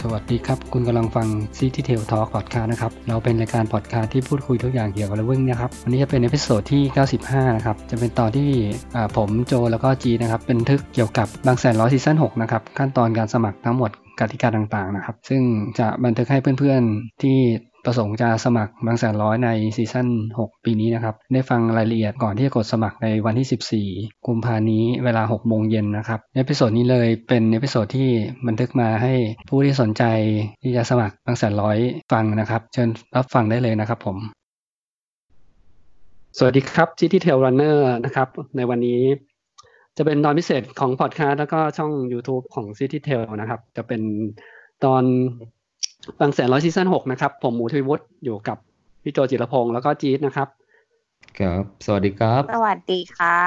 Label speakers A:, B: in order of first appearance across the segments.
A: สวัสดีครับ คุณกำลังฟัง City Tail Talk Podcast นะครับ เราเป็นรายการ podcast ที่พูดคุยทุกอย่างเกี่ยวกับเรื่องนะครับ วันนี้จะเป็นเอพิโซดที่ 95 นะครับ จะเป็นตอนที่อ่าผมโจแล้วก็จีนะครับ เป็นทึกเกี่ยวกับบางแสนร้อยซีซั่น6นะครับ ขั้นตอนการสมัครทั้งหมดกติกาต่างๆนะครับ ซึ่งจะบันทึกให้เพื่อนๆที่ประสงค์จะสมัครบางแสนร้อยในซีซั่น6 ปีนี้นะครับ ได้ฟังรายละเอียดก่อนที่จะกดสมัครในวันที่ 14 กุมภานี้เวลา 6 โมงเย็นนะครับเอพิโซดนี้เลยเป็นเอพิโซดที่บันทึกมาให้ผู้ที่สนใจที่จะสมัครบางแสนร้อยฟังนะครับ เชิญรับฟังได้เลยนะครับผม สวัสดีครับ City Tail Runner นะครับ ในวันนี้จะเป็นตอนพิเศษของพอดคาสต์แล้วก็ช่อง YouTube ของ City Tail นะครับ จะเป็นตอนบางแสนร้อยซีซั่นหกนะครับ ผมหมูทวีวุฒิอยู่กับพี่โจจิรพงศ์แล้วก็จี๊ดนะครับ
B: ครับ สวัสดีครับ
C: สวัสดีค่ะ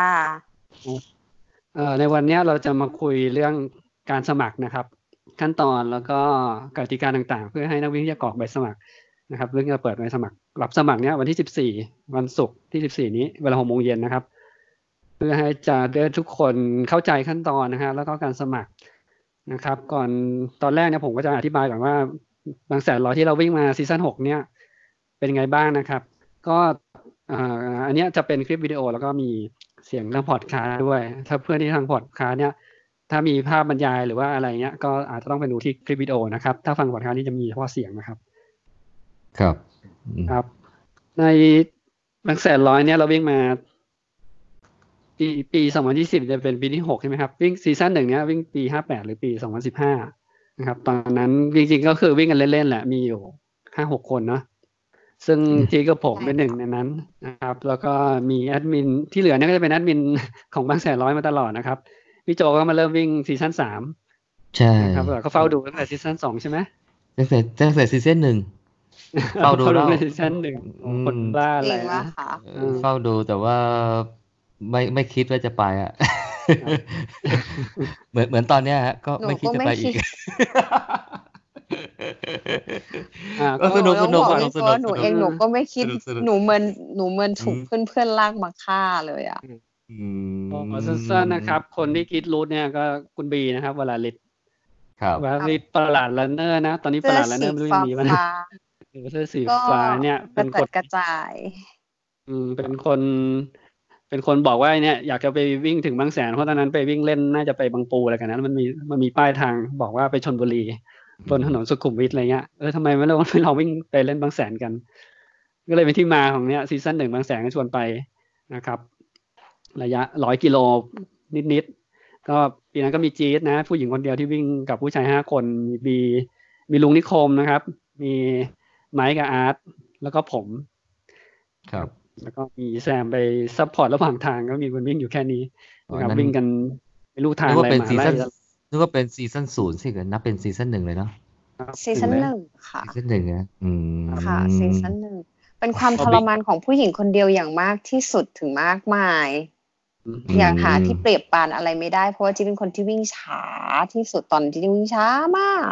A: เอ่อในวันเนี้ยเราจะมาคุยเรื่องการสมัครนะครับ ขั้นตอนแล้วก็กติกาต่างๆ เพื่อให้นักวิ่งที่จะกรอกใบสมัครนะครับเรื่องจะเปิดใบสมัครรับสมัครเนี้ยวันที่สิบสี่วันศุกร์ที่สิบสี่นี้เวลาหกโมงเย็นนะครับ เพื่อให้จะได้ทุกคนเข้าใจขั้นตอนนะฮะแล้วก็การสมัครนะครับ ก่อนตอนแรกเนี่ยผมก็จะอธิบายก่อนว่า บางแสนร้อยที่เราวิ่งมาซีซั่นหกเนี่ย เป็นไงบ้างนะครับ ก็อ่าอันเนี้ยจะเป็นคลิปวิดีโอแล้วก็มีเสียงทางพอดคาสต์ด้วย ถ้าเพื่อนที่ทางพอดคาสต์เนี่ย ถ้ามีภาพบรรยายหรือว่าอะไรเงี้ยก็อาจจะต้องไปดูที่คลิปวิดีโอนะครับ ถ้าฟังพอดคาสต์นี่จะมีเฉพาะเสียงนะครับ
B: ครับอืม
A: ครับ ในบางแสนร้อยเนี่ยเราวิ่งมา ปีปีสองพันยี่สิบจะเป็นปีที่หกใช่ไหมครับวิ่งซีซั่นหนึ่งเนี้ยวิ่งปีห้าแปดหรือปีสองพันสิบห้านะครับ ตอนนั้นจริงๆก็คือวิ่งกันเล่นๆแหละมีอยู่ห้าหกคนเนาะซึ่งจีกับผมเป็นหนึ่งในนั้นนะครับ แล้วก็มีแอดมินที่เหลือเนี่ยก็จะเป็นแอดมิน ของบางแสนร้อยมาตลอดนะครับพี่โจก็มาเริ่มวิ่งซีซั่นสาม
B: ใช่
A: นะครับแล้วก็เฝ้าดูตั้งแต่ซีซั่นสองใช่ไหม
B: ตั้งแต่ตั้งแต่ซีซั่นหนึ่ง เฝ้าดูแล้ว
A: ตั้งแต่ซีซั่นหนึ่งโอ้คนบ้าอะ
C: เก่
A: ไรง
C: มา
A: นะ
C: กค่ะ
B: เออเฝ้าดูแต่ว่าไม่ไม่คิดว่าจะไป อ่ะ เหมือนเหมือนตอนเนี้ยฮะก็
C: หนู
B: ไม่คิดจะ
C: ก็
B: ไป
C: ไม่คิ
B: อี
C: ด
B: ก
A: อ่า
B: ก็สนุกสนุกส
C: ห
B: นุ
C: นู
B: ก
C: ต้
B: ส
C: องบอก
B: นุกส
C: หนู
B: นุก
C: เองหนูก็ไม่คิด
B: สนุก
C: หนูเหมินหนูเหมินถูก
B: อืม
C: เพื่อนเพื่อนๆลากมาฆ่าเลยอ่ะ
B: อื
A: อ๋อ
B: ม
A: สั้นๆนะครับ คนที่คิดรูทเนี่ยก็คุณบีนะครับวลาลิศ
B: ครับ
A: วลาลิศประหลาดลันเนอร์นะ ตอนนี้ประห
C: เสื้อ
A: ลาดลันเนอ
C: สี
A: ร์ไม่รู้ยั
C: ฟ้าง
A: มีมั้ย
C: ฟ้า
A: เสื้อสี
C: ก็
A: ฟ้าเนี่ย
C: ก
A: เป็
C: ระ
A: นค
C: จัด
A: น
C: กระจาย
A: อืมเป็นคน เป็นคนบอกว่าเนี่ย อยากจะไปวิ่งถึงบางแสนเพราะตอนนั้นไปวิ่งเล่นน่าจะไปบางปูอะไรกันนะมันมีมันมีป้ายทางบอกว่าไปชนบุรี บนถนนสุขุมวิทอะไรเงี้ย เออทำไมไม่เราไม่เราวิ่งไปเล่นบางแสนกัน ก็เลยเป็นที่มาของเนี้ยซีซั่นหนึ่งบางแสนก็ชวนไปนะครับ ระยะร้อยกิโลนิดๆ ก็ปีนั้นก็มีจี๊ดนะ ผู้หญิงคนเดียวที่วิ่งกับผู้ชายห้าคนมีบีมีลุงนิคมนะครับ มีไมค์กับอาร์ตแล้วก็ผม
B: ครับ
A: แล้วก็มีแซมไปซัพพอร์ตระหว่างทางก็มีคนวิ่งอยู่แค่นี้
B: อ๋อ
A: นะครับ
B: นั่น
A: วิ่งกันไม่รู้ทาง
B: นึก
A: อะ
B: ว่า
A: ไร
B: เป็น
A: มา
B: ซี
A: ไล่
B: ซั่นนึกว่าเป็นซีซั่นศูนย์สิกันนับเป็นซีซั่นหนึ่งเลยเนาะ
C: ซีซั่น
B: ถึง
C: ห
B: แล้ว
C: นึ่งค่ะ
B: ซีซั่นหนึ่งนะอืม
C: ค่ะ ซีซั่นหนึ่ง เป็นความทรมานของผู้หญิงคนเดียวอย่างมากที่สุดถึงมากมาย
B: อืม
C: อยากหาที่เปรียบปานอะไรไม่ได้ เพราะว่าจีเป็นคนที่วิ่งช้าที่สุดตอนจีวิ่งช้ามาก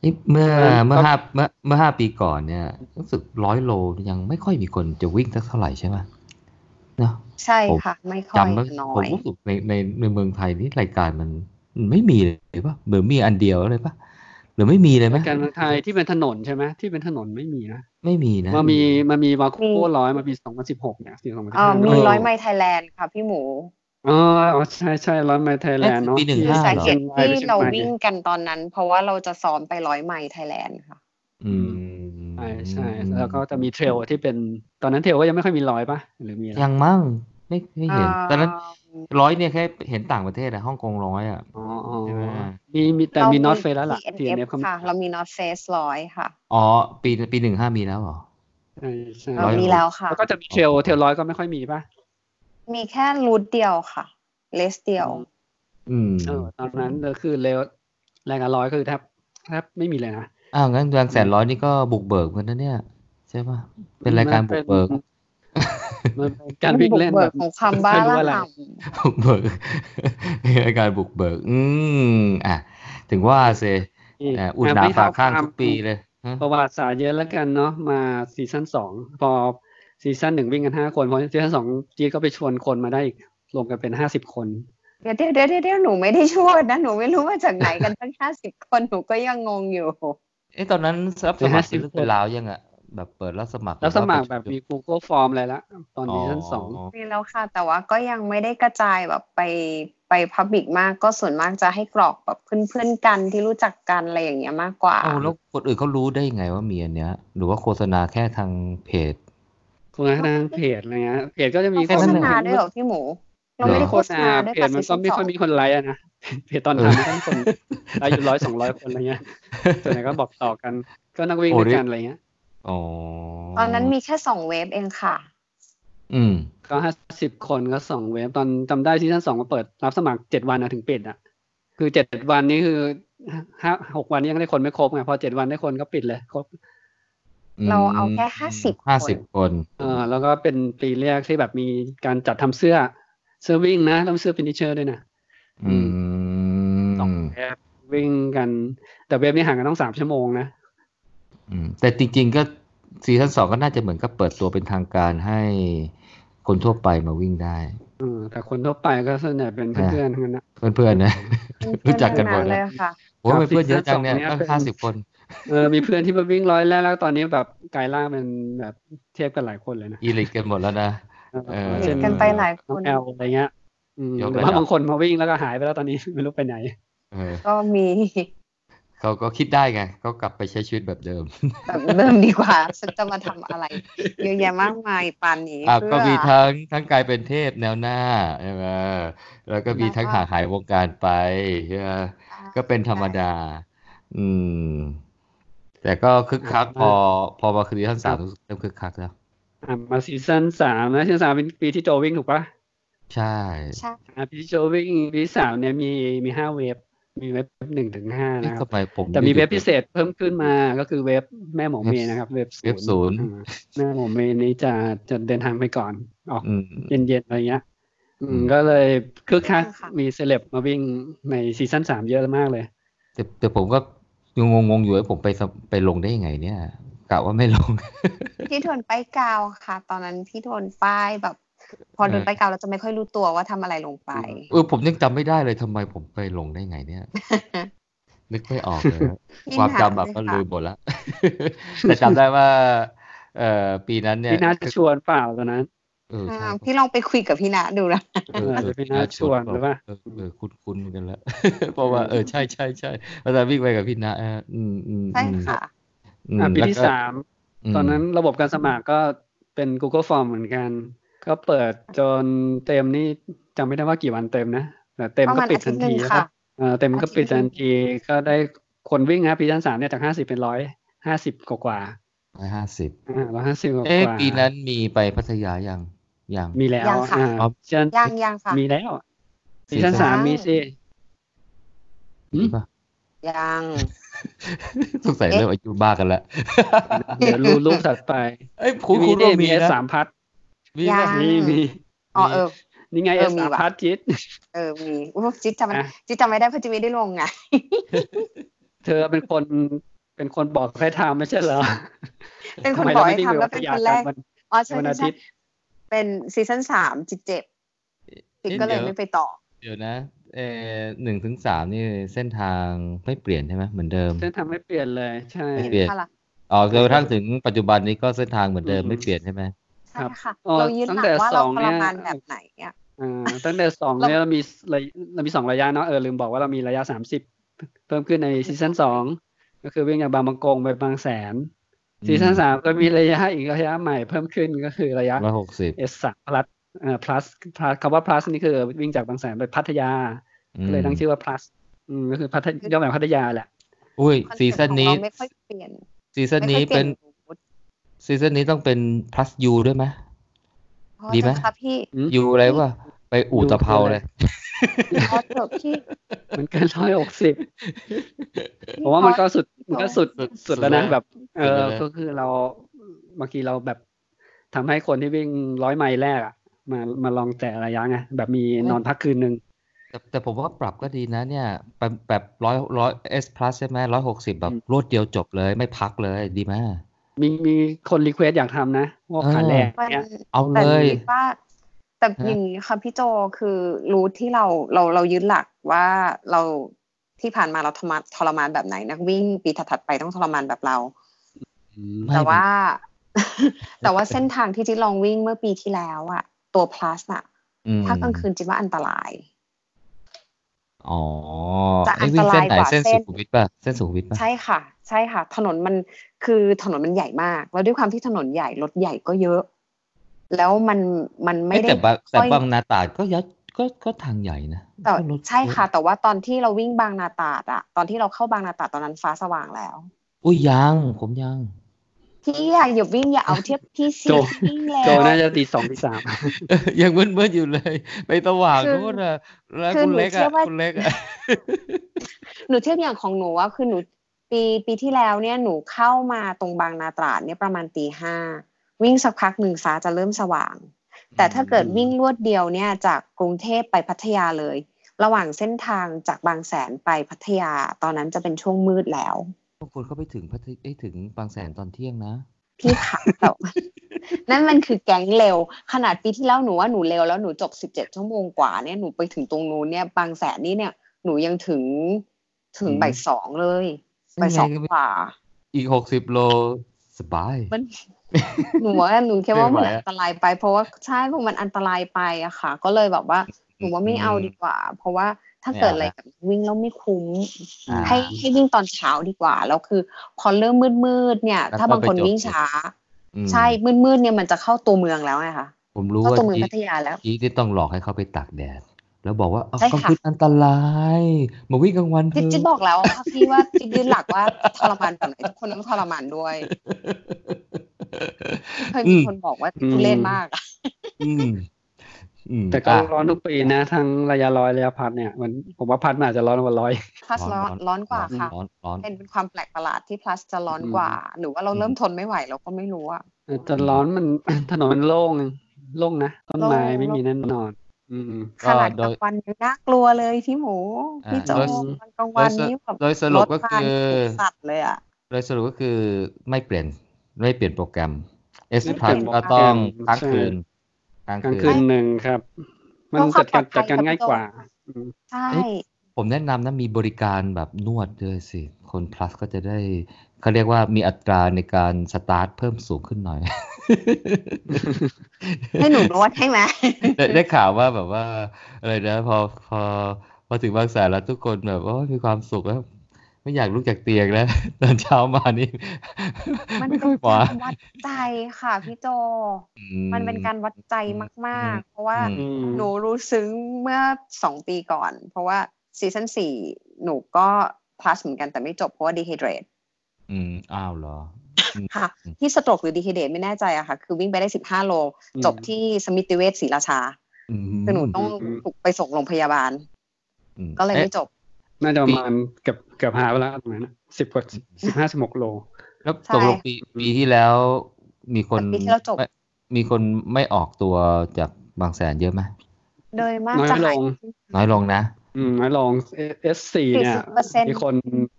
B: เอ้ยเมื่อเมื่อห้าเมื่อเมื่อห้าปีก่อนเนี่ยรู้สึกร้อยโลยังไม่ค่อยมีคนจะวิ่งสักเท่าไหร่ใช่ไหมเนาะ
C: ใช่ค่ะ ไม่ค่อย
B: จำแล้ว
C: น้อ
B: ผม
C: ย
B: รู้สึกในในในเมืองไทยนี่รายการมันมันไม่มีเลยป่ะเหมือนมีอันเดียวเลยป่ะหรือไม่มีเลยไหม
A: การเมืองไทยที่เป็นถนนใช่ไหมที่เป็นถนนไม่มีนะ
B: ไม่มีนะ
A: มามีมามีวา
C: มี
A: โก้ร้อยมาปีสองพันสิบหกเนี่ยสี่สองพันสิบ
C: เอ่อ
A: ห้า
C: มี
B: เออ
C: ร้อยไมล์ไทยแลนด์ค่ะพี่หมู
A: อ๋อใช่ใช่ร้อยไมล์ไทยแลนด์เนาะ
B: ปีหนึ่ง
C: คือ
B: ห้า
C: สาเหตุ
A: ชียงย
C: ที่
A: ชีย
C: เรา
A: ใหม่
C: วิ่งกันตอนนั้น เพราะว่าเราจะซ้อมไปร้อยไมล์ไทยแลนด์ค่ะ
B: อืม
A: ใช่ใช่แล้วก็จะมีเทรลที่เป็นตอนนั้นเทรลก็ยังไม่ค่อยมีร้อยป่ะหรือมีอะไร
B: ยังมั่งไม่ไม่เห็น
C: อ่า
B: ตอนนั้นร้อยเนี่ยแค่เห็นต่างประเทศอะฮ่องกงร้อยอะ
A: อ๋ออ๋อ
B: ใช่ไหม
A: มีมีแต่มี
C: รา
A: น็อตเฟสแล้วล่ะ
C: มี
A: TNF
C: TNF
A: เข้ามา
C: ค่ะ เรามีน็อตเฟสร้อยค่ะ
B: อ๋อปีปีหนึ่งห้ามีแล้วเหรอ
A: ใช่ใช่
C: เรา
B: 100
C: มีแล้วค่ะ
A: แล้วก็จะมีเทรลเทรลร้อยก็ไม่ค่อยมีป่ะ
C: มีแค่รูทเดียวค่ะ เลสเดียว
B: อืม
A: เออตอนนั้นก็คือเร็วแรงกับร้อยคือแทบแทบไม่มีเลยนะ
B: อ้าวงั้นบางแสนร้อยนี่ก็บุกเบิกเหมือนกันนะเนี่ยใช่ป่ะเป็นรายการบุกเบิก
A: มันเป็นการวิ่งเล่นแบบ
C: มันบุกเบิกของความบ้า
A: ไม่รู้
C: ระ
A: อะไร
C: ห่
B: บุกเบิก รายการบุกเบิก อืมอ่ะ ถึงว่าเซ
A: ที่
B: อ่ะอุ่นหนา
A: ไม่เท่
B: ฝาข้าง
A: ควม
B: ทุกปีเลยฮะ
A: ประวัติศาสตร์เยอะแล้วกันเนาะมาซีซั่นสองพอซีซั่นหนึ่งวิ่งกันห้าคนพอซีซั่นสองจีดก็ไปชวนคนมาได้อีกรวมกันเป็นห้าสิบคน
C: เดี๋ยวเดี๋ยวเดี๋ยวเดี๋ยวหนูไม่ได้ช่วยนะ หนูไม่รู้มาจากไหนกันตั้งห้าสิบคนหนูก็ยังงงอยู่
B: เอ้ตอนนั้นรับสมัคร
A: 50
B: เป็นเรื่องเป็นราวยังอ่ะแบบเปิดรับสมัคร
A: แล้วสมัคร
B: หอ
A: แบ
B: ว่า
A: บ
B: เป็น
A: มี Google Form อะไรละตอนนี้ชั้นสอง
C: มีแล้วค่ะ แต่ว่าก็ยังไม่ได้กระจายแบบไปไปพับบิกมากก็ส่วนมากจะให้กรอกแบบเพื่อนๆกันที่รู้จักกันอะไรอย่างเงี้ยมากกว่า
B: เอาแล้วคนอื่นเขารู้ได้ไงว่ามีอันเนี้ย หรือว่าโฆษณาแค่ทางเพจ
A: โฆษณาทางเพจอะไรเงี้ยเพจก็จะมี
C: เราโฆษณา
A: คน
C: ด้วยเหรอพี่หมู เรา
A: ไม่
C: ไม่
A: ได้
C: ได้
A: โฆ
C: โฆ
A: ษ
C: ษ
A: ณา
C: ณาด้วย
A: เพ
C: ค่ะ
A: จมันก็ไม่ค่อยมีคนไลค์อะนะเพจตอนทำไม่ต้องคนไลค์อยู่ร้อยสองร้อยคนอะไรเงี้ยส่วนใหญ่ก็บอกต่อกันก็นักวิ่ง
B: โอ้
A: ด้วย
B: นี่
A: กันอะไรเงี้ย
B: อ๋อ
C: ตอนนั้นมีแค่สองเวฟเองค่ะ
B: อืม
A: ก็ห้าสิบคนก็สองเว็บตอนจำได้ที่ท่านสองมาเปิดรับสมัครเจ็ดวันนะถึงปิดอ่ะ คือเจ็ดวันนี้คือห้าหกวันนี้ยังได้คนไม่ครบไงพอเจ็ดวันได้คนก็ปิดเลยครบ
C: เราเอาแค่50
B: ห้าสิบ
C: 50
B: คน
A: เออแล้วก็เป็นปีแรกที่แบบมีการจัดทำเสื้อเสื้อวิ่งนะแล้วเสื้อฟินิเชอร์ด้วยนะ
B: อืม
A: สอง วิ่งกันแต่เว็บนี้ห่างกันต้องสามชั่วโมงนะ
B: อืมแต่จริงๆก็ซีซั่นสองก็น่าจะเหมือนกับเปิดตัวเป็นทางการให้คนทั่วไปมาวิ่งได้
A: อืมแต่คนทั่วไปก็ส่วนใหญ่เป็นเพื่อนๆทั้งนั้นนะ
B: เพื่อน ๆนะ รู้จักกันหมด
C: เพื่อๆทั้ง
B: นะ
C: เลยค่ะ
B: โอ้ยเพื่อนเยอะจังเนี่ย
A: ซีซั่นสองเนี่ย
B: ตั้ง
A: เป็น
B: ห้าสิบคน
A: เออมีเพื่อนที่มาวิ่งร้อยแรกแล้วตอนนี้แบบกลายร่างเป็นแบบเทียบกันหลายคนเลยนะ
B: อีลิกกันหมดแล้วนะ เออ
A: ช่
C: กันไปหลายคน
A: องแอลอะไรเงี้ยอืม
B: ยก
A: แต่
B: ระดับ
A: ว่าบางคนมาวิ่งแล้วก็หายไปแล้วตอน นี้ ไม่รู้ไปไหน
B: เออ
C: ก็มี
B: เขาก็คิดได้ไงเขากลับไปใช้ชีวิตแบบเดิม
C: แบบเริ่มดีกว่า ฉันจะมาทำอะไร เยอะแยะมากมายปานนี้
B: อ่ะ
C: เพื่อ
B: ก็มีทั้งทั้งกลายเป็นเทพแนวหน้าใช่ไหมแล้วก็มีทั้ง
C: แล้วก็
B: ห่างหายวงการไปใช่ไหมก็เป็นธรรมดา อืม แต่ก็คึกคักพอ พอมาคืนท่านสามเริ่มคึกคักแล้ว
A: อ่ะมาซีซั่นสามนะซีซั่นสามเป็นปีที่โจวิ่งถูกปะ
B: ใช่
C: ใช่
A: อ่ะปีที่โจวิ่งปีที่สามเนี่ยมีมีห้าเวฟมีเวฟหนึ่งถึงห้า
B: นี่
A: นะครับ
B: ทำไมผม
A: แต่มี
B: อยู่
A: เว็บ
B: ๆ
A: พิเศษเพิ่มขึ้นมาก็คือเว็บแม่หมอเมย์นะครับ เว็บ
B: เว็บศูนย์
A: อ่าแม่หมอเมย์นี้จะจะเดินทางไปก่อน ออก
B: อืม
A: เย็นๆอะไรเงี้ย อื
B: อื
A: ม
B: ม
A: ก็เลยคึกคักมีเซเลบมาวิ่งในซีซั่นสามเยอะมากเลย
B: แต่แต่ผมก็งงงๆอยู่ว่าผมไปสมไปลงได้ยังไงเนี่ยกะว่าไม่ลง
C: พี่ทวนไปกาวค่ะ ตอนนั้นพี่ทวนป้ายแบบ พอโดน
B: เออ
C: ไปกาวเราจะไม่ค่อยรู้ตัวว่าทำอะไรลงไป
B: เออผมยังจำไม่ได้เลยทำไมผมไปลงได้ไงเนี่ย นึกไม่ออกเลยอะ
C: ยิ่ง
B: ความ
C: หา
B: จำแบบ
C: เลย
B: ก็
C: ค่ะ
B: ลืมหมดแล้ว แต่จำได้ว่า เอ่อปีนั้นเนี่ย
A: พี่น่าจะชวนเปล่าตอนนั้น
B: เออ
C: อ่า
B: ใช่
C: พี่ลองไปคุยกับพี่นะดูนะ
B: เออ
A: อาจจะพี่น่าชวนหรือเปล่า
B: เออเออคุ้นคุ้นๆกันแล้ว เพราะว่าเออใช่ใช่ใช่อาจารย์วิ่งไปกับพี่นะเอออืมอืม
C: ใช่ค่ะ
B: อืม
A: อ่ะปีที่
B: แล้วก็
A: สามตอนนั้นระบบการสมัครก็เป็น Google Form เหมือนกัน ก็เปิดจนเต็มนี่จำไม่ได้ว่ากี่วันเต็มนะแต่เต็ม
C: ประ
A: ก็
C: มาณ
A: ปิดทั
C: อาทิต
A: น
C: ย์หนึ่
A: ที
C: ง
A: แล้วก็
C: ค่ะ
A: เอ่อเต็มก็ปิดทันทีก็ได้คนวิ่งนะปีชั้นสามเนี่ยจากห้าสิบเป็นร้อยห้าสิบกว่ากว่า
B: ห้าสิบ
A: ร้อยห้าสิบกว่า
B: เอ๊ะ
A: ๆ
B: ปีนั้นมีไปพัทยายังยัง
A: มีแล้ว
C: ยังค่ะ
A: อ่า
B: อ๋อ
A: ซีซั่น
C: ยังยังค่ะ
A: มีแล้ว
B: ซี
A: ปีชั้
B: ซั่น
A: นสามมีสิ อืม
B: มีปะ
C: ยัง
B: สงสัยเริ่มอายุมากกันแล้ว
A: เดี๋ยวรูรูปถัดไป
B: เอ้ ยคุณ
A: มี
B: คุณ
A: ดิ
B: ว่ามี
A: มีเอส
B: นะ
A: สามพัด
B: มีนะ
C: ยัง
A: มีมี
C: อ๋อเออ
A: นี่ไง
C: เอ
A: เอ
C: อ
A: ส
C: มี
A: สาม
C: ว่ะ
A: พัดจิต
C: เออมีอุ๊ยจิ๊ดจำไม่
A: อ่ะ
C: จิ๊ดจำไม่ได้เพราะจิ๊ดไม่ได้ลง ไง
A: เธอเป็นคนเป็นคนบอกให้ทำไม่ใช่เหรอ
C: เป็นคน
A: ทำไมรา
C: บอก
A: ไม่
C: ให้
A: วิ่ง
C: ทำแล้วเป็น
A: ไยา
C: คนแรก
A: วัน
C: อ๋อใช่
A: วัน
C: ใช่
A: อาทิ
C: ใช่
A: ตย์
C: เป็นซีซั่นสามจิ๊ดเจ็บจิ๊ดก็เลย
B: เดี๋ยว
C: ไม่ไปต่อ
B: เดี๋ยวนะเออหนึ่งถึงสามนี่เส้นทางไม่เปลี่ยนใช่ไหมเหมือนเดิม
A: เส้นทางไม่เปลี่ยนเลยใช่
B: ไม่
C: เห็น
B: เปลี่ยน
C: ค่ะล่ะ
B: อ๋อจนกระทั่งถึงปัจจุบันนี้ก็เส้นทางเหมือนเดิม
A: อืม
B: ไม่เปลี่ยนใช่ไหม
C: ใช่ค่ะ
A: เอ่อ
C: เรายึด
A: ตั้ง
C: หลั
A: แต่
C: กว่าเรา
A: สอง
C: ท
A: เนี่
C: ร
A: ย
C: มานแบบไหนอ่ะ
A: อ่าตั้งแต่สอง
C: เรา
A: เนี่ยเรามีระยเรามีสองระยะเนาะเออลืมบอกว่าเรามีระยะสามสิบเพิ่มขึ้นในซีซั่นสองก็คือวิ่งจากบางประกงไปบางแสนซีซั่นสามก็มีระยะอีกระยะใหม่เพิ่มขึ้นก็คือระยะ
B: ร้อยหกสิบ
A: S สาม plus เอ่อ plus plus คำว่า plus นี่คือวิ่งจากบางแสนไปพัทยาก็เลยตั้งชื่อว่า plus อืมก็คือพัทย่อมาจากพัทยาแหละ
B: อุ้ย
C: คอนเซ็
B: ซี
C: ปต์
B: ซั่น
C: ของ
B: นี้
C: เราไม่ค่อยเปลี่ยน
B: ซีซั่น
C: ไม่ค่
B: นี้
C: อยเป
B: เป็
C: ลี่ย
B: น
C: น
B: ซีซั่นนี้ต้องเป็น plus u ด้วยไหม
C: อ๋อ
B: ดีไหม
C: เถอะค่ะพี่
A: อืม
B: u อะไรวะไปอู่ตะเภาเลย
C: พอเถอะพี่
A: มันเกินร้อยหกสิบเพราะว่ามันก็สุดมันก็สุด
B: สุด
A: สุดแล้วนะ
B: สุดแล้ว
A: แบบเอ
B: สุด
A: อ
B: แล้วนะ
A: ก็คือเราบางทีเราแบบทำให้คนที่วิ่งร้อยไมล์แรกอะมามาลองแต่ระยะไงแบบมีนอนพักคืนหนึ่ง
B: แต่แต่ผมว่าปรับก็ดีนะเนี่ยแบบแบบร้อยร้อย S plus ใช่ไหมร้อยหกสิบแบบ
A: อืม
B: รวดเดียวจบเลยไม่พักเลยดีไหม
A: มีมีคนรีเควสอยากทำนะพวก
B: เออ
A: ขาแรก
C: มัน
A: เนี้ย
B: เอา
C: แต่
B: เลย
C: คิดว่า แต่อย่างนี้ค่ะพี่โจคือรู้ที่เราเราเรายึดหลักว่าเราที่ผ่านมาเราทรมานทรมานแบบไหน นักวิ่งปีถัดๆไปต้องทรมานแบบเรา
A: อืม
B: ไม่
C: แต่ว่า
B: น
C: แต่ว่าเส้นทางที่จิตลองวิ่งเมื่อปีที่แล้วอะตัว plus อะ
B: อืม
C: ถ้ากลางคืนจิตว่าอันตราย
B: อ๋อ
C: จะอั
B: ไอ้
C: น
B: วิ่
C: ต
B: ง
C: รา
B: เส้น
C: ย
B: ไห
C: กว่า
B: นเส้น
C: เส้
B: สุ
C: น
B: ขุมวิทป่ะเส้นสุขุมวิทป่ะ
C: ใช่ค่ะ ใช่ค่ะ ถนนมันคือถนนมันใหญ่มาก แล้วด้วยความที่ถนนใหญ่รถใหญ่ก็เยอะ แล้วมันมันไม่ได้
B: แต่บางแต่
C: ค่อย
B: บางนาตราดก็ยัดก็ก็ทางใหญ่นะ
C: แต่
B: ก็รถ
C: ใช่ค่ะ
B: รถ
C: แต่ว่าตอนที่เราวิ่งบางนาตราดอะตอนที่เราเข้าบางนาตราดตอนนั้นฟ้าสว่างแล้ว
B: อุ้ยยังผมยัง
C: พี่อะอย่าวิ่งอย่าเอาเทียบพี่ซี
A: โจ
C: พี่วิ่งแล้
A: โจ
C: ว
A: น่าจะตีสองตีส าม
B: ยังมืดมืดๆอยู่เลยไปสว่าง
C: คือ
B: นู้นอ่ะแล้ว
C: คือ
B: คุณ
C: หนู
B: เล็ก
C: เชื่
B: อ่ะ
C: อว่า
B: คุณเล็กอ่ะ
C: หนูเทียบอย่างของหนูว่าคือหนูปีปีที่แล้วเนี่ยหนูเข้ามาตรงบางนาตราดเนี่ยประมาณตีห้าวิ่งสักพักหนึ่งฟ้าจะเริ่มสว่าง แต่ถ้าเกิดวิ่งลวดเดียวเนี่ยจากกรุงเทพไปพัทยาเลย ระหว่างเส้นทางจากบางแสนไปพัทยาตอนนั้นจะเป็นช่วงมืดแล้ว
B: บางคนเขาไปถึงพัทยเอ้ยถึงบางแสนตอนเที่ยงนะ
C: พี่ขาแต่ว่า นั่นมันคือแก๊งเร็ว ขนาดปีที่แล้วหนูว่าหนูเร็วแล้วหนูจบสิบเจ็ดชั่วโมงกว่าเนี่ยหนูไปถึงตรงนู้นเนี่ยบางแสนนี่เนี่ยหนูยังถึงถึงบ่ายสองเลยบ่ายสองกว่า
B: อีกหกสิบโลสบาย
C: มัน หนูว่าหนูแค่ว่า
B: ไม่
C: มัน
B: ไหวอะ
C: อันตรายไป เพราะว่าใช่เพราะมันอันตรายไปอะค่ะ ก็เลยแบบว่าหนูว่าไม่เอาดีกว่า เพราะว่าถ้า
B: ไม่เอา
C: เกิดอะไรกับวิ่งแล้วไม่คุ้ม
B: อ่า
C: ให้ให้วิ่งตอนเช้าดีกว่าแล้วคือ พอเริ่มมืดๆเนี่ย
B: แล้ว
C: ถ้าบางคน
B: ก็ไปจบ
C: วิ่งช้า
B: อืม
C: ใช่มืดๆเนี่ยมันจะเข้าตัวเมืองแล้วไงคะ
B: ผมรู้
C: เข้า
B: ว่า
C: ตัวเมือง
B: อี
C: พัทยาแล้ว
B: อีกที่ต้องหลอกให้เขาไปตากแดด แล้วบอกว่าเอา
C: ใช่
B: กลาง
C: ค่ะ
B: คืนอันตรายมาวิ่งกลางวันเถ
C: จิ๊บจิ๊
B: อะ
C: บบอกแล้วค่ะพี่ว่าจิ๊บยืนหลักว่าทรมานแบบไหนทุกคนต้องทรมานด้วยเคยมีคนบอกว่าทุเรศมากอะ
B: อืมอืม
A: แต่ก็
B: อ่ะ
A: ร้อนทุกปีนะทั้งระยะร้อยระยะพันเนี่ยมันผมว่าพันมันอาจจะร้อนกว่าร้อย
C: พลัส
B: ร้
C: ร้
B: อ
C: อน นร้อนกว่าค่ะ
B: ร้อนร้อน
C: เป็นความแปลกประหลาดที่พลัสจะร้อนกว่า หรือว่าเราเริ่มทนไม่ไหวเราก็ไม่รู้อะ
A: แต่ร้อนมัน ถนนมันโล่งโล่งนะต้นไม้
C: โล่ง
A: ไม่มีแน่นอน อืม
B: ก็
C: ขนาด
B: โด
C: กลาย งวันยังน่ากลัวเลยพี่หมู
B: อ่า
C: พี่โจ
A: โดย
C: ตอนกลางวัน
B: โดยสรุป
C: นี่แบบ
B: โดยสรุปก็คือ
C: รถมาสัตว์เลยอะ
B: โดยสรุปก็คือไม่เปลี่ยนไม่เปลี่ยนโปรแกรม S
A: ไม่เป
B: พั
A: ลี่ย
B: ด
A: นโปรแกรม
B: ก็ต้องค้าง
A: ใช่
B: คืนค้าง
A: กลาง
B: คื
A: คื
B: น
A: นหนึ่งครับ มัน
C: เพราะ
A: จัดการจัด
C: ความปลอดภัย
A: การง่าย
C: กับ
A: กว่า
C: ใช่
B: เอ๊ะ ผมแนะนำนะมีบริการแบบนวดด้วยสิ คน plus ก็จะได้เขาเรียกว่ามีอัตราในการสตาร์ทเพิ่มสูงขึ้นหน่อย
C: ให้หนูนวดให้ไหม
B: ได้ได้ข่าวว่าแบบว่าอะไรนะพอพอพอถึงบางแสนแล้วทุกคนแบบว่ามีความสุขแล้วไม่อยากลุกจากเตียงแล้ว ตอนเช้ามานี่
C: มัน
B: ไม่
C: เป็
B: ค่อย
C: น
B: หวา
C: การวัดใจค่ะพี่โจ
B: อื
C: มันเป็นการวัดใจมาก ๆ เพราะว่า
B: อื
A: ม
C: หนูรู้ซึ้งเมื่อสองปีก่อน เพราะว่าซีซั่นสี่หนูก็พลัสเหมือนกันแต่ไม่จบเพราะว่าดีไฮเดรต
B: อืมอ้าวเหรอ
C: ค่ะ ที่สโตรกหรือดีไฮเดรตไม่แน่ใจอะค่ะ คือวิ่งไปได้สิบห้าโล
A: อืม
C: จบที่สมิติเวชศรีราชา
B: อืม
C: คือหนูต้อง
A: อืม
C: ถูกไปส่งโรงพยาบาล
B: ม
C: ก็เลยไม่จบ
A: น่าจะประมาณเกือบเกือบหาไปแล้วตรงนั้นสิบกว่าสิบห้าสิบหกโล
B: แล้ว
C: ใช่
B: ตกลงปีปีที่แล้ว มีคน
C: ปีที่แล้วจบ
B: ไม่มีคนไม่ออกตัวจากบางแสนเยอะไหม
C: โดยมาก
A: น้อย
C: จะหา
A: ล
C: ย
A: ง
B: น้อยลงนะ
A: อืมลองเอสสี่เนี่ย
C: 40%
A: มีคน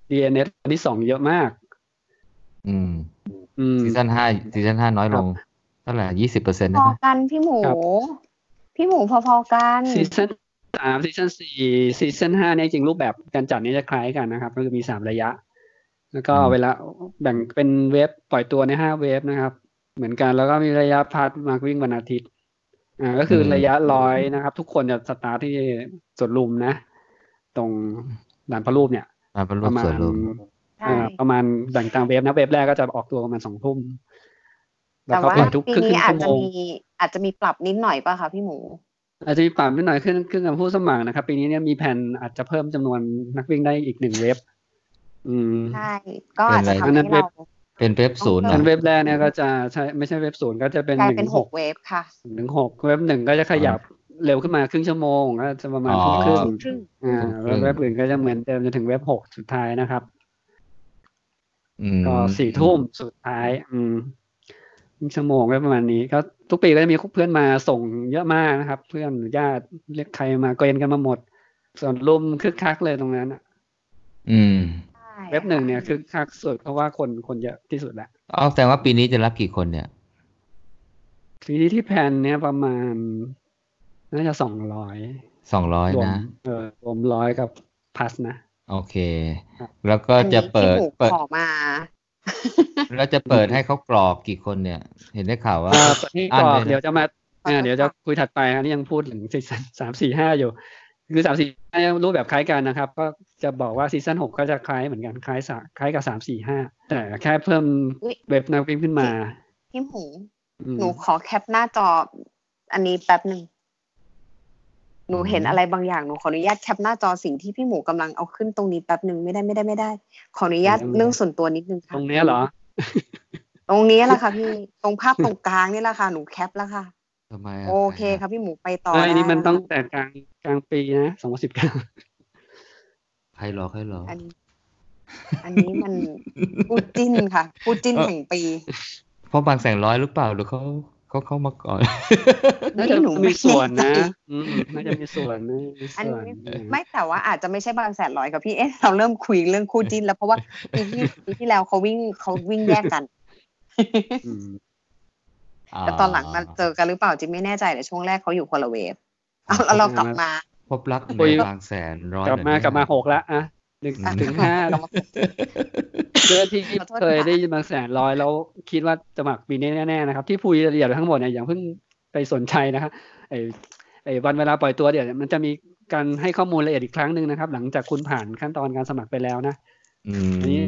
A: DNS อันที่สองเยอะมาก
B: อืม
A: อืม
B: ซีซั่นห้าซีซั่นห้าน้อยลงเท่าไหร่ยี่สิบเปอร์เซ็นต์
C: พ
B: ได้
C: อ
B: ไหม
C: กันพี่หมู
A: ครับ
C: พี่หมูพอๆกัน
A: ซีซั่นสามซีซั่นสี่ซีซั่นห้าเนี่ยจริงรูปแบบการจัดเนี่ยจะคล้ายกันนะครับก็คือมีสามระยะ แล้วก็
B: อืม
A: เวลาแบ่งเป็นเวฟปล่อยตัวในห้าเวฟนะครับ เหมือนกันแล้วก็มีระยะพาร์ทมาวิ่งวันอาทิตย์อ่าก็คือระยะร้อยนะครับ ทุกคนจะสตาร์ทที่สวนลุมนะ ตรงลานพระรูปเนี่ย
B: มาเป็น
A: ป
B: รูป
A: ระมา
B: ส่ว
A: ณ
B: นรวม
C: ใช่
A: อ่าประมาณแบ่งตามเวฟนะเวฟแรกก็จะออกตัวประมาณสองทุ่ม
C: แต่
A: ก็
C: ว่า
A: ปล่อยทุก
C: ปี
A: ครึ่ง
C: นี้อา
A: ชั่
C: จ
A: ว
C: จะ
A: โมง
C: มีอาจจะมีปรับนิดหน่อยป่ะคะพี่หมู
A: อาจจะมีปรับนิดหน่อยขึ้นขึ้นกับผู้สมัครนะครับ ปีนี้เนี่ยมีแผนอาจจะเพิ่มจำนวนนักวิ่งได้อีกหนึ่งเวฟอืม
C: ใช่ ก็อาจจะทำ
A: เป็นอะไร
C: ให้เรา
B: เป็นเว็บศูนย์
A: อัน
B: นะ
A: เว็บแรกเนี่ยก็จะใช้ไม่ใช่เว็บศูนย์ก็จะเป็น
C: กลา
A: ห
C: ย
A: นึ่
C: เป็น
A: ง
C: ห
A: ห
C: ก
A: ก
C: เวฟค่ะ
A: หนึ่งหกเว็บหนึ่งก็จะขยับเร็วขึ้นมาครึ่งชั่วโมงก็จะประมาณ
B: อ๋อ
A: ทุ่มครึ่ง
C: ครึ่ง
A: อ่าแล้วเว็บอื่นก็จะเหมือนเดิมจนถึงเว็บหกสุดท้ายนะครับ
B: อืม
A: ก็สี่ทุ่มสุดท้าย อืมชั่วโมงก็ประมาณนี้ ก็ทุกปีก็จะมีเพื่อนมาส่งเยอะมากนะครับ เพื่อนหรือญาติเรียกใครมาเกรนกันมาหมด ส่วนลุมคึกคักเลยตรงนั้นอะ
B: อืม
C: ใช่
A: เว็บหนึ่งเนี่ยคึกคักสุดเพราะว่าคนคนเยอะที่สุดละ
B: เอาแต่ว่าปีนี้จะรับกี่คนเนี่ย
A: ทีนี้ที่แพลนเนี่ยประมาณ น่าจะสองร้อย
B: สองร้อย
A: รวม
B: นะ
A: เออรวมร้อยกับพัสนะ
B: โอเค
A: ครับ
B: แล้วก็
C: อันนี้
B: จะเปิด
C: ที่หนู
B: เปิด
C: ขอมา
B: แล้วจะเปิดให้เขากรอกกี่คนเนี่ย เห็นได้ข่าวว่า
A: เอ่อเปิดให้กรอ
B: อ่า
A: ก
B: นเลยนะ
A: เดี๋ยวจะมา
C: อ่า
A: อ่าเดี๋ยวจะคุยถัดไปอันนี้ยังพูดถึงซีซั่นสามสี่ห้าอยู่ คือสามสี่ห้ารูปแบบคล้ายกันนะครับ ก็จะบอกว่าซีซั่นหกก็จะคล้ายเหมือนกันคล้ายสาคล้ายกับสามสี่ห้าแต่แค่เพิ่ม
C: อุ๊ย
A: เว็บนักวิ่งขึ้นมา
C: พี่หมู
A: อืม
C: หนูขอแคปหน้าจอ อันนี้แป๊บหนึ่งหนูเห็น
B: อืม
C: อะไรบางอย่างหนูขออนุญาตแคปหน้าจอสิ่งที่พี่หมูกำลังเอาขึ้นตรงนี้แป๊บหนึ่งไม่ได้ไม่ได้ไม่ได้ ขออนุญาตเรื่องส่วนตัวนิดนึง
A: ต
C: ค่ะ
A: รงเนี้ยเหรอ
C: ตรงนี้แหละค่ะพี่ ตรงภาพตรงกลางนี่แหละค่ะ หนูแคปแล้วค่ะ
B: ทำไมะ
C: โอเคครับพี่หมูไปต่อ
A: ไอ้ย
C: ได้
A: นี่มัน
C: ะคะ
A: ต้องแต่กลางกลางปีนะสองพันสิบเก้า
B: ใครหลอกใครหลอก
C: อันอันนี้ มันพูดจิ้นค่ะพูดจิ้น
B: เออ
C: แห่งปี
B: เพราะบางแสงร้อยหรือเปล่าหรือเขาเขาเขามาก่อน
A: น่าจะ
C: นี่หนูไม่
A: มีส่วน
C: แน่
A: นะ
C: ใจ
A: อืมน่าจะมีส่วนนะมี
C: อัน
A: ส่วน
C: นี้
A: นะ
C: ไม่แต่ว่าอาจจะไม่ใช่บางแสนร้อยกับพี่เอ๊ะ เราเริ่มคุยเรื่องคู่จิ้นแล้วเพราะ ว่าปีที่ปีที่แล้วเขาวิ่งเขาวิ่งแยกกัน
A: อืม
C: แต่ ตอนหลังมาเจอกันหรือเปล่าจิมไม่แน่ใจแต่ช่วงแรกเขาอยู่คนละเวฟเอาแล้วเรากลับมา
B: พบรักในบางแสนร้อย
A: กลับมากลับมาหกละอ่ะหนึ่ง
C: อ่ะ
A: ถึงห้า
C: เรามา
A: เพื่อนที่
C: ขอโทษ
A: เคย
C: ค่ะ
A: ได้ยินบางแสนร้อยแล้วคิดว่าจะหมักปีนี้แน่ๆนะครับ ที่พูดรายละเอียดไปทั้งหมดเนี่ยอย่างเพิ่งไปสนใจนะครับไอ้ไอ้วันเวลาปล่อยตัวเดี๋ยวมันจะมีการให้ข้อมูลละเอียดอีกครั้งหนึ่งนะครับ หลังจากคุณผ่านขั้นตอนการสมัครไปแล้วนะ
B: อืม
A: อันนี้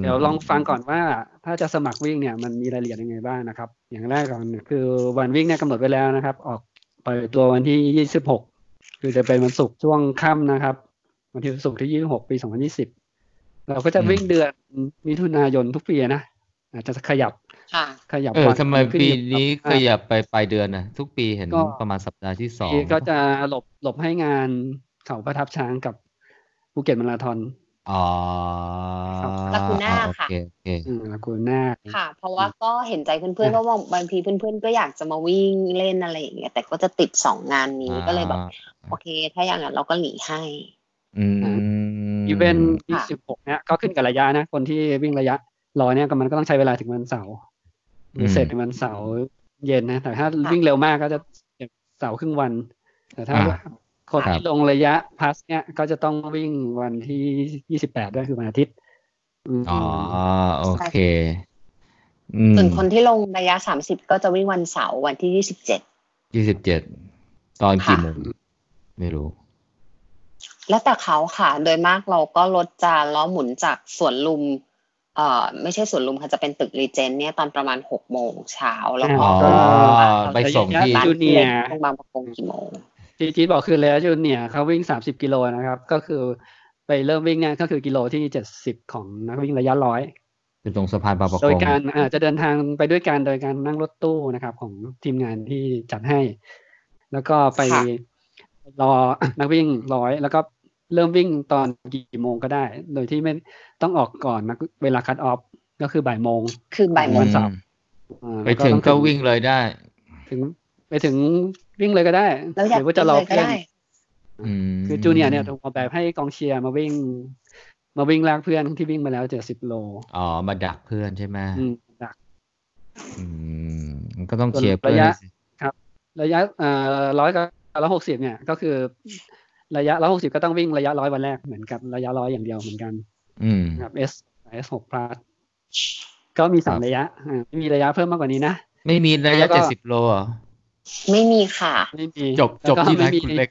A: เดี๋ยวลองฟังก่อนว่าถ้าจะสมัครวิ่งเนี่ยมันมีรายละเอียดยังไงบ้างนะครับ อย่างแรกก่อนเนี่ยคือวันวิ่งเนี่ยกำหนดไว้แล้วนะครับ ออกปล่อยตัววันที่ 26 คือจะเป็นวันศุกร์ช่วงค่ำนะครับ วันที่ศุกร์ที่ 26 ปี 2020 เราก็จะวิ่งเดือนมิถุนายนทุกปีนะอาจจะขยับ
C: ค่ะ
A: ขยับ
B: เออ
A: วัน
B: ทำไม
A: ขึ้
B: ปี
A: อยู่กับ
B: นี้ขยับไปปลายเดือนนะทุกปีเห็น
A: ก็
B: ประมาณสัปดาห์ที่สอง
A: ปีก็จะหลบหลบให้งานเขาประทับช้างกับภูเก็ตมาราธอน
B: อ๋อ
C: ลากูน่า
B: โอ
C: ค่ะ
B: เคโอเค
A: อืมลากูน่า
C: ค่ะ เพราะว่าก็เห็นใจเพื่อนๆว่าบางทีเพื่อนๆก็อยากจะมาวิ่งเล่นอะไรอย่างเงี้ยแต่ก็จะติดสองงานนี้ก็เลยแบบ โอเค ถ้าอย่างนั้นเราก็หนีให้
B: อืม
A: อีเวนต์ที่
C: ค่ะ
A: สิบหกเนี่ยก็ขึ้นกับระยะนะ คนที่วิ่งระยะรอเนี่ยก็มันก็ต้องใช้เวลาถึงวันเสาร์หรือ
B: ม
A: เสร็จในวันเสาร์เย็นนะ แต่ถ้าวิ่งเร็วมากก็จะเสาร์ครึ่งวัน แต่ถ้า
B: อ่า
A: คน
B: ครับ
A: ที่ลงระยะพัสเนี่ยก็จะต้องวิ่งวันที่ยี่สิบแปดด้วยคือวันอาทิตย์ม
B: อ๋อโอเคอืม
C: ส่วนคนที่ลงระยะสามสิบก็จะวิ่งวันเสาร์วันที่ยี่สิบเจ็ด
B: ยี่สิบเจ็ดตอน
C: ค่ะ
B: กี่โมงไม่รู้
C: แล้วแต่เขาค่ะ โดยมากเราก็รถจะล้อหมุนจากสวนลุม เอ่อไม่ใช่สวนลุมค่ะจะเป็นตึกรีเจน เนี่ยตอนประมาณหกโมงเช้าแล้วก็
B: อ๋อไปส่งที่
C: ร้าน
A: จู
C: ที่
A: เนี
C: เล็
A: ย
C: ก
A: ร์
C: ตรงบางประกงกี่โมง
A: จีจีดบอกคือแล้วจูเนียร์เขาวิ่งสามสิบกิโลนะครับ ก็คือไปเริ่มวิ่งเนี่ยก็คือกิโลที่เจ็ดสิบของนักวิ่งระยะร้อย
B: อยู่ตรงสะพานบางประกง
A: โดยการอาจจะเดินทางไปด้วยกันโดยการนั่งรถตู้นะครับ ของทีมงานที่จัดให้ แล้วก็ไป
C: ค่ะ
A: รอ นักวิ่งร้อยแล้วก็เริ่มวิ่งตอนกี่โมงก็ได้ โดยที่ไม่ต้องออกก่อนนักเวลาคัดออฟก็คือบ่ายโมง
C: คือบ่ายโม
A: วั
C: ง
A: นเสาร์ อ่า
B: ไป
A: แล้ว
B: ถึง
A: ต้อง
B: ก็วิ่งเลยได้
A: ถึง ไปถึงวิ่งเลยก็ได้
C: แล้วอยาก
A: หรือว่าจะรอ
C: ก็
A: เพื่อน
C: ได้
B: อืม
A: คือจูเนียร์เนี่ยถูกออกแบบให้กองเชียร์มาวิ่ง มาวิ่งลากเพื่อนที่วิ่งมาแล้วเจ็ดสิบโล
B: อ๋อมาดักเพื่อนใช่ไหม
A: อืมหนัก
B: อืมก็ต้องเชียร์เพื่อ
A: ส่วนระ
B: น
A: ยะ
B: สิ
A: ระยะเอ่อร้อยกับร้อยหกสิบเนี่ยก็คือ ระยะร้อยหกสิบก็ต้องวิ่งระยะร้อยวันแรกเหมือนกับระยะร้อยอย่างเดียวเหมือนกัน
B: อืม
A: นะครับ S S หก plus ก็มีสาม
B: ครับ
A: ระยะอ่าไม่มีระยะเพิ่มมากกว่านี้นะ
B: ไม่มีระยะ
A: แล้วก็
B: เจ็ดสิบโลเหรอ
C: ไม่มีค่ะ
A: ไม่มี
B: จบจบ
A: แล้ว
B: ที่
A: ไม่
B: ร้าน
A: มี
B: คุณเล็ก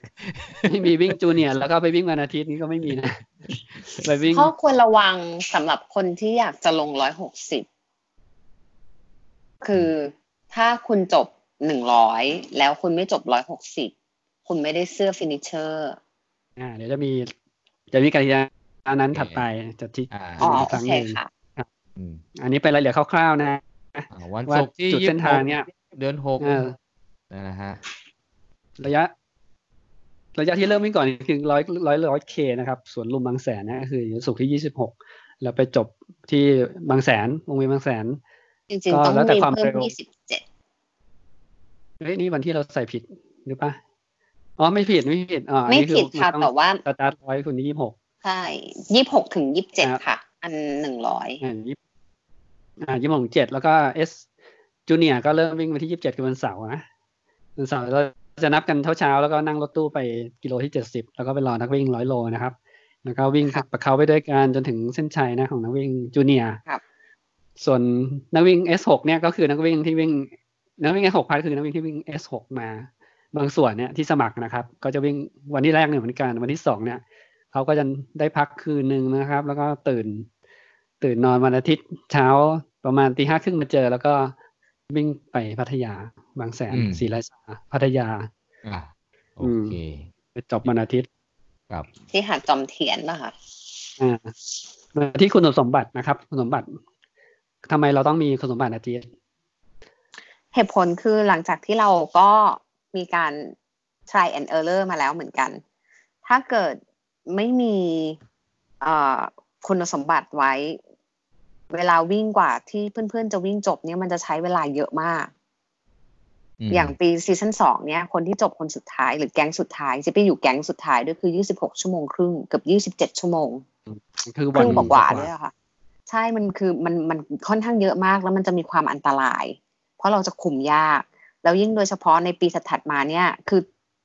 A: ไม่มีวิ่งจูเนียร์แล้วก็ไปวิ่งวันอาทิตย์นี่ก็ไม่มีนะ ไปวิ่ง
C: ข้อควรระวังสำหรับคนที่อยากจะลงร้อยหกสิบคือถ้าคุณจบหนึ่งร้อยแล้วคุณไม่จบร้อยหกสิบคุณไม่ได้เสื้อฟินิชเชอร์
A: อ่าเดี๋ยวจะมีจะมีการอันนั้นถัดไปจะที่
B: อ่า
C: อ๋อ
A: อีกค
C: โอ
A: รั้ง
C: เค
A: หนึ่ง
C: ค่ะ
B: อืม
A: อันนี้เป็นรายละเอียดคร่าวๆนะ
B: อ่าวัน
A: ว่า
B: ศุกร์ที่
A: จุดเส้นทางเนี่ย
B: 26เดือนหก
A: เออ
B: นะฮะ
A: ระยะ ระยะที่เริ่มวิ่งก่อนคือร้อยร้อยร้อยเคนะครับสวนลุมบางแสนนะคือสุกร์ที่ยี่สิบหกแล้วไปจบที่บางแสนวงเวียนบางแสน
C: จริง
A: ก็
C: ๆ ต้อง
A: แล้วแต่
C: มี
A: ความ
C: เพิ่ม
A: เร็ว
C: ยี่สิบเจ็ด
A: เฮ้ยนี่วันที่เราใส่ผิดหรือปะอ๋อไม่ผิดไม่ผิดอ๋อ
C: ไม่ผิดค่ะ
A: มัน
C: แต่
A: ต้อง
C: ว่า
A: สตาร์ทร้อยคุณยี่สิบหก
C: ใช่ยี่หกถึงยี่บเจ็ด
A: ครับ
C: ค่ะ อันหนึ่งร้อย
A: อ่ายี่อ่ายี่สิบหกเจ็ดแล้วก็เอสจูเนียก็เริ่มวิ่งวันที่ยี่สิบเจ็ดคือวันเสาร์นะวันเสาร์เรา จะนับกันเช้าๆแล้วก็นั่งรถตู้ไปกิโลที่เจ็ดสิบแล้วก็ไปรอนักวิ่งร้อยโลนะครับ แล้วก็วิ่งประเขาไปด้วยกันจนถึงเส้นชัยนะของนักวิ่งจูเนียร์
C: ครับ
A: ส่วนนักวิ่ง S6 เนี่ยก็คือนักวิ่งที่วิ่ง นักวิ่ง S6 พาร์ทคือนักวิ่งที่วิ่ง S6 มา บางส่วนเนี่ยที่สมัครนะครับ ก็จะวิ่งวันที่แรกเนี่ยเหมือนกันวันที่สองเนี่ยเขาก็จะได้พักคืนหนึ่งนะครับ แล้วก็ตื่น ตื่นนอนวันอาทิตย์เช้าประมาณตีห้าครึ่งมาเจอ แล้วก็วิ่งไปพัทยาบางแสน
B: อืม
A: ศรีราชาพัทยา
B: อ่ะโอเค
A: ไปจบวันอาทิตย์
B: ครับ
C: ที่หาดจอมเทียนป่ะคะ
A: อ่ามาที่คุณสมบัตินะครับ คุณสมบัติทำไมเราต้องมีคุณสมบัติอาทิตย์
C: เหตุผลคือหลังจากที่เราก็มีการ try and error มาแล้วเหมือนกัน ถ้าเกิดไม่มีเอ่อคุณสมบัติไว้ เวลาวิ่งกว่าที่เพื่อนๆ จะวิ่งจบเนี่ยมันจะใช้เวลาเยอะมาก
B: ม
C: อย่างปีซีซั่นสองเนี่ยคนที่จบคนสุดท้ายหรือแก๊งสุดท้ายจะไปอยู่แก๊งสุดท้ายด้วยคือยี่สิบหกชั่วโมงครึ่งเกือบยี่สิบเจ็ดชั่วโมง
A: คือ
C: ค
A: วัน
C: รึ่งกว่าๆด้วยอะค่ะ ใช่มันคือมันมันค่อนข้างเยอะมากแล้วมันจะมีความอันตราย เพราะเราจะคุมยาก แล้วยิ่งโดยเฉพาะในปีถัดๆมาเนี่ย คือ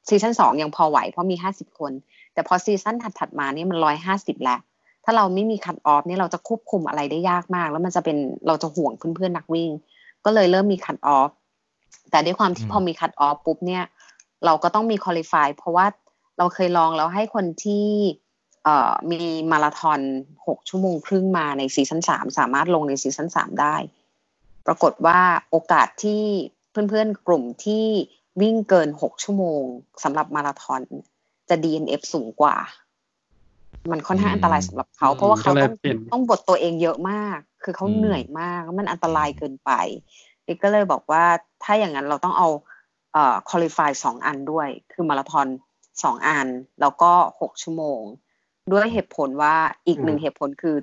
C: ซีซั่นสองยังพอไหวเพราะมีห้าสิบคน แต่พอซีซั่นถัดๆมาเนี่ยมันร้อยห้าสิบแล้ว ถ้าเราไม่มีคัตออฟเนี่ยเราจะควบคุมอะไรได้ยากมาก แล้วมันจะเป็นเราจะห่วงเพื่อนๆนักวิ่ง ก็เลยเริ่มมีคัตออฟแต่ด้วยความที่พอมีคัตออฟปุ๊บเนี่ย เราก็ต้องมีคอลี่ฟายเพราะว่าเราเคยลองแล้วให้คนที่ เอ่อมีมาราธอนหกชั่วโมงครึ่งมาในซีซั่นสามสามารถลงในซีซั่นสามได้ ปรากฏว่าโอกาสที่เพื่อนๆกลุ่มที่วิ่งเกินหกชั่วโมงสำหรับมาราธอนจะ DNF สูงกว่า มันค่อนข้างอันตรายสำหรับเขาเพราะว่าเขาต้อง
A: เปลี่ยน
C: ต้องบทตัวเองเยอะมาก คือเขา
B: อืม
C: เหนื่อยมาก มันอันตรายเกินไปนี่ก็เลยบอกว่าถ้าอย่างนั้นเราต้องเอาเอ่อคอลี่ฟายสองอันด้วย คือมาราธอนสองอัน แล้วก็หกชั่วโมง ด้วยเหตุผลว่าอีก
A: อืม
C: หนึ่งเหตุผลคือ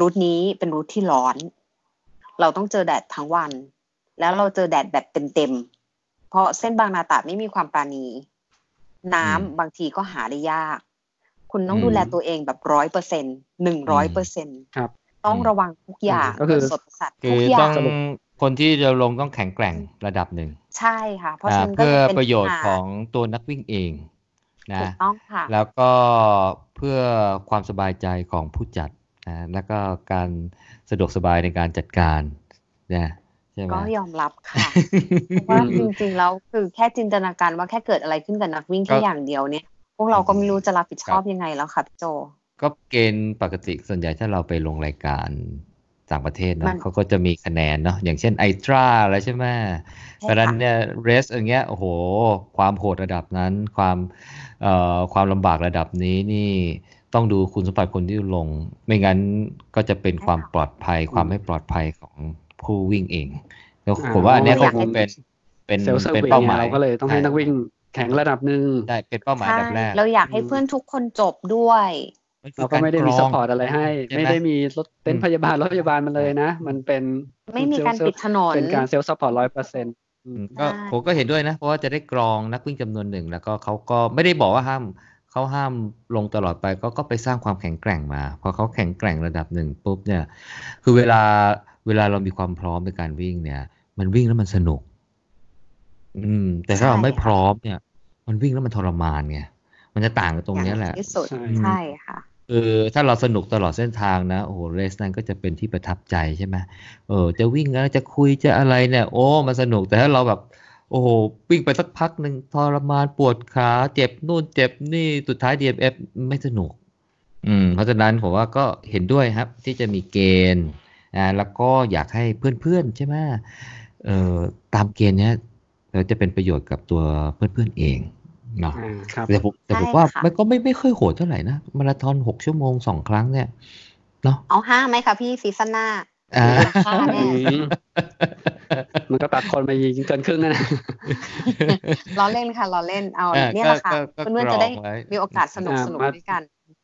C: รูทนี้เป็นรูทที่ร้อน เราต้องเจอแดดทั้งวัน แล้วเราเจอแดดแบบเต็มๆ เพราะเส้นบางนาตราดไม่มีความปราณี น้ำ
B: อืม
C: บางทีก็หาได้ยาก คุณต้อง
B: อืม
C: ดูแลตัวเองแบบร้อยเปอร์เซ็นหนึ่งร้อยเปอร์เซ็น
A: ครับ
C: ต้องระวังทุกอย่าง
A: ก็คือ
C: เงินสดสัตว์
B: คื
C: ทุ
B: อก
C: อย่า
B: ต้อง งคนที่จะลงต้องแข็งแกร่งระดับหนึ่ง
C: ใช่ค่ะ เพราะ
B: อ่า
C: ฉะนั้นก็
B: เพื่อ
C: ล
B: ประโยชน์
C: ที่มา
B: ของตัวนักวิ่งเอง
C: ถู
B: นะ
C: กต้องค่ะ
B: แล้วก็เพื่อความสบายใจของผู้จัดนะแล้วก็การสะดวกสบายในการจัดการนะใช่ไหม
C: ก็ ยอมรับค่ะ เพราะว่า
A: อืม
C: จริงๆแล้วคือแค่จินตนาการว่าแค่เกิดอะไรขึ้นกับนักวิ่ง
B: ก็
C: แค่อย่างเดียวเนี่ย พวกเราก็ไม่รู้จะรับผิดชอบ
B: ครับ
C: ยังไงแล้วค่ะพี่โจ
B: ก็เกณฑ์ปกติส่วนใหญ่ถ้าเราไปลงรายการต่างประเทศ
C: มั
B: เนาะ
C: น
B: เขาก็จะมีคะแนนเนาะอย่างเช่นไอตราอะไรใช่ไหมเพ
C: ใช่ค่ะ
B: ราะฉะนั้นเนี่ยเรสอย่างเงี้ยโอ้โห ความโหดระดับนั้น ความเอ่อความลำบากระดับนี้นี่ต้องดูคุณสมบัติคนที่ลง ไม่งั้นก็จะเป็นความปลอดภัย ความไม่ปลอดภัยของผู้วิ่งเองแล้วผมว่าอันเนี้ยเขาคงเป็นเป็น
A: เซลล์เซอร์
B: เป็น
A: เว
B: เป้า
A: ย์
B: ห
A: เนี่ย
B: มาย
A: เราก็เลยต้องให้นักวิ่งแข็งระดับหนึ่ง
B: ได้เป็นเป้าหมาย
C: ใช่
B: ระดับแรก
C: เราอยากให้
A: อืม
C: เพื่อนทุกคนจบด้วย
B: นคื
A: เราก็ไม่ได้มี
B: าร
A: ส
B: กง
A: ปอร์ตอะไรให้
B: ช่
A: ไม่
B: ห
A: ได้มีรถเต็นท์พยาบาลรถพยาบาลมาเลยนะ มันเป็น
C: ไม่มีการปิดถนน
A: เป็นการเซลล์ซัพพอร์ตร้อยเปอร์เซ็นต์
B: ก็
C: ใช่
B: ผมก็เห็นด้วยนะ เพราะว่าจะได้กรองนักวิ่งจำนวนหนึ่ง แล้วก็เขาก็ไม่ได้บอกว่าห้ามเขาห้ามลงตลอดไปก็ก็ไปสร้างความแข็งแกร่งมาพอเขาแข็งแกร่งระดับหนึ่งปุ๊บเนี่ยคือเวลาเวลาเรามีความพร้อมในการวิ่งเนี่ย มันวิ่งแล้วมันสนุก อืม แต่ถ้าเราไม่พร้อมเนี่ย มันวิ่งแล้วมันทรมานไงมันจะต่างกันตรงเนี้ยแหละ
C: อย่างที่สุด
A: ใช่
C: ใช่ค่ะ
B: คือถ้าเราสนุกตลอดเส้นทางนะโอ้โหเรสนั้นก็จะเป็นที่ประทับใจใช่ไหมเออ จะวิ่งแล้วจะคุยจะอะไรเนี่ย โอ้มันสนุกแต่ถ้าเราแบบ โอ้โหวิ่งไปสักพักหนึ่งทรมานปวดขาเจ็บนู่นเจ็บนี่สุดท้าย DFF ไม่สนุก อืม เพราะฉะนั้นผมว่าก็เห็นด้วยครับ ที่จะมีเกณฑ์อ่าแล้วก็อยากให้เพื่อนๆใช่ไหมเอ่อตามเกณฑ์เนี้ยเราจะเป็นประโยชน์กับตัวเพื่อนๆเองเนาะ
A: อ่าครับ
B: แต่ผมแต่ผม
C: ใช่
B: ว่า
C: ค่ะ
B: มันก็ไม่ไม่ค่อยโหดเท่าไหร่นะมาราธอนหกชั่วโมงสองครั้งเนี่ยเนาะ
C: เอาห้าไหมคะพี่ซีซั่นหน้า
B: อ่า
C: ห้าแน่
A: อืม มันก็ตัดคนมายิงเกินครึ่งแล้วนะ
C: ล้อเล่นค่ะล้อเล่นเอา
B: เออ
C: เนี่ยแหละค่ะ
B: ก็ก็ก็
C: เพื่อนๆจะได้
B: กรองไว้
C: มีโอกาสสนุกสนุก
A: อ่ามา
C: ด้วยกัน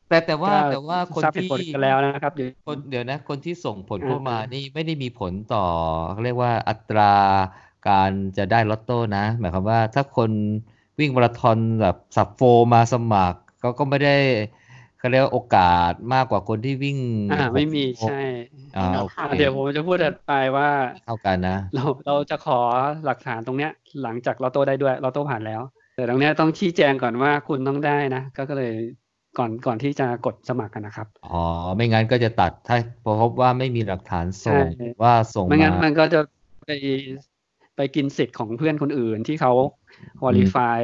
B: แต่แต่ว่า
A: ก็
B: แต่ว่าคน
A: ทราบเห
B: ที่
A: ตุผลกันแล้วนะครับอยู่
B: คนเดี๋ยวนะ คนที่ส่งผล
A: อ่า
B: เข้ามานี่ไม่ได้มีผลต่อเขาเรียกว่าอัตราการจะได้ลอตโต้นะ หมายความว่าถ้าคนวิ่งมาราธอนแบบสับโฟมาสมัครเขาก็ไม่ได้เขาเรียกว่าโอกาสมากกว่าคนที่วิ่ง
A: อ่าไม่มีใช่
B: อ่าโอเค
A: อ่ะเดี๋ยวผมจะพูดถัดไปว่า
B: เท่ากันนะ
A: เราเราจะขอหลักฐานตรงเนี้ย หลังจากลอตโต้ได้ด้วยลอตโต้ผ่านแล้ว แต่ตรงเนี้ยต้องชี้แจงก่อนว่าคุณต้องได้นะ ก็ก็เลยก่อนก่อนที่จะกดสมัครกันนะครับ
B: อ๋อไม่งั้นก็จะตัดถ้าพบว่าไม่มีหลักฐานส่ง
A: ใช่
B: ว่าส่ง
A: ไม่งั้น
B: มา
A: มันก็จะไปไปกินสิทธิ์ของเพื่อนคนอื่นที่เขาวอลิฟาย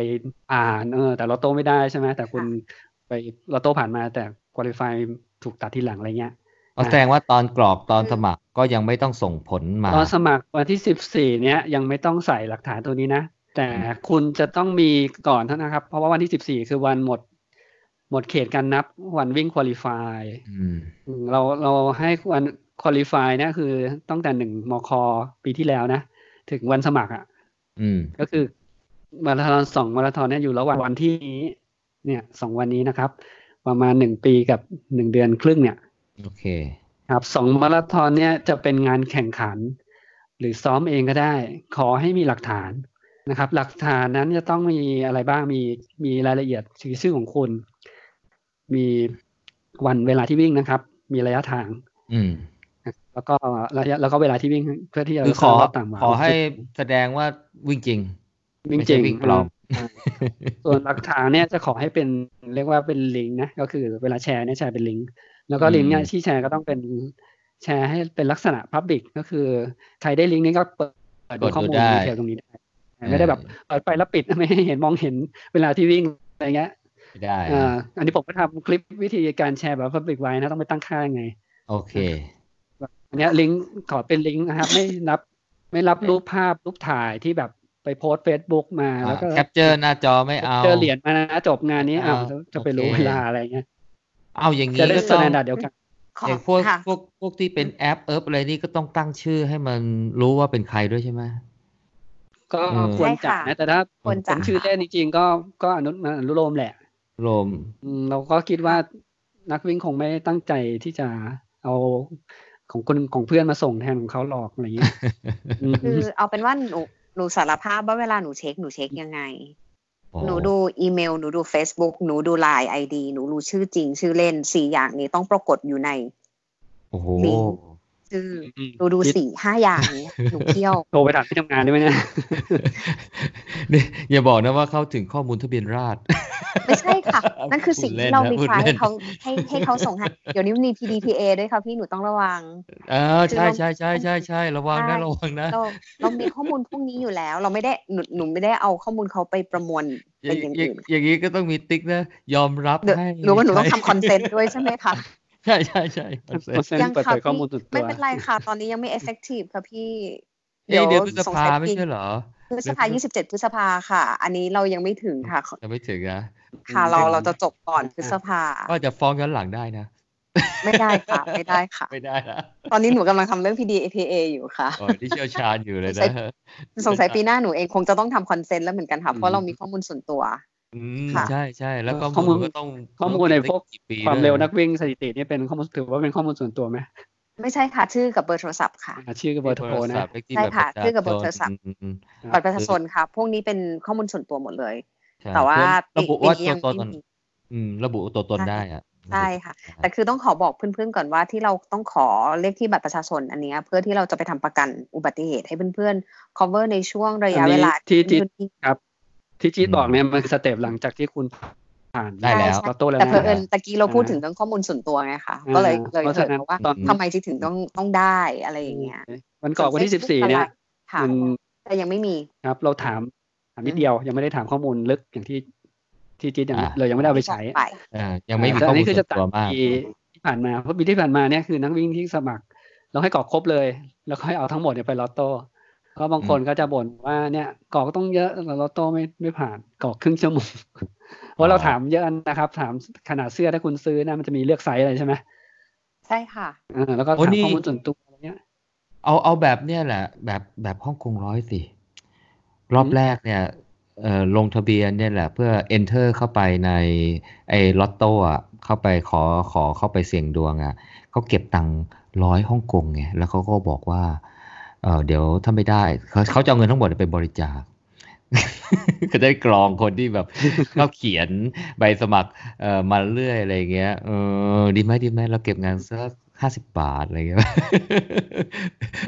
A: ผ่านเออแต่ลอตโต้ไม่ได้ใช่ไหมแต่คุณไปลอตโต้ผ่านมาแต่วอลิฟายถูกตัดทีหลังอะไรเงี้ย
B: อ๋อแสดงว่าตอนกรอกตอนสมัครก็ยังไม่ต้องส่งผลมา
A: ตอนสมัครวันที่สิบสี่เนี้ยยังไม่ต้องใส่หลักฐานตัวนี้นะ แต่คุณจะต้องมีก่อนเท่านะครับ เพราะว่าวันที่สิบสี่คือวันหมด หมดเขตการนับวันวิ่งคุริฟาย
B: อืม
A: เราเราให้วันคุริฟายเนี่ยคือตั้งแต่หนึ่งมคปีที่แล้วนะ ถึงวันสมัครอ่ะ
B: อืม
A: ก็คือมาราธอนสองมาราธอนเนี่ยอยู่ระหว่างวันที่นี้เนี่ยสองวันนี้นะครับ ประมาณหนึ่งปีกับหนึ่งเดือนครึ่งเนี่ย
B: โอเค
A: ครับสองมาราธอนเนี่ยจะเป็นงานแข่งขัน หรือซ้อมเองก็ได้ ขอให้มีหลักฐานนะครับ หลักฐานนั้นจะต้องมีอะไรบ้างมีมีรายละเอียดชื่อชื่อของคุณ มีวันเวลาที่วิ่งนะครับ มีระยะทาง
B: อืม
A: แล้วก็ระยะแล้วก็เวลาที่วิ่งเพื่อที่จะ
B: คือขอ
A: ทราบต่าง
B: ขอให้แสดงว่าวิ่งจริง
A: วิ่ง
B: ไม่
A: จ
B: ใช่
A: ริง
B: วิ่งปลอม
A: อ่าส่วนหลักฐานเนี่ยจะขอให้เป็นเรียกว่าเป็นลิงก์นะก็คือเวลาแชร์เนี่ยแชร์เป็นลิงก์ แล้วก็ลิงก์เนี่ยที่แชร์ก็ต้องเป็นแชร์ให้เป็นลักษณะ Public ก็คือใครได้ลิงก์นี้ก็เปิดดูข้อมูล
B: กดดูได้
A: ดีเทลตรงนี้ได้ไม่ได้แบบเปิดไปแล้วปิดไม่ให้เห็นมองเห็นเวลาที่วิ่งอะไรเงี้ย
B: ไม่ได้
A: เอ่ออันนี้ผมก็ทำคลิปวิธีการแชร์แบบ Public ไว้นะต้องไปตั้งค่ายังไง
B: โอเค
A: อันเนี้ยลิงก์ขอเป็นลิงก์นะครับ ไม่นับไม่รับรูปภาพรูปถ่ายที่แบบไปโพสเฟซบุ๊กมาแล้วก็
B: แคปเจอร์หน้าจอไม่เอา
A: เจอเหรียญมานะจบงานนี้อ้าว
B: เอา
A: จะไปรู้
B: โอเค
A: เวลาอะไรเงี้ย
B: เอาอย่าง
A: จะ
B: นี้
A: ได้
B: ก็
A: ส
B: ต้อง
A: แตนดาร์ดเดียวกัน
C: ขอ
B: ไอ้พวก
C: ค่ะ
B: พวกพวกที่เป็นแอปเอิบอะไรนี่ก็ต้องตั้งชื่อให้มันรู้ว่าเป็นใครด้วยใช่ไหม
A: ก็
B: อืม
A: ควรจัด
C: ใช่ค่ะ
A: นะ แต่ถ้า
C: ควรจั
A: ผ
C: ด
A: มชื่อเต้นจริงๆก็ก็อนุอนุโลมแหละ
B: รวม
A: อืมเราก็คิดว่านักวิ่งคงไม่ตั้งใจที่จะเอาของคนของเพื่อนมาส่งแทนของเขาหรอกอะไรเงี้ย อืม
C: คือเอาเป็นว่าหนูหนูสารภาพว่าเวลาหนูเช็คหนูเช็คยังไง หนูดูอีเมล หนูดู Facebook หนูดู Line ID หนูรู้ชื่อจริง ชื่อเล่นสี่อย่างนี้ต้องปรากฏอยู่ใน
B: โอ้โห
C: ลิงก์ ชื่อ
A: อืม
C: หนูดูสี่ห้าอย่างนี้หนูเที่ยว
A: โทรไปถามที่ทำงานได้ไหมเนี่ย
B: นี่อย่าบอกนะว่าเข้าถึงข้อมูลทะเบียนราษฎร
C: ไม่ใช่ค่ะ นั่นคือสิ่งที่เรา
B: พู
C: รี
B: ด
C: ควาย
B: ล่
C: ให้
B: น
C: เขาให้ให้เขาส่งให้เดี๋ยวนี้มันมี PDPA ด้วยค่ะพี่หนูต้องระวัง
B: เออใช่ใช่ใช่ใช่ใช่ระวัง
C: ใช่
B: นะระวังนะ
C: เราเรามีข้อมูลพวกนี้อยู่แล้ว เราไม่ได้หนูหนูไม่ได้เอาข้อมูลเขาไปประมวล
B: อ
C: เป็น
B: ย่าง
C: อย่าง
B: อ
C: อื่
B: ย่าง
C: น
B: อย่างนี้ก็ต้องมีติ๊กนะ ยอมรับ
C: เดี๋ยว
B: ให้
C: หรือว่าหนูต้อง
B: ใช่
C: ทำคอนเซนต์ด้วยใช่ไหมคะ
B: ใช่ใช่ใช่คอนเซ็ป
A: เปอ
B: ต์
A: ร์เซ็นต์เปิดเผยข้อมูลส่วนตัว
C: ไม่เป็นไรค่ะ ตอนนี้ยังไม่ effective ค่ะพี่
B: เอ้ยเดือนพฤษ
C: สง
B: ภา
C: สัย
B: ไม่
C: ปี
B: ใช่เหรอ
C: พฤษภายี่สิบเจ็ดพฤษภาค่ะ อันนี้เรายังไม่ถึงค่ะ
B: จะไม่ถึงนะ
C: ค่ะเราเราจะจบก่อนพฤษภา
B: ก็จะฟ้องย้อนหลังได้นะ
C: ไม่ได้ค่ะ ไม่ได้ค่ะ
B: ไม่ได้นะ
C: ตอนนี้หนูกำลังทำเรื่อง PDPA อยู่ค่ะ
B: โอ้ยที่เชี่ยวชาญอยู่เลย
C: สงสั
B: นะ
C: ย สงสัยปีหน้าหนูเองคงจะต้องทำคอนเซนต์แล้วเหมือนกันค่ะ เพราะเรามีข้อมูลส่วนตัว
B: อืม
C: ค่ะ
B: ใช่ใช่แล้วก็
A: ข้อมูล
B: ก็ต้อง
A: ข้อมูลในพวก
B: กี่ปี
A: ความ
B: ด้
A: เร็วย นักวิ่งสถิติเนี่ยเป็นข้อมูลถือว่าเป็นข้อมูลส่วนตัวไหม
C: ไม่ใช่ค่ะ ชื่อกับเบอร์โทรศัพท์ค่ะ
A: อ่าชื่อกับเบอร์โทรนะ
B: เลขที่
C: ใช่ค่ะ
B: บัตรปรชา
C: ชื่อกับเบอร์โทรศัพท์
B: ชนอืม
A: ครับ
C: บัตรประชาชนค่ะ พวกนี้เป็นข้อมูลส่วนตัวหมดเลย
B: ใช่
C: แต่ว่า
B: ระ
C: ปี
B: บุ
C: ปี
B: ว่า
C: นี้
B: ตั
C: ยั
B: ว
C: ง
B: ต
C: ไม่
B: น
C: มี
B: อืม ระบุตัวตนได้อะ
C: ใช่ค่ะ
B: ระบุตัวตน
C: แต่คือต้องขอบอกเพื่อนๆก่อนว่าที่เราต้องขอเลขที่บัตรประชาชนอันเนี้ยเพื่อที่เราจะไปทำประกันอุบัติเหตุให้เพื่อนๆ cover ในช่วงระยะเวลา
A: อันนี้ที่ที่
C: เพื่อนๆวิ่ง
A: ครับ ที่จีดบอกเนี่ยมันคือสเต็ปหลังจากที่คุณผ่าน
B: ได้แล้ว
C: ใช่
A: ลอตโต้แล้ว
C: แต่
A: นะ
C: เพอเอิญตะกี้เราพูดถึง
A: อ่า
C: เรื่องข้อมูลส่วนตัวไงคะ
A: อ่า
C: ก็เลยเลย
A: เพราะ
C: เกิ
A: ฉะ
C: ด
A: นั้น
C: ว่า
A: ตอน
C: ทำไมจีถึงต้องต้องได้อะไรอย่างเงี้ย
A: วันก่อนวันที่สิบสี่เนี่ย
C: ค่ะ
A: มัน
C: แต่ยังไม่มี
A: ครับเราถามถามนิด
C: อืม
A: เดียวยังไม่ได้ถามข้อมูลลึกอย่างที่ที่จิตยัง
B: อ่า
A: เรายังไม่ได้เอาไปใช้
C: ไป
B: อ่ายังไม่มี
A: แต่
B: ข้อมูล
A: คื
B: ส่วน
A: จะตัด
B: ตัวมาก
A: ปีที่ผ่านมาเพราะปีที่ผ่านมาเนี่ยคือนักวิ่งที่สมัคร เราให้กรอกครบเลย แล้วค่อยเอาทั้งหมดเนี่ยไปลอตโต้ก็บางคนก็จะบ่นว่าเนี่ยกรอกต้องเยอะแล้วลอตโต้ไม่ไม่ผ่านกรอกครึ่งชั่วโมง เพ
B: อ๋
A: ราะ
B: อ
A: เราถามเยอะนะครับ ถามขนาดเสื้อถ้าคุณซื้อนะมันจะมีเลือกไซส์อะไรใช่ไหม
C: ใช่ค่ะ
A: เออแล้วก็
B: โอ้
A: ถาม
B: นี่
A: ข้อมูลส่วนตัวอะไรเงี้ย
B: เอาเอาแบบเนี้ยแหละ แบบแบบฮ่องกงร้อยสิ รอบแรกเนี่ยเอ่อลงทะเบียนเนี่ยแหละ เพื่อ enter เข้าไปในไอ้ลอตโต้อะเข้าไปขอขอเข้าไปเสี่ยงดวงอะเขาเก็บตังค์ร้อยฮ่องกงไงแล้วเขาก็บอกว่าเออเดี๋ยวถ้าไม่ได้เขาเขาจะเอาเงินทั้งหมดไปบริจาค ก็ได้กรองคนที่แบบ เขาเขียนใบสมัครเอ่อมาเรื่อยอะไรอย่างเงี้ยเออดีไหมดีไหมเราเก็บงานสักห้าสิบบาทอะไรอย่างเงี้ย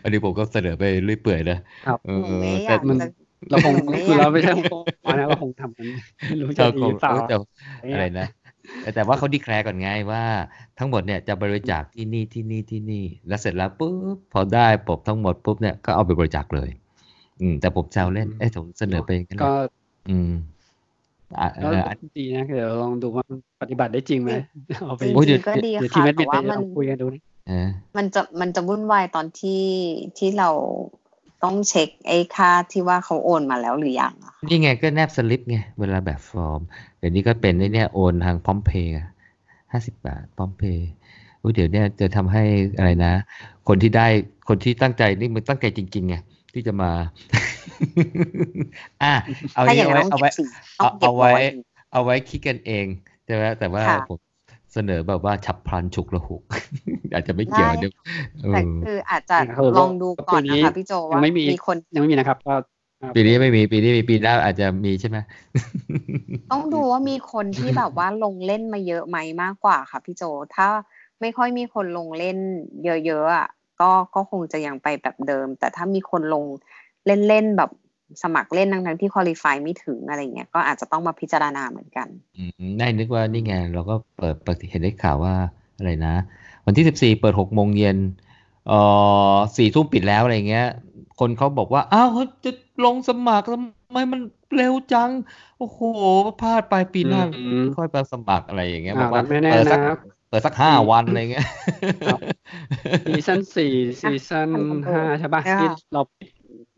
B: อันนี้ผมก็เสนอไปเรื่อยเปื่อยนะครับ เอ
C: หนู
B: อ
C: ไม่อ
B: แต่
C: ยาก
A: มัน
C: จะ
A: เราคงคือเราไม่ใช่ องค์กรนะเราคงทำกันไม่รู้จะ
B: เรา
A: ดี
B: ค
A: ห
B: ง
A: รือเปล่า
B: เออแต่อะไรนะ แต่แต่ว่าเขาดีแคลร์ก่อนไงว่าทั้งหมดเนี่ยจะบริจาคที่นี่ที่นี่ที่นี่ แล้วเสร็จแล้วปุ๊บพอได้ปบทั้งหมดปุ๊บเนี่ยก็เอาไปบริจาคเลย อืม แต่ผมแซวเล่น
A: อืม
B: เอ้ยผมเสนอไปอย่างนั้น
A: ก็
B: นะอืมอ่ะเอ
A: แล้ว
B: ออัน
A: ดีนะเดี๋ยวลองดูว่ามันปฏิบัติได้จริงไหมเอาไป
C: จริง
B: โอ้ยเดี๋ยว
C: ๆก็ดี
A: เดี๋ยวที
C: ค่ะ
A: เม็ด
C: แต่
A: เม็ด
C: ว่า
A: ไป
C: มัน
A: ลองคุยกันดูนะ
B: เออ
C: มันจะมันจะวุ่นวายตอนที่ที่เราต้องเช็คไอ้ค่าที่ว่าเขาโอนมาแล้วหรือยังอะ
B: นี่ไงก็แนบสลิปไง เวลาแบบฟอร์ม เดี๋ยวนี้ก็เป็นไอ้เนี่ยโอนทางพร้อมเพย์ห้าสิบบาทพร้อมเพย์อุ้ยเดี๋ยวเนี่ยจะทำให้อะไรนะ คนที่ได้คนที่ตั้งใจนี่มันตั้งใจจริงๆไงที่จะมา อ่ะเอา
C: ถ้าอ
B: เนี่
C: ย่าย ง
B: เอา
C: นั้
B: ไว้
C: นต้
B: เอา
C: อง
B: ไว้
C: เก็บสีต้องเก็บไว้
B: เอาไว้เอาไว้คิดกันเองใช่ไหมแต่ว่า
C: ค่ะ
B: ผมเสนอแบบว่าฉับพลันฉุกละหุก อาจจะไม่เกี่ยวเดี๋ยวเอ
C: แต่
B: อ
C: คืออาจจะลองดูก่อนนะคะพี่โจว่ามีคน
A: ยังไม่มีนะครับก็
B: ปีนี้ไม่มีปีนี้มีปีหน้าอาจจะมีใช่ไหม
C: ต้องดูว่ามีคนที่แบบว่าลงเล่นมาเยอะไหมมากกว่าค่ะพี่โจ ถ้าไม่ค่อยมีคนลงเล่นเยอะๆอ่ะก็ก็คงจะยังไปแบบเดิม แต่ถ้ามีคนลงเล่นๆแบบสมัครเล่นทั้งๆที่คุริฟายไม่ถึงอะไรเงี้ยก็อาจจะต้องมาพิจารณาเหมือนกัน
B: อืมได้นึกว่านี่ไงเราก็เปิดปฏิเห็นได้ข่าวว่าอะไรนะ วันที่สิบสี่เปิดหกโมงเย็นเอ่อสี่ทุ่มปิดแล้วอะไรเงี้ย คนเขาบอกว่า อ้าวเฮ้ยจะลงสมัครทำไมมันเร็วจัง โอ้โหพลาดไปปีหน้า
A: อืม
B: ค่อยไปสมัครอะไรอย่างเงี้ยบ
A: อ่า
B: อกว่า
A: แต่ไม่แน่
B: เปิดสัก
A: นะ
B: เปิดสักห้า
A: อืม
B: วันอะไรเงี้ย
A: ครับ ซีซั่นสี่ซีซั่น
C: อ่ะทำกันดู
A: ห้าใช่ป่ะ
C: อ่า
A: ที่เรา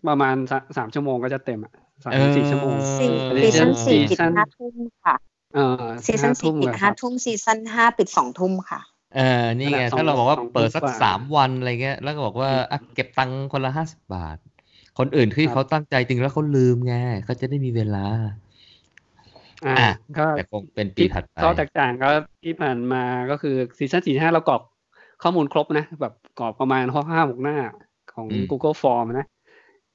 A: ประมาณสามสามชั่วโมงก็จะเต็มอ่ะสามถึงสี่ชั่วโมง
C: สี่
B: เออ
C: ซีซั่น
A: เออ
C: สี่ปิดห้าทุ่มค่ะ
A: เออ
C: ซีซั่นสี่ปิดห้า
A: ทุ่ม
C: ทุ่มซีซั่นห้าปิดสองทุ่มค่ะ
B: เออนี่ไง
A: ขนาดสอง
B: ถ้าเราบอกว่า
A: สอง
B: เปิดสัก
A: กว่า
B: สามวันอะไรเงี้ย แล้วก็บอกว่า
A: อืม
B: อ่ะเก็บตังค์คนละห้าสิบบาท คนอื่นที่
A: ครับ
B: เขาตั้งใจจริงแล้วเขาลืมไงเขาจะได้มีเวลา
A: อ่า
B: อ่ะ
A: ก็
B: แต่คงเป็นปี
A: ที่
B: ถัดไป
A: ข้อแตกต่างก็ที่ผ่านมาก็คือซีซั่นสี่ห้าเรากรอกข้อมูลครบนะ แบบกรอกประมาณห้าหกหน้าของ
B: อืม
A: Google Form นะ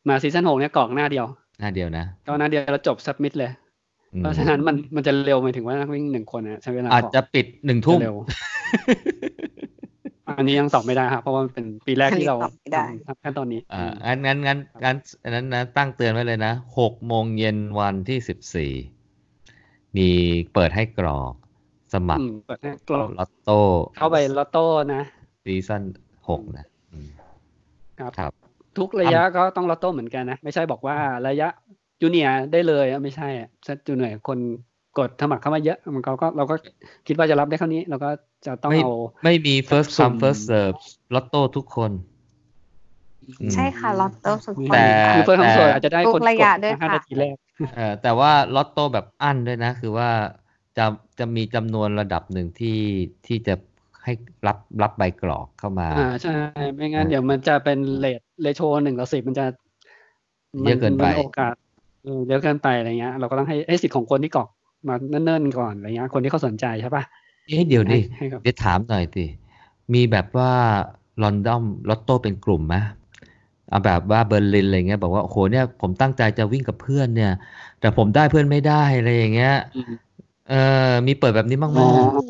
A: มาซีซั่นหกเนี่ยกรอกหน้าเดียว
B: หน้าเดียวนะ
A: ก็หน้าเดียวแล้วจบ submit เลย
B: อืม
A: เพราะฉะนั้นมันมันจะเร็วหมายถึงว่านักวิ่งหนึ่งคนเนี่ยใช้เวลา
B: อาจจะปิดหนึ่งทุ่ม
A: จะเร็ว อันนี้ยังสอบไม่ได้ครับเพราะว่ามันเป็นปีแรกที่เรา
C: อันนี้ตอบไม่ได้
A: ทำขั้นตอนนี้
B: อ่างั้นงั้นงั้นงั้นอันนั้นนะตั้งเตือนไว้เลยนะหกโมงเย็นวันที่สิบสี่มีเปิดให้กรอกสมัค
A: อื
B: ร
A: มเปิดให้กรอก
B: ลอตโต้
A: เข้าไปลอตโต้นะ
B: ซีซั่นหกนะอืม
A: ครับ
B: ครับ
A: ทุกระยะก็ต้องลอตโต้เหมือนกันนะ ไม่ใช่บอกว่าระยะจูเนียร์ได้เลยอ่ะไม่ใช่อ่ะถ้าจูเนียร์คนกดสมัครเข้ามาเยอะ มันก็ก็เราก็คิดว่าจะรับได้เท่านี้ เราก็จะต้อง
B: ไม่
A: เอา
B: ไม่มี first
A: สุ่ม
B: come first serve ลอตโต้ทุกคน อืม
C: ใช่ค่ะลอตโต้สุดค
B: แต่
C: น
A: คือเพื่อนทั้งส่วนอาจจะได้
C: ทุก
A: คน
C: ระ
A: กด
C: ยะด้วย
A: มาห้า
C: ค่ะ
A: นาทีแรก
B: เอ่อแต่ว่าลอตโต้แบบอั้นด้วยนะ คือว่าจะจะมีจำนวนระดับหนึ่งที่ที่จะให้รับรับใบกรอกเข้ามา
A: อ่าใช่ ไม่งั้นเดี๋ยวมันจะเป็นเลทเลโชหนึ่งต่อสิบมันจะมั
B: เยอะเกินไป
A: มัโอกาสเออเยอะเกินไปอะไรเงี้ย เราก็ต้องให้ให้สิทธิ์ของคนที่กรอกมาเนิ่นๆก่อนอะไรเงี้ยคนที่เขาสนใจใช่ป่ะ
B: เอ๊ะเดี๋ยวดิ
A: ให้ให้กับ
B: เดี๋ยวถามหน่อยสิมีแบบว่าลอนดอนลอตโต้เป็นกลุ่มไหมเอาแบบว่าเบอร์ลินอะไรเงี้ยบอกว่าโอ้โหเนี่ยผมตั้งใจจะวิ่งกับเพื่อนเนี่ย แต่ผมได้เพื่อนไม่ได้อะไรอย่างเงี้ย
A: อืม
B: เออมีเปิดแบบนี้บ้างไหม
A: อ๋อ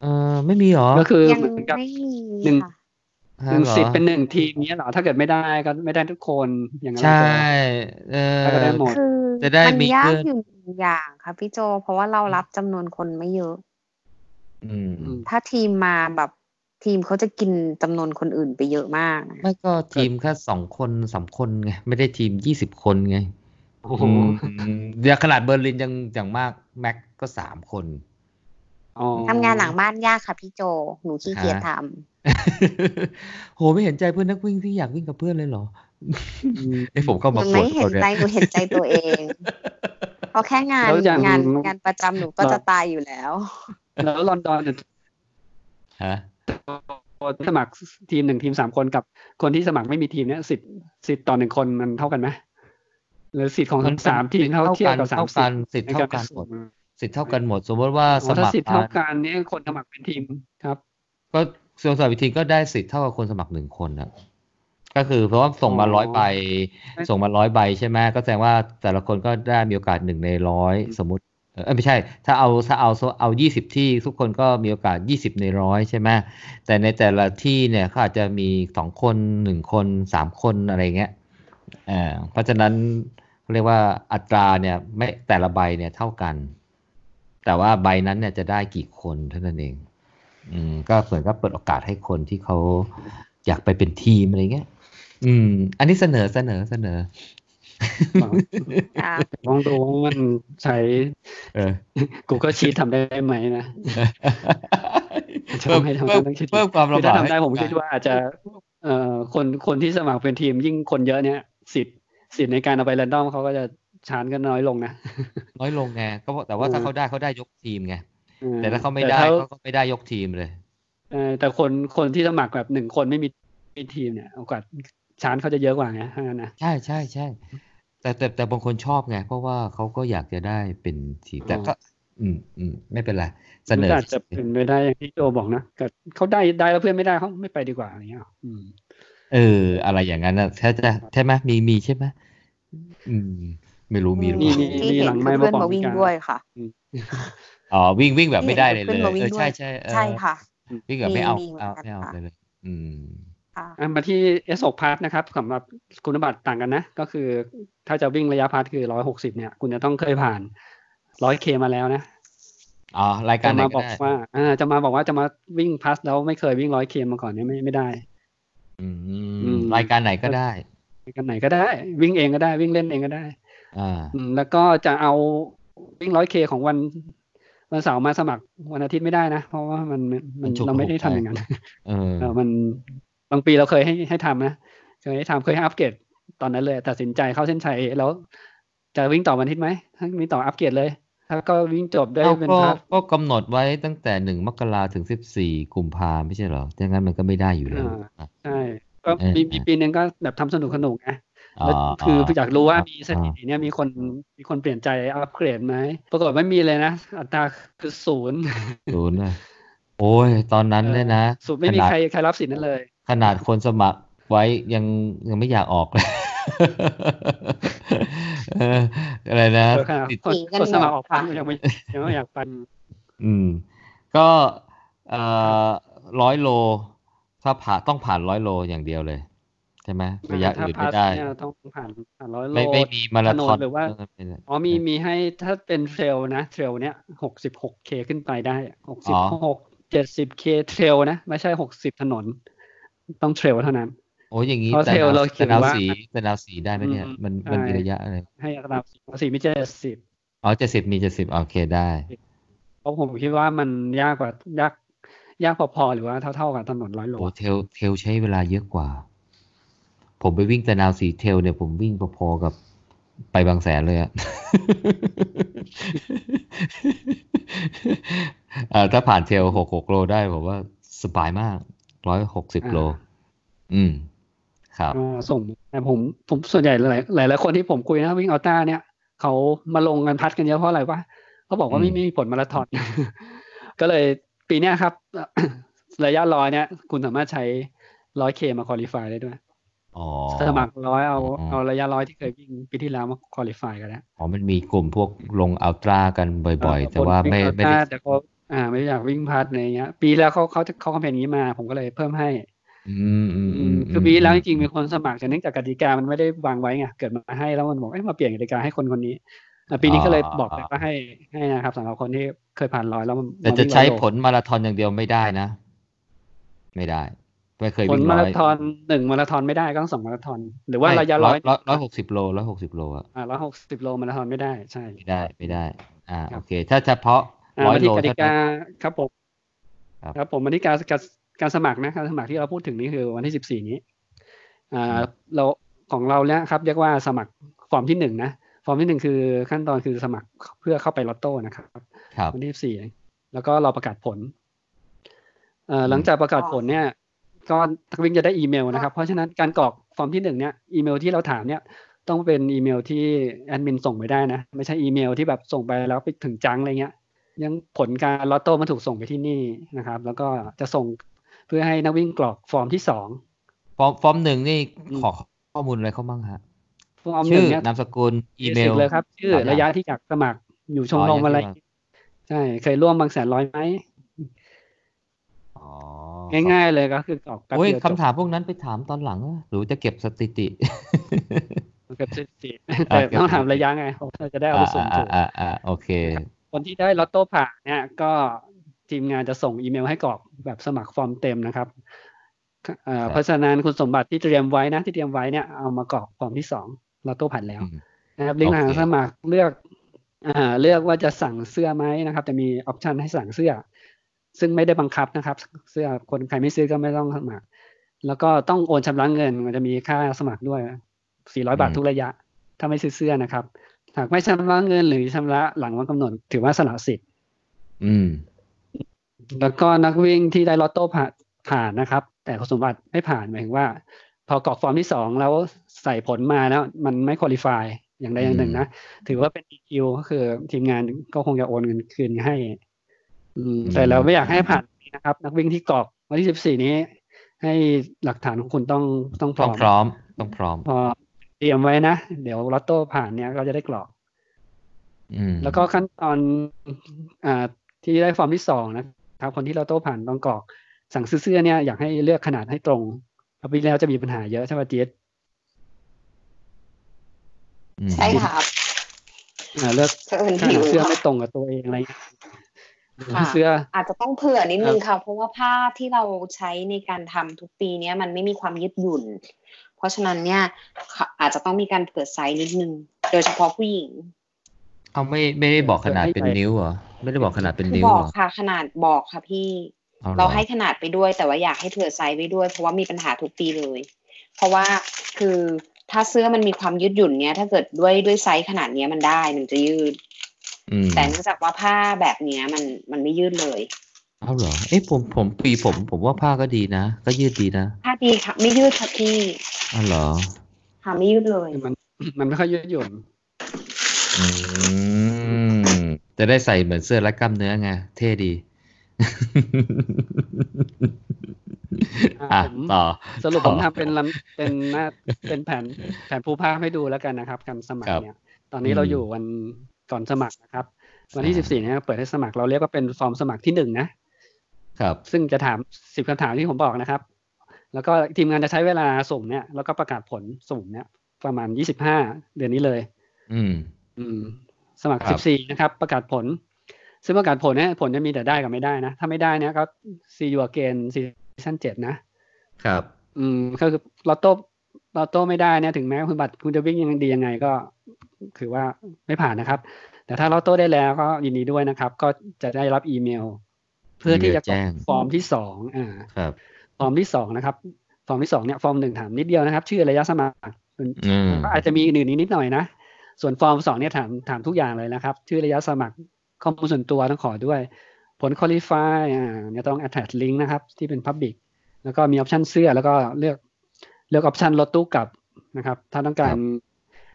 B: เออไม่มีหรอ
A: ก็คือ
C: ยัง
A: เหมือนกับ
C: ไม่มี
A: หนึ่ง
C: ค่ะ
B: ฮะ
A: หนึ่ง
B: เหรอ
A: สิบเป็นหนึ่งทีมเนี้ยเหรอถ้าเกิดไม่ได้ก็ไม่ได้ทุกคนอย่างนั้น
B: ใช่
A: เหรอ
B: เออ
A: แล้วก็ได้หมด
C: คือ
B: จะได้
C: มัน
B: มี
C: ยา
B: เพื่
C: ก
B: อน
C: อยู่หนึ่งอย่างค่ะพี่โจ เพราะว่าเรารับจำนวนคนไม่เยอะ
B: อืม
A: อืม
C: ถ้าทีมมาแบบทีมเขาจะกินจำนวนคนอื่นไปเยอะมากนะ
B: ไม่ก็ทีมแค่สองคนสามคนไง ไม่ได้ทีมยี่สิบคนไง
A: โอ้โห
B: อืมเดี๋ยวขนาดเบอร์ลินยังอย่างมาก แม็กก็สามคน
A: อ๋อ
C: ทำงานหลังบ้านยากค่ะพี่โจ หนูขี้เกียจท
B: โหไม่เห็นใจเพื่อนนักวิ่งที่อยากวิ่งกับเพื่อนเลยเหรอ
A: อืม
B: เอ้ยผมเข้า
C: ำห
B: มา
C: นู
B: ปว
C: ไม่
B: ด
C: เห็นใจหนูเห็นใจตัวเองเพราะแค่งาน
A: แล้วอย่าง
C: งานงานประจำหนูก็จะตายอยู่แล้ว
A: แล้วลอนดอนเนี่ย
B: ฮะ
A: สมัครทีมหนึ่งทีมสามคนกับคนที่สมัครไม่มีทีมเนี่ยสิทธิ์สิทธิ์ต่อหนึ่งคนมันเท่ากันไหมหรือสิทธิ์ของทั้งสามทีมเท่าเทียบกับสาม
B: เท่า
A: สิ
B: กัน
A: ทธิ์
B: สิทธิ์
A: ใน
B: เท่า
A: การ
B: กันหม
A: สุ่ม
B: ดสิทธิ์เท่ากันหมด สมมติว่า
A: อ๋
B: ส
A: อถ้า
B: มัคร
A: สิทธิ์เท่ากันเนี่ยคนสมัครเป็นทีมครับ
B: ก็ส่วนสาวิธีก็ได้สิทธิ์เท่ากับคนสมัครหนึ่งคนนะก็คือเพราะว่าส่งมา
A: อ๋อ
B: ร้อยใบ
A: ไม่
B: ส่งมาร้อยใบใช่ไหมก็แสดงว่าแต่ละคนก็ได้มีโอกาสหนึ่งในร้อย
A: อืม
B: สมมติเออไม่ใช่ ถ้าเอาถ้าเอาเอายี่สิบที่ทุกคนก็มีโอกาสยี่สิบในร้อยใช่ไหม แต่ในแต่ละที่เนี่ยเขาอาจจะมีสองคนหนึ่งคนสามคนอะไรเงี้ยเอ่อเพราะฉะนั้น เรียกว่าอัตราเนี่ยไม่แต่ละใบเนี่ยเท่ากัน แต่ว่าใบนั้นเนี่ยจะได้กี่คนเท่านั้นเอง อืม ก็ส่วนก็เปิดโอกาสให้คนที่เขาอยากไปเป็นทีมอะไรเงี้ย อืม อันนี้เสนอเสนอเสนอ
A: ลอง
C: ค่ะ
A: ลองดูว่ามันใช้
B: เอ อ
A: Google Sheet ทำได้ไหมนะ
B: เพิ่ม
A: ทำให้ทำให้
B: เพิ่ม
A: ต้องคิด
B: เพิ่มความ
A: คื
B: ลำ
A: อถ้า
B: บาก
A: ทำได้
B: ให้
A: ผมคิดว่าอาจจะเอ่อคนคนที่สมัครเป็นทีมยิ่งคนเยอะเนี่ยสิทธิ์สิทธิ์ในการเอาไปแรนดอมเขาก็จะชานก็น้อยลงนะ
B: น้อยลงไงก็เพราะแต่ว่าถ้าเขาได้เขาได้ยกทีมไง
A: ออ
B: แต่ถ้าเขาไม่ได้
A: แต่
B: เขาก็ไม่ได้ยกทีมเลย
A: เอ่อแต่คนคนที่สมัครแบบหนึ่งคนไม่มีมีทีมเนี่ยโอกาสชานเขาจะเยอะกว่าไงถ้างั้นนะ
B: ใช่ใช่ใช่แต่แต่แต่บางคนชอบไง เพราะว่าเขาก็อยากจะได้เป็นทีมแต่ก็ อืมอืมไม่เป็นไรเสนอ
A: ก็อาจจะเป็นไปได้อย่างที่โจบอกนะเกิดเขาได้ได้แล้วเพื่อนไม่ได้เขาไม่ไปดีกว่าอย่างเงี้ยอืม
B: เออ อะไรอย่างนั้นนะใช่จะใช่ไหมมีมีใช่ไหมอืม ไม่รู้มีหรือเป
C: ที่
B: ล่า
A: มี
C: เห็นคือเพื่อนมาวิ่งด้วยค่ะ
B: อ๋อวิ่งวิ่งแบบไม่ได้เลย
C: ที่
B: เลย
C: เห็นเพื่อนมาวิ่ง
B: เออใช่
C: ด้วย
B: ใช่เออ
C: ใช่ค่ะ
B: วิ่งแบบไม่เอา
C: มีมี
B: เอา
C: เหมือนกันค่ะ
B: ไม่เอาเลยเลย อืม
C: ค่ะ
A: อ่ะมาที่ S6 Pass นะครับสำหรับคุณบัตรต่างกันนะ ก็คือถ้าจะวิ่งระยะพาร์ทคือ 160 เนี่ย คุณจะต้องเคยผ่าน 100K มาแล้วนะ
B: อ๋อ รายการ
A: จะ
B: ไหน
A: มา
B: ก็
A: บอก
B: ได้
A: ว่าอ่าจะมาบอกว่าจะมาวิ่งพาสแล้วไม่เคยวิ่ง 100K มาก่อนเนี่ยไม่ไม่ได้
B: อื
A: อื
B: ม
A: ม
B: รายการไหนก็ได้
A: กันไหนก็ได้ วิ่งเองก็ได้วิ่งเล่นเองก็ได้
B: อ่า
A: อืมแล้วก็จะเอาวิ่ง 100K ของวันวันเสาร์มาสมัครวันอาทิตย์ไม่ได้นะ เพราะว่ามันมัน
B: มั
A: มัน น
B: ฉุก
A: เราไม่ได้
B: กระ
A: ทำอ
B: หุก
A: ย่างนั้น
B: เออ
A: เออมันบางปีเราเคยให้ให้ทำนะ เคยให้ทำเคยให้อัปเกรดตอนนั้นเลยตัดสินใจเข้าเส้นชัยแล้ว จะวิ่งต่อวันอาทิตย์ไหมถ้าวิ่งต่ออัปเกรดเลยถ้าก็วิ่งจบได้
B: เรา
A: เป็น
B: ก็
A: พาร์ท
B: ก็กำหนดไว้ตั้งแต่หนึ่งมกราถึงสิบสี่กุมภาไม่ใช่เหรอดังนั้นมันก็ไม่ได้อยู่แล้วอ่ะ
A: ใช่ก็
B: เออ
A: มี
B: เออ
A: มีปีหนึงก็แบบทำสนุกสนุกไง
B: อ๋อ
A: แล้วคืออยากรู้ว่ามีสถิ
B: อ่า
A: ติเนี่ยมีคนมีคนเปลี่ยนใจอัปเกรดไหมปรากฏไม่มีเลยนะ อัตราคือศูนย์
B: ศูนย์เลยโอ้ย ตอนนั้นเนี่ยนะ
A: ศูนย์ไม่มี
B: ขนาด
A: ใครใครรับสิทธิ์นั้นเลย
B: ขนาดคนสมัครไว้ยังยังไม่อยากออกเลย เอออะไรนะ
A: เออค่ะ
B: ติด
A: คน
C: หนีกัน
A: คนสมัคร
C: ห
A: อ
C: มด
A: อกพันยังไม่ยังไม่อยากไป
B: อืม ก็เอ่อร้อยโล ถ้าผ่านต้องผ่านร้อยโลอย่างเดียวเลย ใช่ไหมระยะอื่นไม่ได้
A: ถ้า pass เนี่ยต้องผ่านผ่านร้อยโล
B: ไม่ไม่มีมาราธอน
A: ถนนหรือว่า
B: เไม่ได้
A: อ๋อมีมีให้ถ้าเป็นเทรลนะเทรลเนี้ยหกสิบหกเคขึ้นไปได้หก
B: อ๋
A: สิบห
B: อ
A: กเจ็ดสิบเคเทรลนะ ไม่ใช่หกสิบถนน ต้องเทรลเท่านั้น
B: โอ้ยอย่างนี้
A: เพราะ
B: แต่
A: เทล
B: แน
A: เรา
B: ว
A: เขี
B: แต่
A: ยน
B: แนว
A: ว่า
B: สีแต่แนวสีได้ไหมเนี่ย
A: อืม
B: มันมันมี
A: ใช่
B: ระยะอะไร
A: ให้อัตราสี่ไม่ใช่เจ็ดสิบ
B: อ๋อเจ็ดสิบมีเจ็ดสิบโอเคได้
A: เพราะผมคิดว่ามันยากกว่ายากยากพอๆหรือว่าเท่าๆกับถนนร้อยโล
B: โอ้เทลเทลใช้เวลาเยอะกว่า ผมไปวิ่งแต่นาวสีเทลเนี่ยผมวิ่งพอๆกับไปบางแสนเลยอะ เอ่อถ้าผ่านเทลหกหกโลได้ผมว่าสบายมากร้อยหกสิบโล อืม ครับ
A: ก็ส่งแต่ผมผมส่วนใหญ่หลายหลายหลายคนที่ผมคุยนะวิ่งอัลต้าเนี่ยเขามาลงกันพัดกันเยอะเพราะอะไรวะเขาบอกว่า
B: อื
A: ไม่
B: ม
A: ไม่มีผลมาราธอน ก็เลยปีเนี้ยครับ ระยะร้อยเนี่ย คุณสามารถใช้ร้อยเคมาคอลี่ฟายได้ด้วย
B: อ๋อ
A: สมัครร้อยเอา
B: อ๋อ
A: เอาระยะร้อยที่เคยวิ่งปีที่แล้วมาคอลี่ฟายกันแล้ว
B: อ๋อมันมีกลุ่มพวกลงอัลตร้ากันบ่อยๆ แต่ว่าไม่
A: คน
B: ไม่
A: วิ่ง
B: ได้
A: อัลต้าแต่เขาอ่า ไม่อยากวิ่งพัดอะไรเงี้ย ปีแล้วเขาเขาจะเขาคอมเพลนอย่างนี้มา ผมก็เลยเพิ่มให้
B: อืมอืม
A: อืม
B: อืม
A: คือปีแล้วจริงๆมีคนสมัครแต่เนื่องจากกติกามันไม่ได้วางไว้ไงเกิดมาให้แล้วมันบอกเอ้ยมาเปลี่ยนกติกาให้คนคนนี้อ่ะปีนี้ก็เลยบอกไปว่าให้ให้นะครับสำหรับคนที่เคยผ่านร้อยแล้วมัน
B: แต่
A: มัน
B: จะ
A: วิ่ง
B: ใช้
A: ร้อยโล
B: ผลมาราธอนอย่างเดียวไม่ได้นะ ไม่ได้ไม่เคย
A: ผล
B: วิ่ง
A: มา
B: ร้อ
A: ราย ธอนหนึ่งมาราธอนไม่ได้ก็ต้องสองมาราธอนหรือว่าระยะร้อย
B: ร้อยร้อยหกสิบโลร้อยหกสิบโลอะ
A: อ่าร้อยหกสิบโลมาราธอนไม่ได้ใช่
B: ไม่ได้ไม่ได้ อ่า
A: ครับ
B: โอเค ถ้าเฉพาะ
A: อ่า
B: ร้อย
A: มา
B: โล
A: ที่กติ
B: เท่านั้
A: กาน ครับผม
B: ครับ
A: ครับผมมาที่การการการสมัครนะการสมัครที่เราพูดถึงนี่คือวันที่สิบสี่นี้อ่าเราของเราเนี่ยครับเรียกว่าสมัครฟอร์มที่หนึ่งนะฟอร์มที่หนึ่งคือขั้นตอนคือสมัครเพื่อเข้าไปลอตโต้นะครับ
B: ครับ
A: วันที่ 14 แล้วก็รอประกาศผลเอ่ออ
B: ม
A: หลังจากประกาศ
C: อ๋อ
A: ผลเนี่ย ก็ทักวิ่งจะได้อีเมลนะครับ เพราะฉะนั้นการกรอกฟอร์มที่หนึ่งเนี่ย อีเมลที่เราถามเนี่ย ต้องเป็นอีเมลที่แอดมินส่งไปได้นะ ไม่ใช่อีเมลที่แบบส่งไปแล้วไปถึงจังอะไรเงี้ย ยังผลการลอตโต้มันถูกส่งไปที่นี่นะครับ แล้วก็จะส่งเพื่อให้นักวิ่งกรอกฟอร์มที่สอง
B: ฟอร์มฟอร์มหนึ่งนี่
A: อืม
B: ขอข้อมูลอะไรเขาบ้างฮะ
A: ฟอร์มห
B: ชื่
A: นึ่
B: อง
A: เนี่ย
B: นามสกุลอีเม
A: basic
B: ล
A: เลยครับ ชื่อ
B: หลายอย่าง
A: ระยะที่อยากสมัครอยู่ชมรม
B: อ๋ออยาก
A: อะไร
B: สมัคร
A: ใช่ เคยร่วมบางแสนร้อยไหม
B: อ๋อ
A: ง่าย ๆ เลยก็คือกรอกแป๊บ
B: โอ้ย
A: เดียวจบ
B: คำถามพวกนั้นไปถามตอนหลังอะหรือจะเก็บสถิติ
A: เก็บสถิติแต่ต้องถามระยะไงเพราะ เราจะได้เอาไปส่งถูก
B: อ่าอ่าโอเค
A: คนที่ได้ลอตโต้ผ่านเนี่ยก็ทีมงานจะส่งอีเมลให้กรอกแบบสมัครฟอร์มเต็มนะครับเอ่อ
B: ครับ
A: เพราะฉะนั้นคุณสมบัติที่เตรียมไว้นะที่เตรียมไว้เนี่ยเอามากรอกฟอร์มที่สองลอตโต้ผ่านแล้ว
B: อืม
A: นะครับลิงก์
B: โอเค
A: หาสมัครเลือกอ่าเลือกว่าจะสั่งเสื้อไหมนะครับจะมีออปชันให้สั่งเสื้อ ซึ่งไม่ได้บังคับนะครับ เสื้อคนใครไม่ซื้อก็ไม่ต้องสมัคร แล้วก็ต้องโอนชำระเงินมันจะมีค่าสมัครด้วย 400 บาททุกระยะ ถ้าไม่ซื้อเสื้อนะครับ หากไม่ชำระเงินหรือชำระหลังวันกำหนด ถือว่าสละสิทธิ์
B: อืม
A: แล้วก็นักวิ่งที่ได้ลอตโต้ผ่านผ่านนะครับ แต่คุณสมบัติไม่ผ่านหมายถึงว่า พอกรอกฟอร์มที่สองแล้วใส่ผลมาแล้ว มันไม่คุริฟายอย่างใดอย่างหนึ่งนะ ถือว่าเป็น EQ ก็คือทีมงานก็คงจะโอนเงินคืนให้ อืม
B: อืม
A: แต่เราไม่อยากให้ผ่านนะครับ นักวิ่งที่กรอกวันที่ 14 นี้ ให้หลักฐานของคุณต้องต้องพร้
B: ต้
A: อ
B: อง
A: ม
B: พร้อมต้องพร้อม
A: พอเตรียมไว้นะ เดี๋ยวลอตโต้ผ่านเนี้ยก็จะได้กรอก
B: อืม
A: แล้วก็ขั้นตอนอ่าที่ได้ฟอร์มที่สองนะครับ คนที่เราโต้ผ่านต้องกรอก สั่งซื้อเสื้อเนี่ยอยากให้เลือกขนาดให้ตรงเพราะปีที่แล้วจะมีปัญหาเยอะใช่ไหมจีด
B: อืม
C: ใช่ครับ
A: อ่าเลือก
C: เชิญ
A: ข
C: ผิ
A: นาวดเสื้อ
C: ค่ะ
A: ไม่ตรงกับตัวเองอะไรเงี้ย
C: ค่ะ
A: เสื้อ
C: อาจจะต้องเผื่อนิดนึงค่ะ เพราะว่าผ้าที่เราใช้ในการทำทุกปีเนี้ยมันไม่มีความยืดหยุ่น เพราะฉะนั้นเนี่ยค่ะอาจจะต้องมีการเปิดไซส์นิดนึง โดยเฉพาะผู้หญิง
B: เอาไม่ไม่ได้บอกขนาดเป็น
A: ให้ไป
B: นิ้วเหรอไม่ได้บอกขนาดเป็น
C: คือ
B: นิ้ว
C: บอ
B: เห
C: ก
B: รอ
C: ค่ะขนาดบอกค่ะพี่
B: ออ
C: เราให้ขนาดไปด้วยแต่ว่าอยากให้เผื่อไซส์ไว้ด้วย เพราะว่ามีปัญหาทุกปีเลย เพราะว่าคือถ้าเสื้อมันมีความยืดหยุ่นเนี้ย ถ้าเกิดด้วยด้วยไซส์ขนาดเนี้ยมันได้มันจะยืด
B: อืม
C: แต่เนื่องจากว่าผ้าแบบเนี้ยมันมันไม่ยืดเลย
B: เอาเหรอ เอ๊ะผมผมปีผมผมว่าผ้าก็ดีนะ ก็ยืดดีนะ
C: ผ้าดีค่ะ ไม่ยืดค่ะพี่
B: เอาเหรอ
C: ค่ะไม่ยืดเลย
A: มันมันไม่ค่อยยืดหยุ่น
B: อืม จะได้ใส่เหมือนเสื้อรัดกล้ามเนื้อไง เท่ดี อ่ะ
A: ผม
B: ต่อ
A: สรุป
B: ต่
A: ผ
B: อ
A: มทำเป็นลำเป็นหน้าเป็นแผนแผนภูภาพให้ดูแล้วกันนะครับ การสมัค
B: ค
A: ร
B: รับ
A: เนี่ย ตอนนี้
B: อืม
A: เราอยู่วันก่อนสมัครนะครับ วันที่ 14เนี่ยเปิดให้สมัครเราเรียกว่าเป็นฟอร์มสมัครที่หนึ่งนะ
B: ครับ
A: ซึ่งจะถามสิบคำถามที่ผมบอกนะครับ แล้วก็ทีมงานจะใช้เวลาสุ่มเนี่ย แล้วก็ประกาศผลสุ่มเนี่ย ประมาณยี่สิบห้าเดือนนี้เลย
B: อืม
A: อืม สมัคร
B: ครั
A: สิ
B: บ
A: บสี่นะครับ ประกาศผล ซึ่งประกาศผลเนี่ยผลจะมีแต่ได้กับไม่ได้นะ ถ้าไม่ได้เนี่ยก็ซีอ a เกนซีซั่นเจ็ดนะ
B: ครับ
A: อืมก็คือลอตโต้ลอตโต้ไม่ได้เนี่ยถึงแม้คุณบัตรคุณจะวิ่งยังดียังไงก็คือว่าไม่ผ่านนะครับ แต่ถ้าลอตโต้ได้แล้วก็ยินดีด้วยนะครับ ก็จะได้รับอีเมล เพื่อที่จะกรอก
B: อีเมลแจ้ง
A: ฟอร์มที่สองอ่า
B: ครับ
A: ฟอร์มที่สองนะครับ ฟอร์มที่สองเนี่ย ฟอร์มหนึ่งถามนิดเดียวนะครับ ชื่อระยะสมัครส่วน
B: อืม
A: ก็อาจจะมีอื่นอีกนิดหน่อยนะ ส่วนฟอร์มสองเนี่ยถามถามทุกอย่างเลยนะครับ ชื่อระยะสมัคร ข้อมูลส่วนตัวต้องขอด้วย ผลคุริฟายอ่าเนี่ยต้อง attach link นะครับ ที่เป็น public แล้วก็มีออปชันเสื้อแล้วก็เลือกเลือกออปชันรถตู้กลับนะครับ ถ้าต้องการ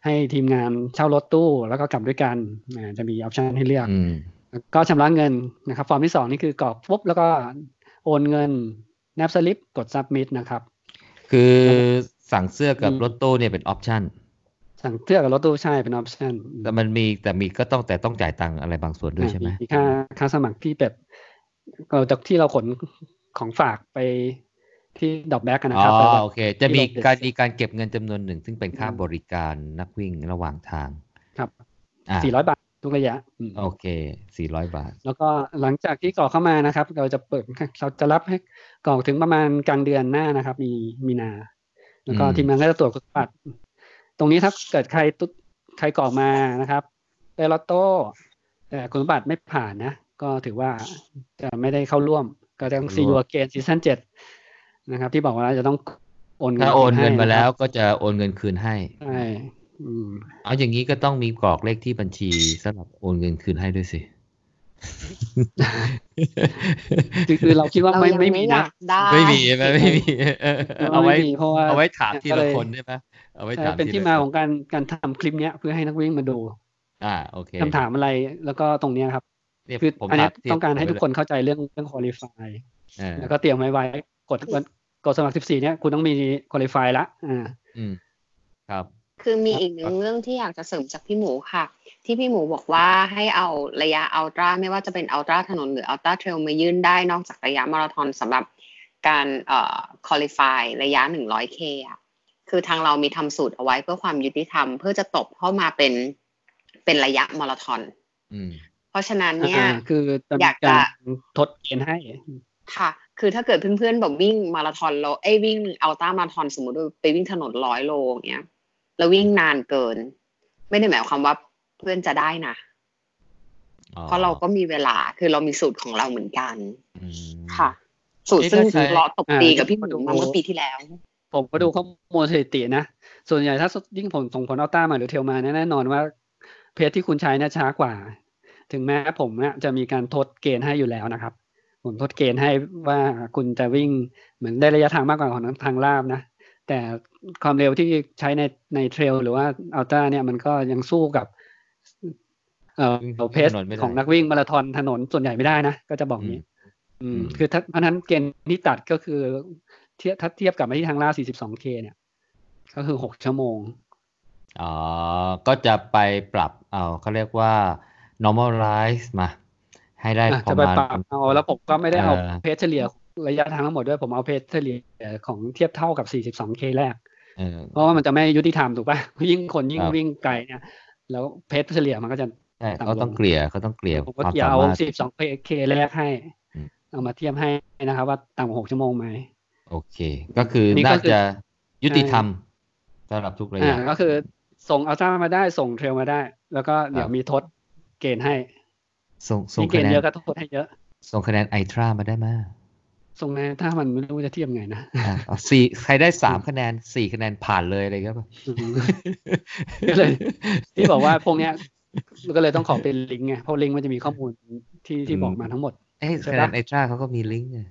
A: ให้ทีมงานเช่ารถตู้แล้วก็กลับด้วยกันอ่าจะมีออปชันให้เลือก
B: อืม
A: แล้วก็ชำระเงินนะครับ ฟอร์มที่สองนี่คือกรอกปุ๊บแล้วก็โอนเงินแนบสลิปกด submit นะครับ
B: คือสั่งเสื้อกับ
A: อืม
B: รถตู้เนี่ยเป็นออปชั่น
A: สั่งเสื้อกับรถตู้ใช่เป็นออปชั่น
B: แต่มันมีแต่มีก็ต้องแต่ต้องจ่ายตังค์อะไรบางส่วนด้วยใช่ไหม
A: มีค่าค่าสมัครที่แบบเอ่อจากที่เราขนของฝากไปที่ดอกแบ็กนะ
B: อ๋
A: ครับ
B: อ
A: ไปแบบ
B: โอเค จะมี
A: ที่เราเก็บ
B: การมีการเก็บเงินจำนวนหนึ่ง ซึ่งเป็นค่าบริการนักวิ่งระหว่างทาง
A: ครับ
B: อ่ะ
A: สี่ร้อยบาททุกระยะอืม
B: โอเค สี่ร้อยบาท
A: แล้วก็หลังจากที่กรอกเข้ามานะครับ เราจะเปิดเราจะรับให้กรอกถึงประมาณกลางเดือนหน้านะครับ มีมีนา แล้วก็
B: อืม
A: ทีมงานก็จะตรวจคุณสมบัติตรงนี้ถ้าเกิดใครตุ๊ดใครกรอกมานะครับได้ลอตโต้แต่คุณสมบัติไม่ผ่านนะ ก็ถือว่าจะไม่ได้เข้าร่วม ก็จะต้องซีอูเกนซีซั่นเจ็ดนะครับ ที่บอกว่าจะต้องโอนเงิ
B: ถ้าน โอนเงิ
A: ให้ะค
B: น
A: รับ
B: มาแล้วก็จะโอนเงินคืนให้
A: ใช่อืม
B: เอาอย่างนี้ก็ต้องมีกรอกเลขที่บัญชีสำหรับโอนเงินคืนให้ด้วยสิ
A: คือคือเราคิดว่า
C: เรา
A: ไม่
C: ยัง
A: ไม่
C: ไม่
A: มี
C: อ
A: นะ
C: ยากได้
B: ไม่มีใช่ไหมไม่มีเออเอาไว้
A: มีเพราะว่า
B: เอาไว้ถามที
A: ก็เล
B: ละ
A: ย
B: คนใช่ไหมเอาไว้
A: ใช่
B: ถาม
A: เป็นที่
B: ละ
A: มา
B: ค
A: ของการการทำคลิปเนี้ยเพื่อให้นักวิ่งมาดู
B: อ่าโอเค
A: คำถามอะไรแล้วก็ตรงเนี้ยครับ
B: เนี่ย
A: คือ
B: ผม
A: อันเนี้
B: ถาย มที
A: ต้องการให้ทุกคน
B: ละ
A: เข้าใจเรื่องเรื่องคุริฟาย
B: เออ
A: แล้วก็เตรียมไว้ไว้กดวันกดสมัคร 14 เนี่ยคุณต้องมีคุริฟายละอ่า
B: อืมครับ
C: คือมีอีกหนึ่งเรื่องที่อยากจะเสริมจากพี่หมูค่ะ ที่พี่หมูบอกว่าให้เอาระยะอัลตร้าไม่ว่าจะเป็นอัลตร้าถนนหรืออัลตร้าเทรลมายื่นได้นอกจากระยะมาราธอนสำหรับการเอ่อคอลิฟายระยะ 100K อะ คือทางเรามีทำสูตรเอาไว้เพื่อความยุติธรรม เพื่อจะตบเข้ามาเป็นเป็นระยะมาราธอน
B: อืม
C: เพราะฉะนั้นเนี่ย
A: อ่าคือจะ
C: อ
A: มี
C: ยากจะ
A: การทดเกณฑ์ให้
C: ค่ะ คือถ้าเกิดเพื่อนๆแบบวิ่งมาราธอนโลเอ้ยวิ่งอัลต้ามาราธอนสมมติว่าไปวิ่งถนนร้อยโลอย่างเงี้ย แล้ววิ่งนานเกิน ไม่ได้หมายความว่าเพื่อนจะได้นะ เพราะเราก็มีเวลา คือเรามีสูตรของเราเหมือนกัน ค่ะ สูตรซึ่ง
B: นี่ก็ใช้
C: เราตบตีกับพี่ห
A: อ่า
C: มูมาเมื่อปีที่แล้ว
A: ผมก็ดูข้อมูลสถิตินะ ส่วนใหญ่ถ้ายิ่งผลส่งผลเอาต้ามาหรือเทลมาเนี่ยแน่นอนว่า เพจที่คุณใช้เนี่ยช้ากว่า ถึงแม้ผมเนี่ยจะมีการทดเกณฑ์ให้อยู่แล้วนะครับ ผมทดเกณฑ์ให้ว่าคุณจะวิ่งเหมือนได้ระยะทางมากกว่าของทางลาบนะ แต่ความเร็วที่ใช้ในในเทรลหรือว่าอัลต้าเนี่ยมันก็ยังสู้กับเอ่อเพส
B: ถนนไม่ได้
A: ของนักวิ่งมาราธอนถนนส่วนใหญ่ไม่ได้นะ ก็จะบอกอย่างนี้ อืม
B: อืม
A: คือถ้าเพราะฉะนั้นเกณฑ์ที่ตัดก็คือเทียบถ้าเทียบกับมาที่ทางล่า 42K เนี่ย ก็คือ 6 ชั่วโมง
B: อ๋อ ก็จะไปปรับเอาเขาเรียกว่า normalize มา ให้ได้
A: อ่ะ
B: ป
A: จะ
B: ระ
A: ไป
B: มาณ
A: ปรับเอาแล้วผมก็ไม่ได้เอา
B: เออ
A: เพจเฉลี่ยระยะทางทั้งหมดด้วย ผมเอาเพจเฉลี่ยของเทียบเท่ากับ 42K แรก
B: เออ
A: เพราะว่ามันจะไม่ยุติธรรมถูกป่ะ ยิ่งคนยิ่ง
B: ครับ
A: วิ่งไกลเนี่ย แล้วเพจเฉลี่ยมันก็จะ
B: ใช่
A: ต่ำลง
B: เขาต้องเกลี่ยเขาต้องเกลี่ย
A: ผม
B: ค
A: ก็
B: วาม
A: เกี่ย
B: สาว
A: เอา
B: มารถ
A: 42K แรกให้
B: อืม
A: เอามาเทียบให้นะครับ ว่าต่ำกว่า 6 ชั่วโมงไหม
B: โอเค ก็คือ
A: นี่ก็
B: น่า
A: คือ
B: จะยุติ
A: ใช่
B: ธรรมสำหรับทุกระยะ
A: อ่าก็คือส่งอัลตร้ามาได้ส่งเทรลมาได้ แล้วก็เดี๋ยว
B: ครับ
A: มีทดเกณฑ์ให้
B: ส่งส่ง
A: นี่เกณ
B: คะแน
A: ฑ์
B: น
A: เยอะก็โทษให้เยอะ
B: ส่งคะแนนไอทรามาได้มา
A: ส่งในถ้ามันไม่รู้จะเทียบไงนะ
B: อ่ะเอาสี่ใครได้สามคะแนนสี่คะแนนผ่านเลยอะไรครับ
A: อืม ก็เลย ที่บอกว่าพวกเนี้ยก็เลยต้องขอเป็นลิงก์ไง เพราะลิงก์มันจะมีข้อมูลที่ที่
B: อืม
A: บอกมาทั้งหมด
B: เอ้ย
A: ใช่
B: คะ
A: ปะ
B: แนนไอตราเขาก็มีลิงก์ไง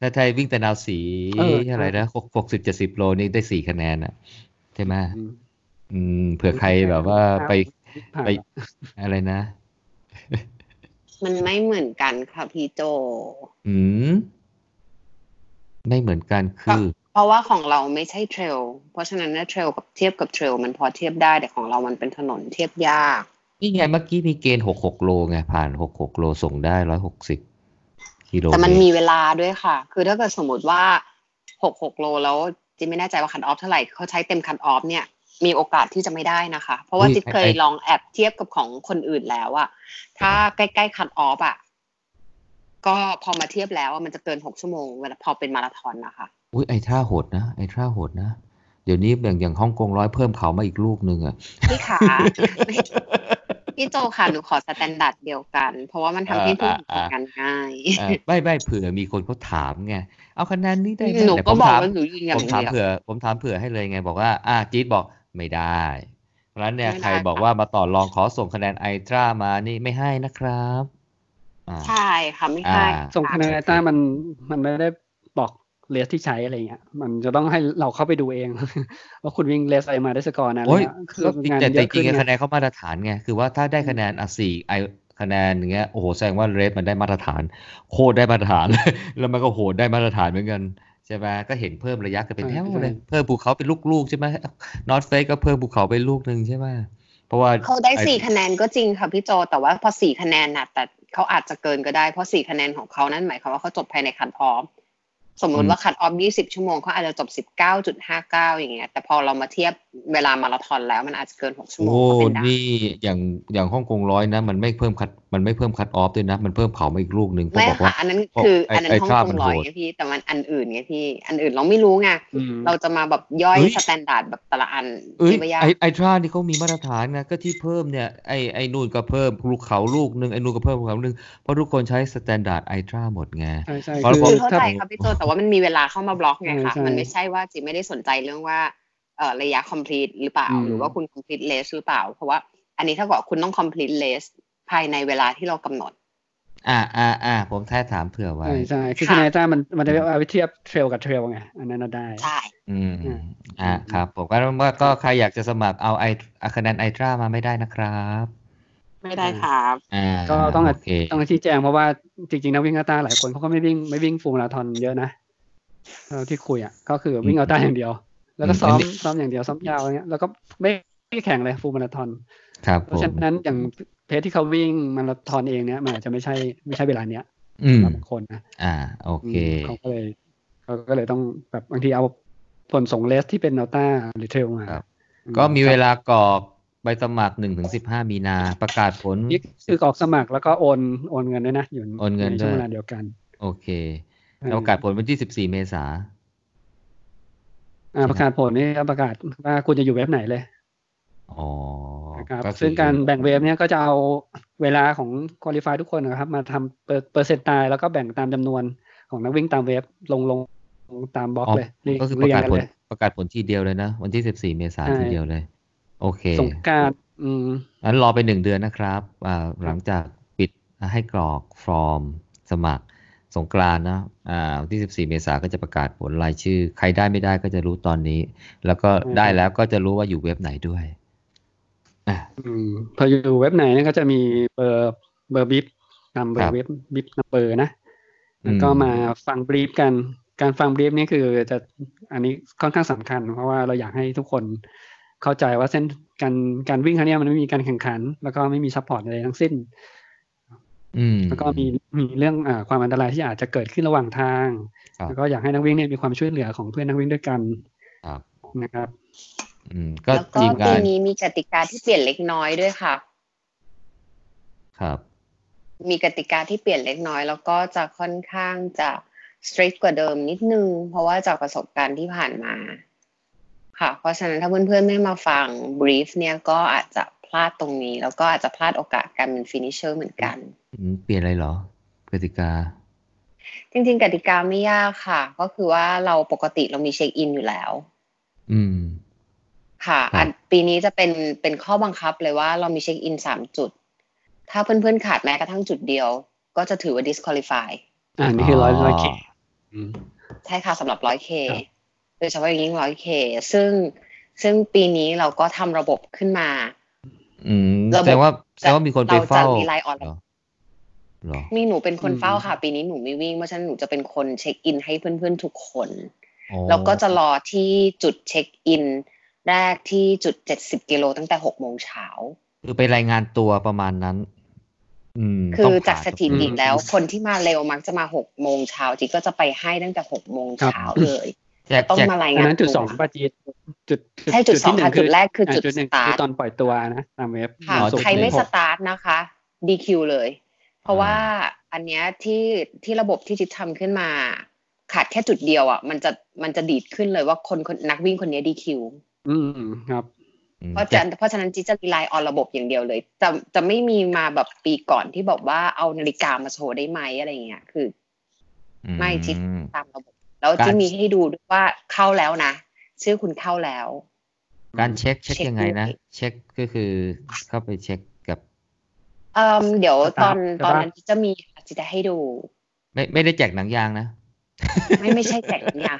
B: ถ้าไทยวิ่งแต่แนวสี
A: เออ
B: อะไรนะหกหกสิบเจ็ดสิบโลนี่ได้สี่คะแนนอ่ะ ใช่ไหม
A: อืม
B: อืมเผื่อใครแบบว่าไป
A: ผ่าน
B: ไปอะไรนะ
C: มันไม่เหมือนกันค่ะพี่โจ
B: อืม ไม่เหมือนกันคือ
C: เพราะว่าของเราไม่ใช่เทรล เพราะฉะนั้นเนี่ยเทรลกับเทียบกับเทรลมันพอเทียบได้แต่ของเรามันเป็นถนนเทียบยาก
B: นี่ไงเมื่อกี้มีเกณฑ์หกหกโลไง ผ่านหกหกโลส่งได้ร้อยหกสิบกิโล
C: แต่มัน
B: เตร
C: มีเวลาด้วยค่ะ คือถ้าเกิดสมมติว่าหกหกโลแล้วจินไม่แน่ใจว่าคันออฟเท่าไหร่เขาใช้เต็มคันออฟเนี่ย มีโอกาสที่จะไม่ได้นะคะ เพราะว่า
B: อุ้ย
C: จิตเคย
B: ไอ้
C: ลองแอบเทียบกับของคนอื่นแล้วอะถ้าใกล้ๆคันออฟอะก็พอมาเทียบแล้วอะมันจะเกินหกชั่วโมงเวลาพอเป็นมาราธอนนะคะ
B: อุ้ยไอท่าโหดนะ ไอท่าโหดนะ เดี๋ยวนี้แบ่างอย่างฮ่องกงร้อยเพิ่มเขามาอีกลูกหนึง อ่ะ
C: พี่ขา พี่โจค่ะหนูขอสแตนดาร์ดเดียวกัน เพราะว่ามันทำให้ผู้หญิงทำงานง่าย
B: เอ่อไม่ไม่เผื่อมีคนเขาถามไง เอาคะแนนนี้ได้ไหม
C: หนู
B: แต่
C: ก็
B: ผม
C: บอก
B: ถาม
C: ว่าหนูยืนยัน
B: ผมถาม
C: ย่างดียว
B: เผื่อ ผมถามเผื่อให้เลยไง บอกว่า อ่าจี๊ดบอกไม่ได้ เพราะฉะนั้นเนี่ย
C: ไม่ได้
B: ใครบอกว่ามาต่อรองขอส่งคะแนนไอตรามานี่ไม่ให้นะครับอ่า
C: ใช่ค่ะไม่ให้
B: อ่า
A: ส่งคะแนน
B: โอ
A: ไอ
B: เค
A: ต้ามันมันไม่ได้บอกเลสที่ใช้อะไรเงี้ย มันจะต้องให้เราเข้าไปดูเอง ว่าคุณวิ่งเลสอะไรมาได้สกอร์นั้น
B: โอ้ย
A: เนี่ยคื
B: คือ อง
A: าน
B: แต่
A: เย
B: แต่
A: อะ
B: จริ
A: ขึ้น
B: งๆ
A: ไง
B: คะแนนเขามาตรฐานไง คือว่าถ้าได้คะแนนอ่ะสี่ไอคะแนนอย่างเงี้ย โอ้โห แสดงว่าเรสมันได้มาตรฐาน โคตรได้มาตรฐาน แล้วมันก็โหดได้มาตรฐานเหมือนกันใช่ไหมก็เห็นเพิ่มระยะกันเป็นแถวเลย เพิ่มภูเขาเป็นลูกๆใช่ไหมนอตเฟสก็เพิ่มภูเขาไปลูกหนึ่งใช่ไหมเพราะว่า
C: เขาได้
B: อ้
C: สี่คะแนนก็จริงค่ะพี่โจ แต่ว่าพอสี่คะแนนน่ะ แต่เขาอาจจะเกินก็ได้เพราะสี่คะแนนของเขานั่นหมายความว่าเขาจบภายในคันออฟสมมุ
B: อื
C: ติ
B: ม
C: ว่าคันออฟยี่สิบชั่วโมงเขาอาจจะจบสิบเก้าจุดห้าเก้าอย่างเงี้ยแต่พอเรามาเทียบเวลามาราธอนแล้วมันอาจจะเกินหกชั่วโมง
B: โอ้
C: ก็เป็นได้
B: นี่อย่างอย่างฮ่องกงร้อยนะ มันไม่เพิ่มคัดมันไม่เพิ่มคัดออฟด้วยนะ มันเพิ่มเขามาอีกลูกหนึ่งเพราะ
C: ไม่
B: บอก
C: ค่ะ
B: ว่า
C: อันนั้นคือ
B: ไอ้
C: อันนั้น
B: ไอ้
C: ห้อง
B: ภาพ
C: ก
B: มั
C: ง
B: น
C: ร้อย
B: โหด
C: ไงพี่ แต่มันอันอื่นไงพี่อันอื่นเราไม่รู้ไง
A: อืม
C: เราจะมาแบบย่อย
B: เฮ้ย
C: สแตนดาร์ดแบบแต่ละอัน
B: เอ้ย
C: ที่ไม่ยาก
B: ไอไอทรานี่เขามีมาตรฐานนะก็ที่เพิ่มเนี่ยไอไอนู่นก็เพิ่มลูกเขาลูกหนึ่งไอนู่นก็เพิ่มลูกเขาหนึ่งเพราะทุกคนใช้สแตนดาร์ดไอทราหมดไง
A: ใช่ใช่
B: เพราะ
A: คือ
B: ผม
C: คือเข้า
A: ถ้า
C: ใจครับพี่โจแต่ว่ามันมีเวลาเข้ามาบล็อกไงคะ
A: ใช่ใช่
C: มันไม่ใช่ว่าจิไม่ได้สนใจเรื่องว่าเอ่อระยะ complete หรือเปล่า
A: อืม
C: หรือว่าคุณ complete less หรือเปล่า เพราะว่าอันนี้ถ้าเกิดคุณต้อง complete less ภายในเวลาที่เรากำหนด
B: อ่าอ่าอ่าผมแท้ถามเผื่อไว้
A: ใช่ใช่คือ
C: ค่ะ
A: คะแนนไอต้ามันมันจะเอาไปเทียบเทรลกับเทรลไงอันนั้นนะได้
C: ใช่
B: อืม
A: อืม
B: อ่าครับผมก็ว่าก็ใครอยากจะสมัครเอาไอคะแนนไอทรามาไม่ได้นะครับ
C: ไม่ได้ครับ
B: อ่า
A: ก็ต้อง
B: โอเค
A: ต้องชี้แจงเพราะว่าจริงๆนักวิ่งอัลตร้าหลายคนเขาก็ไม่วิ่งไม่วิ่งฟูลมาราธอนเยอะนะเท่าที่คุยอ่ะก็คือวิ่งอัลตร้าอย่างเดียว แล้วก็ซ้อมซ้อมอย่างเดียวซ้อมยาวอย่างเงี้ยแล้วก็ไม่ไม่แข่งเลยฟูลมาราธอน
B: ครับ
A: เพ
B: ผ
A: ราะฉะ
B: ม
A: นั้นอย่างเพจที่เขาวิ่งมาราธอนเองเนี่ยมันอาจจะไม่ใช่ไม่ใช่เวลาเนี้ย
B: อืม
A: สำหรับบางคนนะ
B: อ่าโอเค
A: อืมเขาก็เลยเขาก็เลยต้องแบบบางทีเอา ผลส่งเลสที่เป็นนาต้าหรือเทรลมา
B: ครับ
A: อื
B: ก็มี
A: ครับ
B: เวลากรอกใบสมัครหนึ่งถึงสิบห้ามีนาประกาศผล
A: นี่คือกรอกสมัครแล้วก็โอนโอนเงินด้วยนะอยู่
B: โอนเงิน
A: ในช่วง
B: ด้วย
A: เวลาเดียวกัน
B: โอเคแล้วประกาศผลวันที่สิบสี่เมษา
A: อ่าประกาศผลนี่ก็ประกาศว่าคุณจะอยู่เว็บไหนเลย
B: อ๋อ
A: นะครับ
B: ก็คือ
A: ซึ่งการแบ่งเวฟเนี่ยก็จะเอาเวลาของคุริฟายทุกคนนะครับ มาทำเปอร์เปอร์เซ็นต์ตายแล้วก็แบ่งตามจำนวนของนักวิ่งตามเวฟลงลงลงตามบล็อกเลยเรียง
B: ก็คือป
A: เรี
B: ระ
A: ยง
B: กาศ
A: กัน
B: ผล
A: เลย
B: ประกาศผลทีเดียวเลยนะ วันที่สิบสี่เมษา
A: ใช่
B: ทีเดียวเลย โอเค
A: สงกรารอืม
B: งั้นรอไปหนึ่งเดือนนะครับอ่าหลังจากปิดให้กรอกฟอร์มสมัครสงกรานต์นะอ่าวันที่สิบสี่เมษาก็จะประกาศผลรายชื่อ ใครได้ไม่ได้ก็จะรู้ตอนนี้ แล้วก็ได้แล้วก็จะรู้ว่าอยู่เว็บไหนด้วยอ่ะ
A: อืมพออยู่เว็บไหนเนี่ยก็จะมีเบอร์เบอร์บิฟนำเบอ
B: ครั
A: ร์
B: บ
A: เว็บบิฟนำเบอร์นะ
B: อืม
A: แล้วก็มาฟังบรีฟกัน การฟังบรีฟนี่คือจะอันนี้ค่อนข้างสำคัญ เพราะว่าเราอยากให้ทุกคนเข้าใจว่าเส้นการการวิ่งครั้งเนี้ยมันไม่มีการแข่งขัน แล้วก็ไม่มีซัพพอร์ตอะไรทั้งสิ้น
B: อืม
A: แล้วก็มีมีเรื่องอาความอันตรายที่อาจจะเกิดขึ้นระหว่างทาง
B: ครับ
A: แล้วก็อยากให้นักวิ่งเนี่ยมีความช่วยเหลือของเพื่อนนักวิ่งด้วยกัน
B: ครับ
A: นะครับ
B: อืมก็
C: แล้วก็
B: ทีม
C: ปี
B: งาน
C: นี้มีกติกาที่เปลี่ยนเล็กน้อยด้วยค่ะ
B: ครับ
C: มีกติกาที่เปลี่ยนเล็กน้อย แล้วก็จะค่อนข้างจะ strict กว่าเดิมนิดนึง เพราะว่าจากประสบการณ์ที่ผ่านมา ค่ะ เพราะฉะนั้นถ้าเพื่อนๆไม่มาฟัง brief เนี่ยก็อาจจะพลาดตรงนี้ แล้วก็อาจจะพลาดโอกาสการเป็น finisher เหมือนกัน
B: อืมเปลี่ยนอะไรเหรอกติกา
C: จริงๆกติกาไม่ยากค่ะ ก็คือว่าเราปกติเรามีเช็คอินอยู่แล้ว
B: อืม
C: ค่ะ
B: ครับ
C: อันปีนี้จะเป็นเป็นข้อบังคับเลยว่าเรามีเช็คอินสามจุด ถ้าเพื่อนๆขาดแม้กระทั่งจุดเดียว ก็จะถือว่า disqualify
A: อ่านี่คือร้อยร้อยเค
C: ใช่ค่ะสำหรับ 100K
A: ครับ
C: โดยเฉพาะอย่างยิ่ง 100K ซึ่งซึ่งปีนี้เราก็ทำระบบขึ้นมา
B: อืม
C: ระบบ
B: แสดงว่าแสดงว่ามีคนไปเฝ้า
C: เราจะ rely on
B: เหรอเหรอ
C: มีหนูเป็นคน
A: อืม
C: เฝ้าค่ะ ปีนี้หนูไม่วิ่ง เพราะฉะนั้นหนูจะเป็นคนเช็คอินให้เพื่อนๆทุกคน
B: อ๋อ
C: แล้วก็จะรอที่จุดเช็คอิน แรกที่จุด 70กิโลตั้งแต่6โมงเช้า
B: คือไปรายงานตัวประมาณนั้น อืม
C: คื
B: ต้
C: อ
B: อง
C: จาก
B: ผ่น
C: สถิติ
B: อืม
C: แล้ว คนที่มาเร็วมักจะมาหกโมงเช้าจีก็จะไปให้ตั้งแต่หกโมงเช้า
B: ครับ
C: เลย
B: แจก
C: ต้อง
B: แจก
C: มาราย
A: อั
C: งาน น
A: นั้นจุดส
C: ตั
A: อง
C: ว
A: ปะจีดจุด
C: ใช่จุดสอง
A: ที่หนึ่
C: ค่ะจุดแรกคืออ่
A: า
C: จุด
A: หนึ่ง
C: สตาร์ท
A: คือตอนปล่อยตัวนะตามเว็บ
C: ค่ะ
B: อ๋อ
A: ส่ง
C: ใครไม่ส
B: จุดหนึ่ง
C: ตาร์ทนะคะ DQ เลย เพราะว่าอันเนี้ยที่ที่ระบบที่จิตทำขึ้นมา ขาดแค่จุดเดียวอ่ะ มันจะมันจะดีดขึ้นเลยว่าคนคนนักวิ่งคนเนี้ย DQ
A: อืมครับ
B: อืม
C: เพราะ
B: แจ
C: จะ
B: ก
C: เพราะฉะนั้นจิตจะ rely on ระบบอย่างเดียวเลยจะจะไม่มีมาแบบปีก่อนที่บอกว่าเอานาฬิกามาโชว์ได้ไหมอะไรเงี้ยคือ ไม่จิต
B: อืม
C: ตามระบบ แล้ว
B: การ
C: จะมีให้ดูด้วยว่าเข้าแล้วนะ ชื่อคุณเข้าแล้ว
B: การเช็คเช็ค
C: เช็ค
B: ยังไงนะ
C: ด้วย
B: เช็คก็คือเข้าไปเช็คกับ
C: เอ่มเดี๋ยว
A: จะ
C: ต
A: ตา
C: อ
A: ม
C: น
A: จะ
C: ตอน
A: ตาม
C: นั้นจะมีค่ะจะได้ให้ดู
B: ไม่ไม่ได้แจกหนังยางนะ
C: ไม่ไม่ใช่แจกอย่างเดียว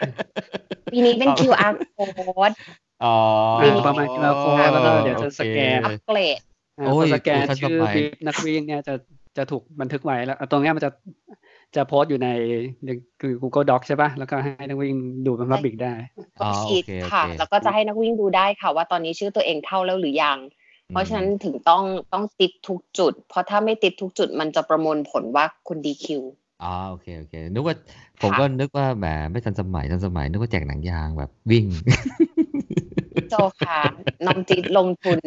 C: ปีนี้เป็น QR code
B: อ๋อ
A: อ่าประมาณ QR code แล้วก็เดี๋ยวจะสแกน
B: โอ
C: อัป
B: เค
C: เกรด
A: อ่า
B: โอ้
A: พอย สแกน
B: กูทัน
A: ชื่อ
B: สมัย
A: บีบนักวิ่งเนี่ยจะจะถูกบันทึกไว้แล้วอ่ะตรงเนี้ยมันจะจะโพสต์อยู่ในคือ Google Doc ใช่ป่ะแล้วก็ให้นักวิ่งดูเป็น Public ได้
B: อ๋อโอ
C: ชีต
B: เคโอ
C: ค่ะ
B: เค
C: แล้วก็จะให้นักวิ่งดูได้ค่ะ ว่าตอนนี้ชื่อตัวเองเข้าแล้วหรือยัง เพราะฉะนั้นถึงต้องต้องติดทุกจุด เพราะถ้าไม่ติดทุกจุดมันจะประมวลผลว่าคุณ DQ
B: อ๋อโอเคโอเคนึกว่าผมก็นึกว่าแหมไม่ทันสมัยทันสมัยนึกว่าแจกหนังยางแบบวิ่ง
C: โจค่ะ น้องจิตลงทุน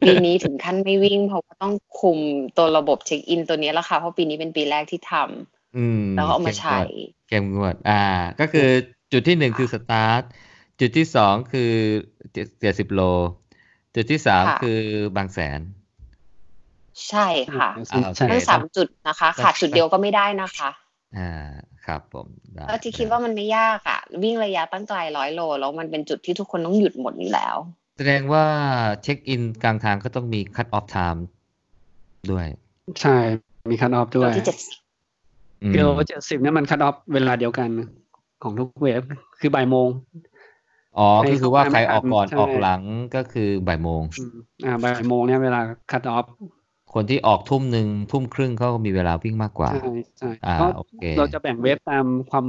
C: ปีนี้ถึงขั้นไม่วิ่ง เพราะว่าต้องคุมตัวระบบเช็คอินตัวนี้แล้วค่ะ เพราะปีนี้เป็นปีแรกที่ท
B: อืม
C: ำแล้วก็เอามาใช้
B: เข้มงวด อ่า ก็คือจุดที่หนึ่งคือสตาร์ท จุดที่สองคือเจ็ดสิบโล จุดที่สาม
C: ค่ะ
B: คือบางแสน
C: ใช่ค่ะ
B: อ่าโอเค
C: ทั้งสามจุดนะคะ ขาดจุดเดียวก็ไม่ได้นะคะ
B: อ่า ครับผมได้
C: ก็ที่คิดว่ามันไม่ยากอะวิ่งระยะตั้งไกลร้อยโล แล้วมันเป็นจุดที่ทุกคนต้องหยุดหมดอยู่แล้ว
B: แสดงว่าเช็คอินกลางทางก็ต้องมีคัตออฟไทม์ด้วย
A: ใช่ มีคั t ออฟด้
C: จุ
A: ว
C: ด
A: ย
C: ที่เจ็ด
B: อืม
A: กิโลเจ็ดสิบเนี่ยมันคั t ออฟเวลาเดียวกันของทุกเวฟคือบ่ายโมง
B: อ๋อก็คือว่าใครออกก่อน
A: ใช่
B: ออกหลังก็คือบ่ายโมง
A: อืมอ่าบ่ายโมงเนี่ยเวลาคัตออฟ
B: คนที่ออกทุ่มหนึ่งทุ่มครึ่งเขาก็มีเวลาวิ่งมากกว่า
A: ใช่ใช่
B: อ่า
A: เพราะ
B: โอเค
A: เราจะแบ่งเวฟตามความ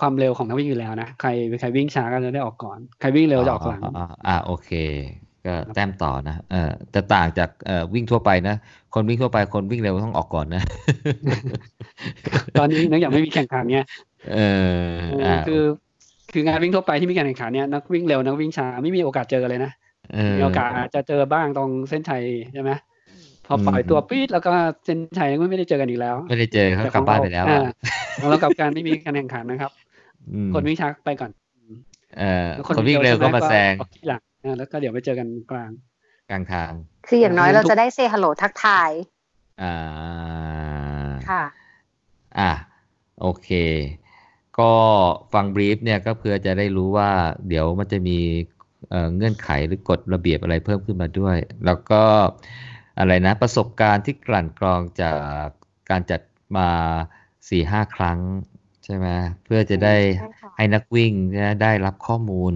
A: ความเร็วของนักวิ่งอยู่แล้วนะ ใครใครวิ่งช้าก็จะได้ออกก่อน ใครวิ่งเร็วจะออกหลัง
B: อ่าอ่าโอเค ก็แต้มต่อนะเออแต่ต่างจากเอ่อวิ่งทั่วไปนะ คนวิ่งทั่วไปคนวิ่งเร็วต้องออกก่อนนะ
A: ตอนนี้เนื่องจากไม่มีแข่งขันเนี่ย
B: เออ
A: เออ
B: อ่า
A: คือ คืองานวิ่งทั่วไปที่มีการแข่งขันเนี่ยนักวิ่งเร็วนักวิ่งช้าไม่มีโอกาสเจอกันเลยนะ
B: เออ
A: มีโอกาสอาจจะเจอบ้างตรงเส้นชัยใช่ไหมพอปล่อย
B: อืม
A: ตัวปี๊ดแล้วก็เส้นชัยก็ไม่ได้เจอกันอีกแล้ว
B: ไม่ได้เจอเขา
A: แต่
B: กลับบ้านไปแล้วอะ
A: ของเรากลับการไม่มีการแข่งขันนะครับ
B: อืม
A: คนวิ่งช้าไปก่อน
B: เออ
A: แล้ว
B: คนวิ่งเร็วก็มาแซง
A: ออกที่หลังอ่าแล้วก็เดี๋ยวไปเจอกันกลาง
B: กลางทาง
C: คืออย่างน้อย
A: เออ
C: เราจะได้เซฮัลโหลทักทาย
B: อ่า
C: ค่ะ
B: อ่ะโอเค ก็ฟังบรีฟเนี่ยก็เพื่อจะได้รู้ว่าเดี๋ยวมันจะมีเอ่อเงื่อนไขหรือกฎระเบียบอะไรเพิ่มขึ้นมาด้วย แล้วก็อะไรนะประสบการณ์ที่กลั่นกรองจากการจัดมา4ี่ห้าครั้งใช่ไหมเพื่อจะได้
C: ใช่ค่ะ
B: ให้นักวิ่งเนี่ยได้รับข้อมูล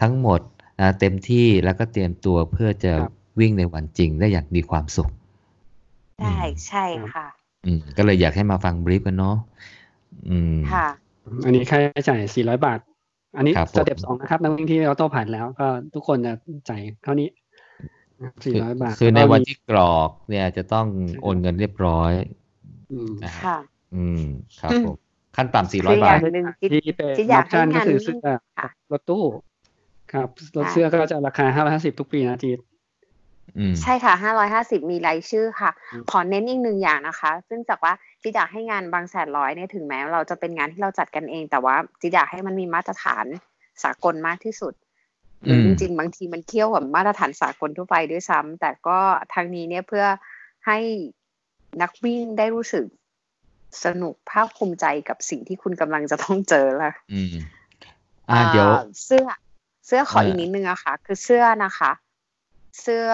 B: ทั้งหมดนะเต็มที่แล้วก็เตรียมตัวเพื่อจะ
A: ครับ
B: วิ่งในวันจริงได้อย่างมีความสุข
C: ได้ใช่ค่ะ
B: อืมก็เลยอยากให้มาฟังบรีฟกันเนาะอืม
C: ค่ะ
A: ๆอันนี้ค่าใช้จ่าย 400 บาท อันนี้
B: ครับผม
A: สเต็ปสองนะครับนักวิ่งที่ออโต้ผ่านแล้วก็ทุกคนจะจ่ายเท่านี้นะครับ400 บาท
B: คือใน
A: แล้วก็
B: วัน
A: มี
B: ที่กรอกเนี่ยจะต้อง
A: ใช่
B: โอนเงินเรียบร้อย
A: อืม
B: นะฮะ
C: ค่ะ
B: อืม ครับ
C: อืม
B: ผม ขั้นต่ำสี่ร้อ
C: คือบ
B: ยา
C: อย่า
B: ท
C: งหนึ่งที่
A: ที่เป็น
C: ที่
A: อ
C: อยา
A: อก ป
C: ให้
A: ชั่นก็
C: งาน
A: คือ
C: วิ่
A: เสื้
C: ง
A: อ
C: ค่ะ
A: รถตู้ครับรถ
C: ค่ะ
A: เสื้อก็จะราคา 550 ทุกปีนะจีด
B: อืม
C: ใช่ค่ะ 550 มีรายชื่อค่ะ
A: อืม
C: ขอเน้นอีกหนึ่งอย่างนะคะ ซึ่งจากว่าจิดอยากให้งานบางแสนร้อยเนี่ยถึงแม้เราจะเป็นงานที่เราจัดกันเอง แต่ว่าจิดอยากให้มันมีมาตรฐานสากลมากที่สุด
B: อืม
C: จริงๆ บางทีมันเที่ยวกับมาตรฐานสากลทั่วไปด้วยซ้ำแต่ก็ทางนี้เนี่ยเพื่อให้นักวิ่งได้รู้สึกสนุกภาคภูมิใจกับสิ่งที่คุณกำลังจะต้องเจอละ
B: อืม อ่าเดี๋ยว
C: อ่าเสื้อเสื้อขอ
B: เอ่ออี
C: อีกนิดนึงอะค่ะ คือเสื้อนะคะ เสื้อ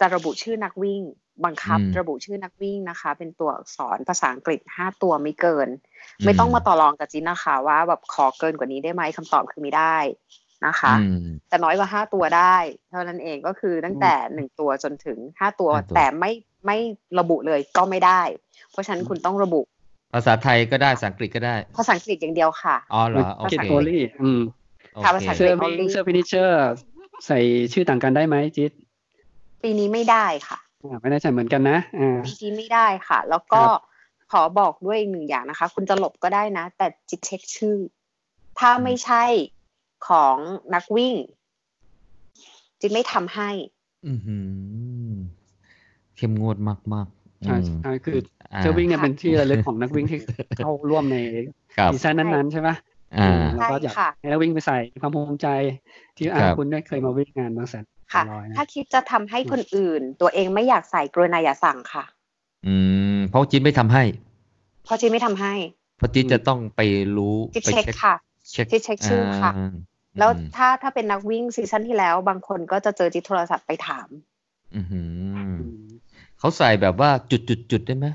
C: จะระบุชื่อนักวิ่ง บังคับระบุชื่อนักวิ่งนะคะ เป็นตัวอักษรภาษาอังกฤษห้าตัวไม่เกิน ไม่ต้องมาต่อรองกับจินนะคะ ว่าแบบขอเกินกว่านี้ได้ไหมคำตอบคือไม่ได้นะคะ
B: อืม
C: แต่น้อยกว่าห้าตัวได้ เท่านั้นเองก็คือตั้งแต่หนึ่งตัวจนถึงห้าตัว
B: ห้าตัว
C: แต่ไม่ไม่ระบุเลยก็ไม่ได้ เพราะฉะนั้นคุณต้องระบุ
B: ภาษาไทยก็ได้ภาษาอังกฤษก็ได้
C: ภาษาอังกฤษอย่างเดียวค่ะ
B: อ๋อเหรอ โอ
A: เก็ต
B: เค
A: โกลี่อืม
B: โอ
C: ค่ะภาษาอัง
B: เค
C: กฤ
A: เสื้
C: ษ
A: อวิ่งเสื้อฟินิชเชอร์ใส่ชื่อต่างกันได้ไหมจีด
C: ปีนี้ไม่ได้ค่ะ
A: อ่าไม่ได้ใส่เหมือนกันนะอ่า
C: ปีนี้ไม่ได้ค่ะ แล้วก็
A: ครับ
C: ขอบอกด้วยอีกหนึ่งอย่างนะคะ คุณจะหลบก็ได้นะ แต่จิตเช็คชื่อ ถ้าไม่ใช่ของนักวิ่ง จิตไม่ทำให้
B: อือหือเข้มงวดมากๆอื
A: ใช่
B: ม
A: ใช่คือ
B: อ่า
A: เสื้อวิ่งเนี่ย
C: ค่ะ
A: เป็นที่ระลึกของนักวิ่งที่เข้าร่วมใน
B: ครับ
A: ซีซั่นนั้นๆใช่ไหม
B: อ่า
A: แล้วก็อยาก
C: ใช่ค่ะ
A: ให้นักวิ่งไปใส่มีความภูมิใจที่อ่า
B: ครับ
A: คุณได้เคยมาวิ่งงานบางแสน
C: ค่ะ
A: ร้อยนะ
C: ถ้าคิดจะทำให้คนอื่น ตัวเองไม่อยากใส่กรุณาอย่าสั่งค่ะ
B: อืม เพราะจิ๊ดไม่ทำให้
C: เพราะจิตไม่ทำให้
B: เพราะจิ๊ด
A: อืม
B: จะต้องไปรู้
C: จิต
B: ไป
C: เช็คค่ะ
B: เช็ค
C: จิ๊ดเช็คชื่อค่ะ
B: า
C: แล้ว
B: อืม
C: ถ้าถ้าเป็นนักวิ่งซีซั่นที่แล้ว บางคนก็จะเจอจิตโทรศัพท์ไปถาม
B: อือหือ
A: อืม
B: เขาใส่แบบว่าจุดจุดจุดๆๆได้ไหม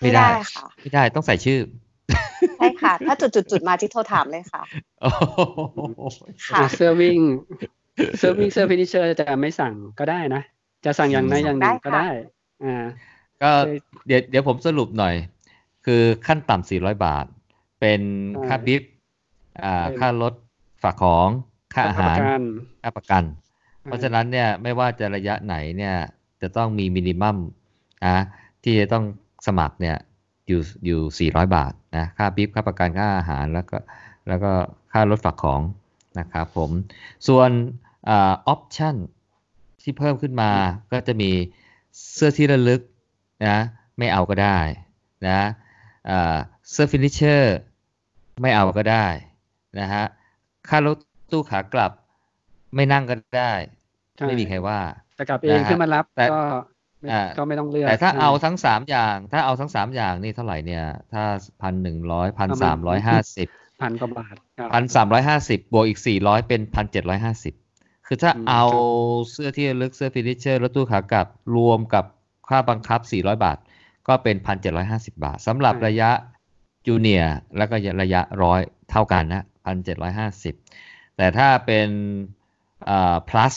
C: ไม่ได้ค่ะ
B: ไม่ได้ต้องใส่ชื่อ
C: ใช่ค่ะ ถ้าจุดจุดจุดๆๆมาจิตโทรถามเลยค่ะ
B: โอ้โห
C: ค่ะ
A: อ่ะเสื้อวิ่ง เสื้อวิ่งเสื้อฟินิชเชอร์จะไม่สั่งก็ได้นะ จะสั่งอย่างใดอย่างหนึ่งก็ได้ อ่า
B: ก็เดี๋ยวเดี๋ยวผมสรุปหน่อย คือขั้นต่ำ400 บาท เป็นค่า
A: ใช่
B: บิฟอ่า
A: เป็น
B: ค่ารถฝากของค่าอาหา
A: ป
B: ร
A: ระกัน
B: ค่าประกัน เพราะฉะนั้นเนี่ยไม่ว่าจะระยะไหนเนี่ยจะต้องมีมินิมัมนะที่จะต้องสมัครเนี่ยอยู่อยู่ 400 บาทนะค่าบิฟค่าประกันค่าอาหารแล้วก็แล้วก็ค่ารถฝากของนะครับผม ส่วนออปชั่นที่เพิ่มขึ้นมาก็จะมีเสื้อที่ระลึกนะไม่เอาก็ได้นะอ่าเสื้อฟินิชเชอร์ไม่เอาก็ได้นะฮะค่ารถตู้ขากลับไม่นั่งก็ได้
A: ช่
B: ไม่มีใครว่า
A: จะกลับเอง
B: นะฮะ
A: ขึ้นมารับ
B: แต่
A: ก็ไม่
B: อ่า
A: ก็ไม่ต้องเลือก
B: แต่ถ้า
A: ใช่
B: เอาทั้งสามอย่าง ถ้าเอาทั้งสามอย่างนี่เท่าไหร่เนี่ย ถ้าพันหนึ่งร้อยพันสามร้อยห้าสิบ
A: พันกว่าบาทครับ
B: พันสามร้อยห้าสิบบวกอีกสี่ร้อยเป็นพันเจ็ดร้อยห้าสิบคือถ้า
A: อืม
B: เอา
A: ครับ
B: เสื้อที่ระลึกเสื้อฟินิชเชอร์รถตู้ขากลับรวมกับค่าบังคับสี่ร้อยบาท ก็เป็นพันเจ็ดร้อยห้าสิบาทสำหรับระยะจูเนียร์แล้วก็ระยะร้อยเท่ากันนะพันเจ็ดร้อยห้าสิบแต่ถ้าเป็นอ่า plus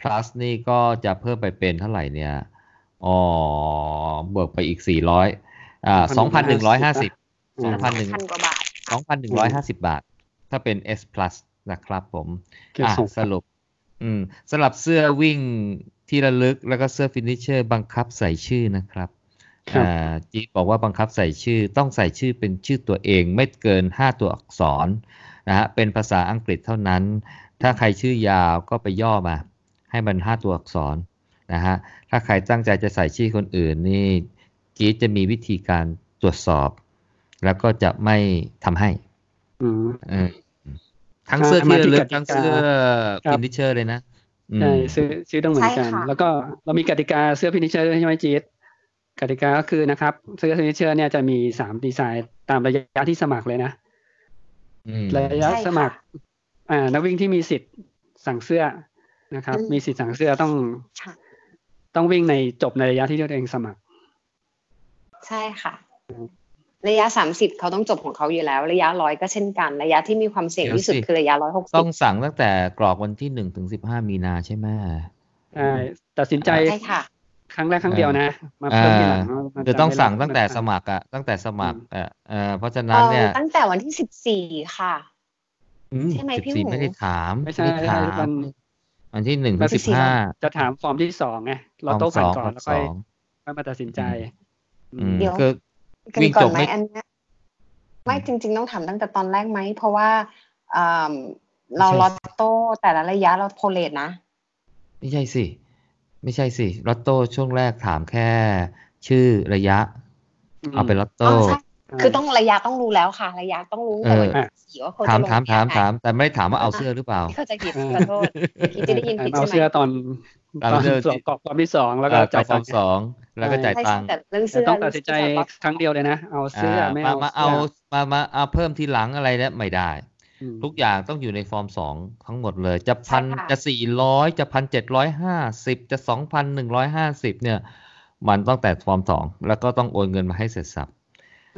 B: plus นี่ก็จะเพิ่มไปเป็นเท่าไหร่เนี่ย อ๋อ เบิกไปอีก 400อ่า2,150
A: อ่า
C: พัน
B: 2,100
C: กว่าบาท
B: 2,150 บาท ถ้าเป็น S plus นะครับผม
A: เก็บ
B: อ่ะ
A: ส่ง
B: สรุป อืมสำหรับเสื้อวิ่งที่ระลึกแล้วก็เสื้อฟินิชเชอร์บังคับใส่ชื่อนะครับ
A: ครับ
B: อ่าจีดบอกว่าบังคับใส่ชื่อต้องใส่ชื่อเป็นชื่อตัวเองไม่เกิน 5 ตัวอักษร นะฮะเป็นภาษาอังกฤษเท่านั้น ถ้าใครชื่อยาวก็ไปย่อมา ให้มันห้าตัวอักษรนะฮะถ้าใครตั้งใจจะใส่ชื่อคนอื่นนี่กรีดจะมีวิธีการตรวจสอบ แล้วก็จะไม่ทำให้
A: อืม
B: เออทั้งเสื้อที่ระลึก
A: อ่ามาที่กติกา
B: ทั้งเสื้อ
A: ครับ
B: ฟินิชเชอร์เลยนะอืม
A: ใช่ซื้อซื้อต้องเหมือนกัน
C: ใช่ค่ะ
A: แล้วก็เรามีกติกาเสื้อพินิเชอร์ใช่ไหมจีดกติกาก็คือนะครับเสื้อพินิเชอร์เนี่ยจะมีสามดีไซน์ตามระยะที่สมัครเลยนะ
B: อืม
A: ระยะ
C: ใช่ค่ะ
A: สมัคร อ่า นักวิ่งที่มีสิทธิ์สั่งเสื้อนะครับ
C: อืม
A: มีสิทธิ์สั่งเสื้อต้อง
C: ค่ะ
A: ต้องวิ่งในจบในระยะที่ตัวเองสมัคร
C: ใช่ค่ะ ระยะสามสิบเขาต้องจบของเขาอยู่แล้ว ระยะร้อยก็เช่นกัน ระยะที่มีความเสี่ยงที่สุด
B: เดี๋ยวสิ
C: คือระยะร้อยหกสิบ
B: ต้องสั่งตั้งแต่กรอกวันที่หนึ่งถึงสิบห้ามีนาใช่ไหม
A: ใช่ตัดสินใจ
C: ใช่ค่ะ
A: ครั้งแรกครั้งเดียวนะ มา
B: อ่า
A: เพิ่มทีหลังมัน
B: คือต้อง
A: จำไม่
B: สั่ง
A: ได้
B: ตั้งแต่
A: นะค
B: ส
A: รับ
B: มัครอะตั้งแต่สมัคร
A: อืม
B: อะเอ่อเพราะฉะนั้นเนี่ย
C: ตั้งแต่วันที่สิบสี่ค่ะ ใช่ไหมพี่
B: สิบ
C: หมู
B: สี่ไม่ได้ถาม
A: ไม่ใช่
B: ด้ถาม
A: มัน
B: วันที่หนึ่งถึงสิบ
C: มัน
B: ห้า
A: จะถามฟอร์มที่สองไง เราโต้
B: ส
A: ผ่าน
B: อง
A: ก่อนแล้ว
B: ส
A: ค่อย
B: อง
A: ค่อยมาตัดสินใจ
B: อืม
C: เดี๋ยว
B: คือ
C: กัน
B: วิ่ง
C: ก่อ
B: จ
C: น
B: บ
C: ไหม
B: ไม่
C: อันเนี้ยไม่จริง ๆ ต้องถามตั้งแต่ตอนแรกไหม เพราะว่าอ่ำเราลอตโต้แต่ละระยะเราโพเลตนะ
B: ไม่ใช่สิ ไม่ใช่สิลอตโต้ช่วงแรกถามแค่ ชื่อระยะ
A: อืม
B: เอาเป็นลอตโต้
C: อ๋อใช่ คือต้องระยะต้องรู้แล้วค่ะ ระยะต้องรู้ตั้งแต่วันที่สิบสี่ว่าเขา
B: ถาม
C: จะลง
B: ถามถาม
C: ยังไง
B: ถามแต่ไม่ได้ถามว่าเอาเสื้อหรือเปล่า
C: เข้าใจผิดขอโทษ คิดจะได้ยินผิด
A: เอา
C: ใช่ไหม
A: เสื้อตอน
B: ตาม
A: ตอน
B: เสื้อ
A: สอบกรอบฟอร์มที่สองแล้วก็
B: เออ
A: จ่าย
B: ฟ
A: ตั
B: อง ม
A: ค์
B: สองแล้วก็
A: ใช่
B: จ่าย
C: ใช่ใช่
B: ตังค์
C: แต่เรื่อง
A: แต่
C: เสื้อ
A: ต้องตัดสินใจ
C: เรื่อง
A: ครั้งเดียวเลยนะ เอาเสื้อไม่
B: มา
A: เอา
B: มาเอา
A: สื้
B: มามาเอาเพิ่มทีหลังอะไรเนี่ยไม่ได้
A: อืม
B: ทุกอย่างต้องอยู่ในฟอร์มสองทั้งหมดเลย จะพัน
C: ใช่ค่ะ
B: จะสี่ร้อยจะพันเจ็ดร้อยห้าสิบจะสองพันหนึ่งร้อยห้าสิบเนี่ย มันต้องแต่ฟอร์มสองแล้วก็ต้องโอนเงินมาให้เสร็จสับ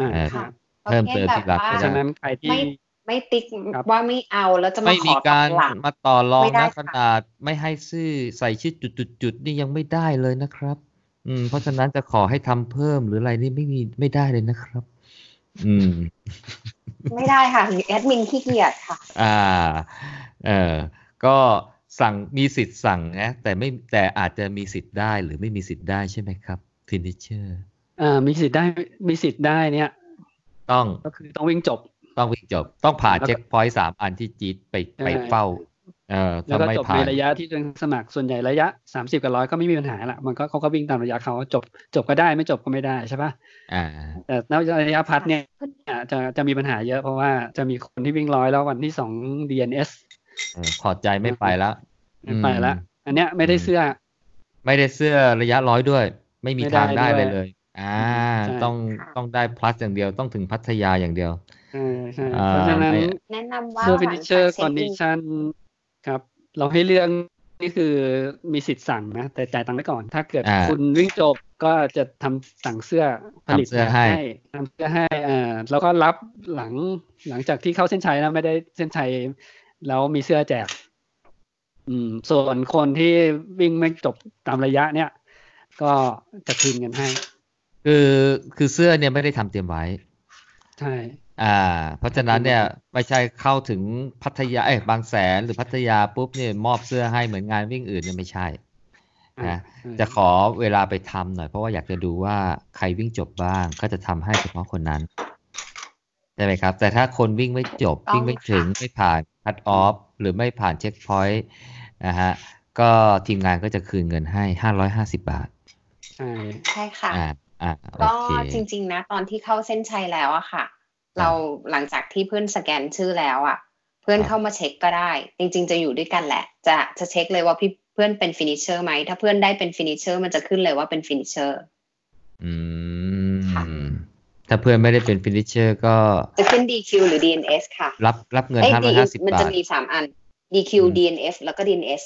A: อ่า
B: เออ
A: ครั
C: ค่ะ
A: บ
B: เพิ่มเติมที่หลัง
C: ป
A: เพ
C: ระ
A: ราะ
C: เภท
A: ฉะ
C: แบบว่า
A: นั้นใครที่
C: ไม่ไม่ติ๊ก
A: ครับ
C: ว่าไม่เอาแล้วจะมา
B: ไม่
C: ข
B: มี
C: อตั
B: การ
C: ดหลัง
B: มาต่อรอง
C: ไม่ได้
B: นะข
C: ค่ะ
B: นาดไม่ให้ซื้อใส่ชื่อจุดจุดจุดๆๆนี่ยังไม่ได้เลยนะครับ อืม เพราะฉะนั้นจะขอให้ทำเพิ่มหรืออะไรนี่ไม่มีไม่ได้เลยนะครับ อืม
C: ไม่ได้ค่ะแอดมินขี้เกียจค่ะ
B: อ่า เออ ก็สั่งมีสิทธิ์สั่งนะแต่ไม่แต่อาจจะมีสิทธิ์ได้หรือไม่มีสิทธิ์ได้ใช่ไหมครับฟินิเชอร์
A: เอ่อมีสิทธิ์ได้มีสิทธิ์ได้เนี่ย
B: ต้อง
A: ก็คือต้องวิ่งจบ
B: ต้องวิ่งจบ ต้องผ่าน
A: แล้วก็
B: เช็คพอยต์สามอันที่จีดไปไป
A: ใช่
B: เฝ้า เออ
A: แล้ว
B: ถ้า
A: ก็
B: ไม่
A: จบ
B: ผ่า
A: ใน
B: น
A: ระยะที่ตัวเองสมัครส่วนใหญ่ระยะสามสิบกับร้อยก็ไม่มีปัญหาละมันก็เขาก็วิ่งตามระยะเขาจบจบก็ได้ไม่จบก็ไม่ได้ใช่ปะ
B: อ่า
A: แต่นอกจากระยะพัดเนี่ยจะจะมีปัญหาเยอะเพราะว่าจะมีคนที่วิ่งร้อยแล้ววันที่สอง DNS
B: เออพอใจไม่ไปแล้ว
A: ไม่ไปละอันเนี้ยไม่ได้เสื้อ
B: ไม่ได้เสื้อระยะร้อยด้วย ไม่มี
A: ไม่ได้
B: ทางได้เลย
A: ด้วย
B: เลย อ่า
A: ใช่
B: ต้อง
C: ค่ะ
B: ต้องได้พลัสอย่างเดียวต้องถึงพัทยาอย่างเดียว
A: เออใช่
B: อ่า
A: เพราะฉะนั้น
C: แนะนำว่า
A: เสื้อ
C: ห
A: ฟิ
C: ลั
A: นิ
C: ง
A: เชอ
C: จาก
A: ร์คอ
C: เช็คน อิ
A: ดิ
C: น
A: ชันครับ เราให้เรื่องนี่คือมีสิทธิ์สั่งนะ แต่จ่ายตังค์ไว้ก่อน ถ้าเกิด
B: อ่า
A: คุณวิ่งจบก็จะทำสั่งเสื้อผลิต
B: ทำเสื้อให้
A: ทำเสื้อให้เอ่าแล้วก็รับหลังหลังจากที่เข้าเส้นชัยนะไม่ได้เส้นชัยแล้วมีเสื้อแจก อืม ส่วนคนที่วิ่งไม่จบตามระยะเนี่ย ก็จะคืนเงินให้
B: คือคือเสื้อเนี่ยไม่ได้ทำเตรียมไว้
A: ใช่
B: อ่า เพราะฉะนั้นเนี่ยไม่ใช่เข้าถึงพัทยาเอ้ยบางแสนหรือพัทยาปุ๊บเนี่ยมอบเสื้อให้เหมือนงานวิ่งอื่นเนี่ยไม่ใช่
A: อ่า
B: นะ จะขอเวลาไปทำหน่อย เพราะว่าอยากจะดูว่าใครวิ่งจบบ้างก็จะทำให้เฉพาะคนนั้นใช่ไหมครับ แต่ถ้าคนวิ่งไม่จบ
C: ต้อง
B: วิ่งไม่ถึง
C: ค่ะ
B: ไม่ผ่านคัดออฟหรือไม่ผ่านเช็คพอยต์นะฮะก็ทีมงานก็จะคืนเงินให้ห้าร้อยห้าสิบาท
A: ใช่
C: ใช่ค่ะ
B: อ่าอ่าโอ
C: ก็
B: เค
C: จริง ๆ นะ ตอนที่เข้าเส้นชัยแล้วอะค่ะ เราหลังจากที่เพื่อนสแกนชื่อแล้วอะเพื่อน
B: ครับ
C: เข้ามาเช็คก็ได้ จริง ๆ จะอยู่ด้วยกันแหละ จะจะเช็คเลยว่าพี่เพื่อนเป็นฟินิชเชอร์ไหมถ้าเพื่อนได้เป็นฟินิชเชอร์มันจะขึ้นเลยว่าเป็นฟินิชเชอร์
B: อื
C: ค่ะ
B: มถ้าเพื่อนไม่ได้เป็นฟินิชเชอร์ก็
C: จะขึ้น DQ หรือ DNS ค่ะ
B: รับรับเงิน
C: เอ้ย
B: ห้าร้อยห้าสิบ
C: มัน
B: บา
C: จะ
B: ท
C: มีสามอัน DQ
B: อืม
C: DNF แล้วก็ DNS